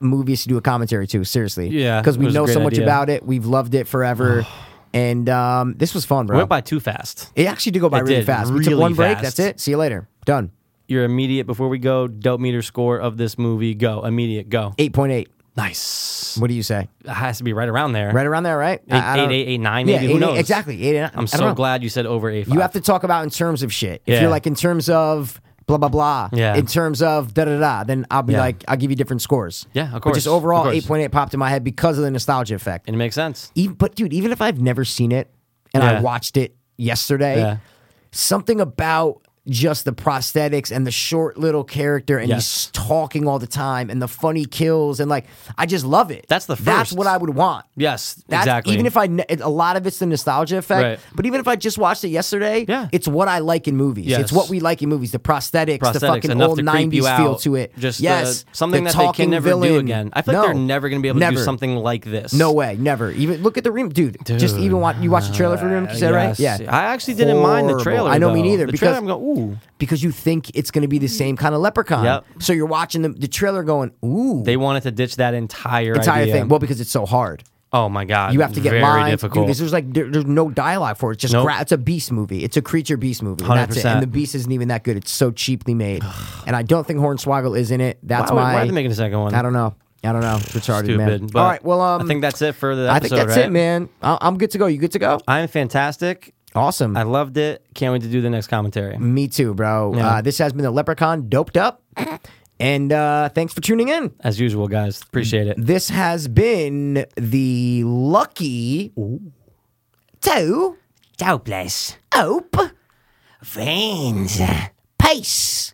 Speaker 6: movies to do a commentary to seriously
Speaker 5: Yeah,
Speaker 6: because
Speaker 5: it
Speaker 6: we
Speaker 5: was a
Speaker 6: know so
Speaker 5: great
Speaker 6: much
Speaker 5: idea.
Speaker 6: about it we've loved it forever and um, this was fun bro
Speaker 5: Went by too fast.
Speaker 6: it actually did go by
Speaker 5: It
Speaker 6: really
Speaker 5: did,
Speaker 6: fast we took
Speaker 5: really
Speaker 6: one break
Speaker 5: fast.
Speaker 6: that's it see you later done
Speaker 5: Your immediate before we go dope meter score of this movie. Go immediate. Go.
Speaker 6: 8.8
Speaker 5: Nice.
Speaker 6: what do you say
Speaker 5: It has to be right around there.
Speaker 6: right around there right
Speaker 5: Eight- eight, eight, eight, nine, maybe.
Speaker 6: yeah,
Speaker 5: Who
Speaker 6: eight, eight-
Speaker 5: knows?
Speaker 6: exactly 8
Speaker 5: I'm so glad you said over eight.
Speaker 6: you have to talk about in terms of shit if
Speaker 5: Yeah.
Speaker 6: you're like in terms of blah blah blah
Speaker 5: Yeah.
Speaker 6: in terms of da da da then I'll be
Speaker 5: Yeah.
Speaker 6: like I'll give you different scores
Speaker 5: Yeah, of
Speaker 6: but
Speaker 5: course,
Speaker 6: just
Speaker 5: of
Speaker 6: overall
Speaker 5: course.
Speaker 6: 8.8 popped in my head because of the nostalgia effect
Speaker 5: And it makes sense.
Speaker 6: even, but dude, even if I've never seen it and I
Speaker 5: Yeah.
Speaker 6: watched it yesterday,
Speaker 5: Yeah.
Speaker 6: something about just the prosthetics and the short little character and
Speaker 5: Yes.
Speaker 6: he's talking all the time and the funny kills and like I just love it.
Speaker 5: That's the
Speaker 6: That's
Speaker 5: first.
Speaker 6: what I would want.
Speaker 5: Yes,
Speaker 6: That's,
Speaker 5: exactly.
Speaker 6: Even if I, ne- a lot of it's the nostalgia effect,
Speaker 5: Right.
Speaker 6: but even if I just watched it yesterday,
Speaker 5: Yeah.
Speaker 6: it's what I like in movies. It's
Speaker 5: Yes.
Speaker 6: what we like in movies. The prosthetics, the
Speaker 5: Prosthetics,
Speaker 6: fucking
Speaker 5: enough
Speaker 6: old
Speaker 5: to creep you
Speaker 6: '90s feel
Speaker 5: out.
Speaker 6: to it.
Speaker 5: Just the-
Speaker 6: yes,
Speaker 5: something
Speaker 6: the
Speaker 5: that they
Speaker 6: talking
Speaker 5: can never do
Speaker 6: villain.
Speaker 5: again. I feel like
Speaker 6: No.
Speaker 5: they're never going to be able to
Speaker 6: Never.
Speaker 5: do something like this.
Speaker 6: No way, never. Even look at the remake, dude, Just
Speaker 5: Dude,
Speaker 6: even watch. You watched the trailer for Remake, is that right?
Speaker 5: Yes.
Speaker 6: Yeah.
Speaker 5: I actually didn't mind the
Speaker 6: Horrible.
Speaker 5: trailer.
Speaker 6: I know me
Speaker 5: though.
Speaker 6: neither,
Speaker 5: The
Speaker 6: because-
Speaker 5: trailer, I'm going, ooh,
Speaker 6: because you think it's going to be the same kind of leprechaun.
Speaker 5: Yep.
Speaker 6: So you're watching the, the trailer, going, "Ooh,
Speaker 5: they wanted to ditch that entire
Speaker 6: entire
Speaker 5: idea.
Speaker 6: thing." Well, because it's so hard.
Speaker 5: oh my god,
Speaker 6: You have to get
Speaker 5: very
Speaker 6: lines.
Speaker 5: difficult.
Speaker 6: Dude, this is like there, there's no dialogue for it. It's just
Speaker 5: Nope.
Speaker 6: gra- it's a beast movie. It's a creature beast movie. and That's it.
Speaker 5: 100%.
Speaker 6: And the beast isn't even that good. It's so cheaply made. and I don't think Hornswoggle is in it. That's
Speaker 5: why, would-
Speaker 6: my.
Speaker 5: why are they making a second one?
Speaker 6: I don't know. I don't know. It's retarded,
Speaker 5: Stupid.
Speaker 6: man.
Speaker 5: But
Speaker 6: All right. Well, um,
Speaker 5: I think that's it for the.
Speaker 6: I think
Speaker 5: Episode,
Speaker 6: that's
Speaker 5: right?
Speaker 6: it, man. I- I'm good to go. You good to go?
Speaker 5: I'm fantastic.
Speaker 6: Awesome.
Speaker 5: I loved it. Can't wait to do the next commentary.
Speaker 6: Me too, bro. Uh, this has been the Leprechaun Doped Up. And uh, thanks for tuning in.
Speaker 5: As usual, guys, appreciate it.
Speaker 6: This has been the Lucky Two
Speaker 4: Doubtless.
Speaker 6: Ope
Speaker 4: Veins.
Speaker 6: Pace.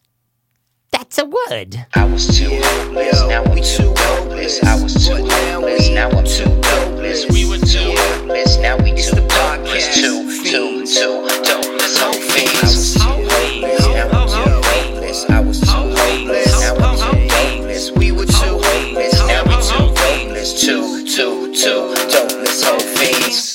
Speaker 4: That's a word.
Speaker 2: I was too hopeless, now I'm too hopeless. I was too hopeless, now I'm too dopeless. We were too hopeless, now we too dopeless. Too, too, too dopeless. Hope fiends. I was too hopeless, now I'm too hopeless. I was too hopeless, now I'm too hopeless. We were too hopeless, now we too hopeless. Too, too, too dopeless. Hope fiends.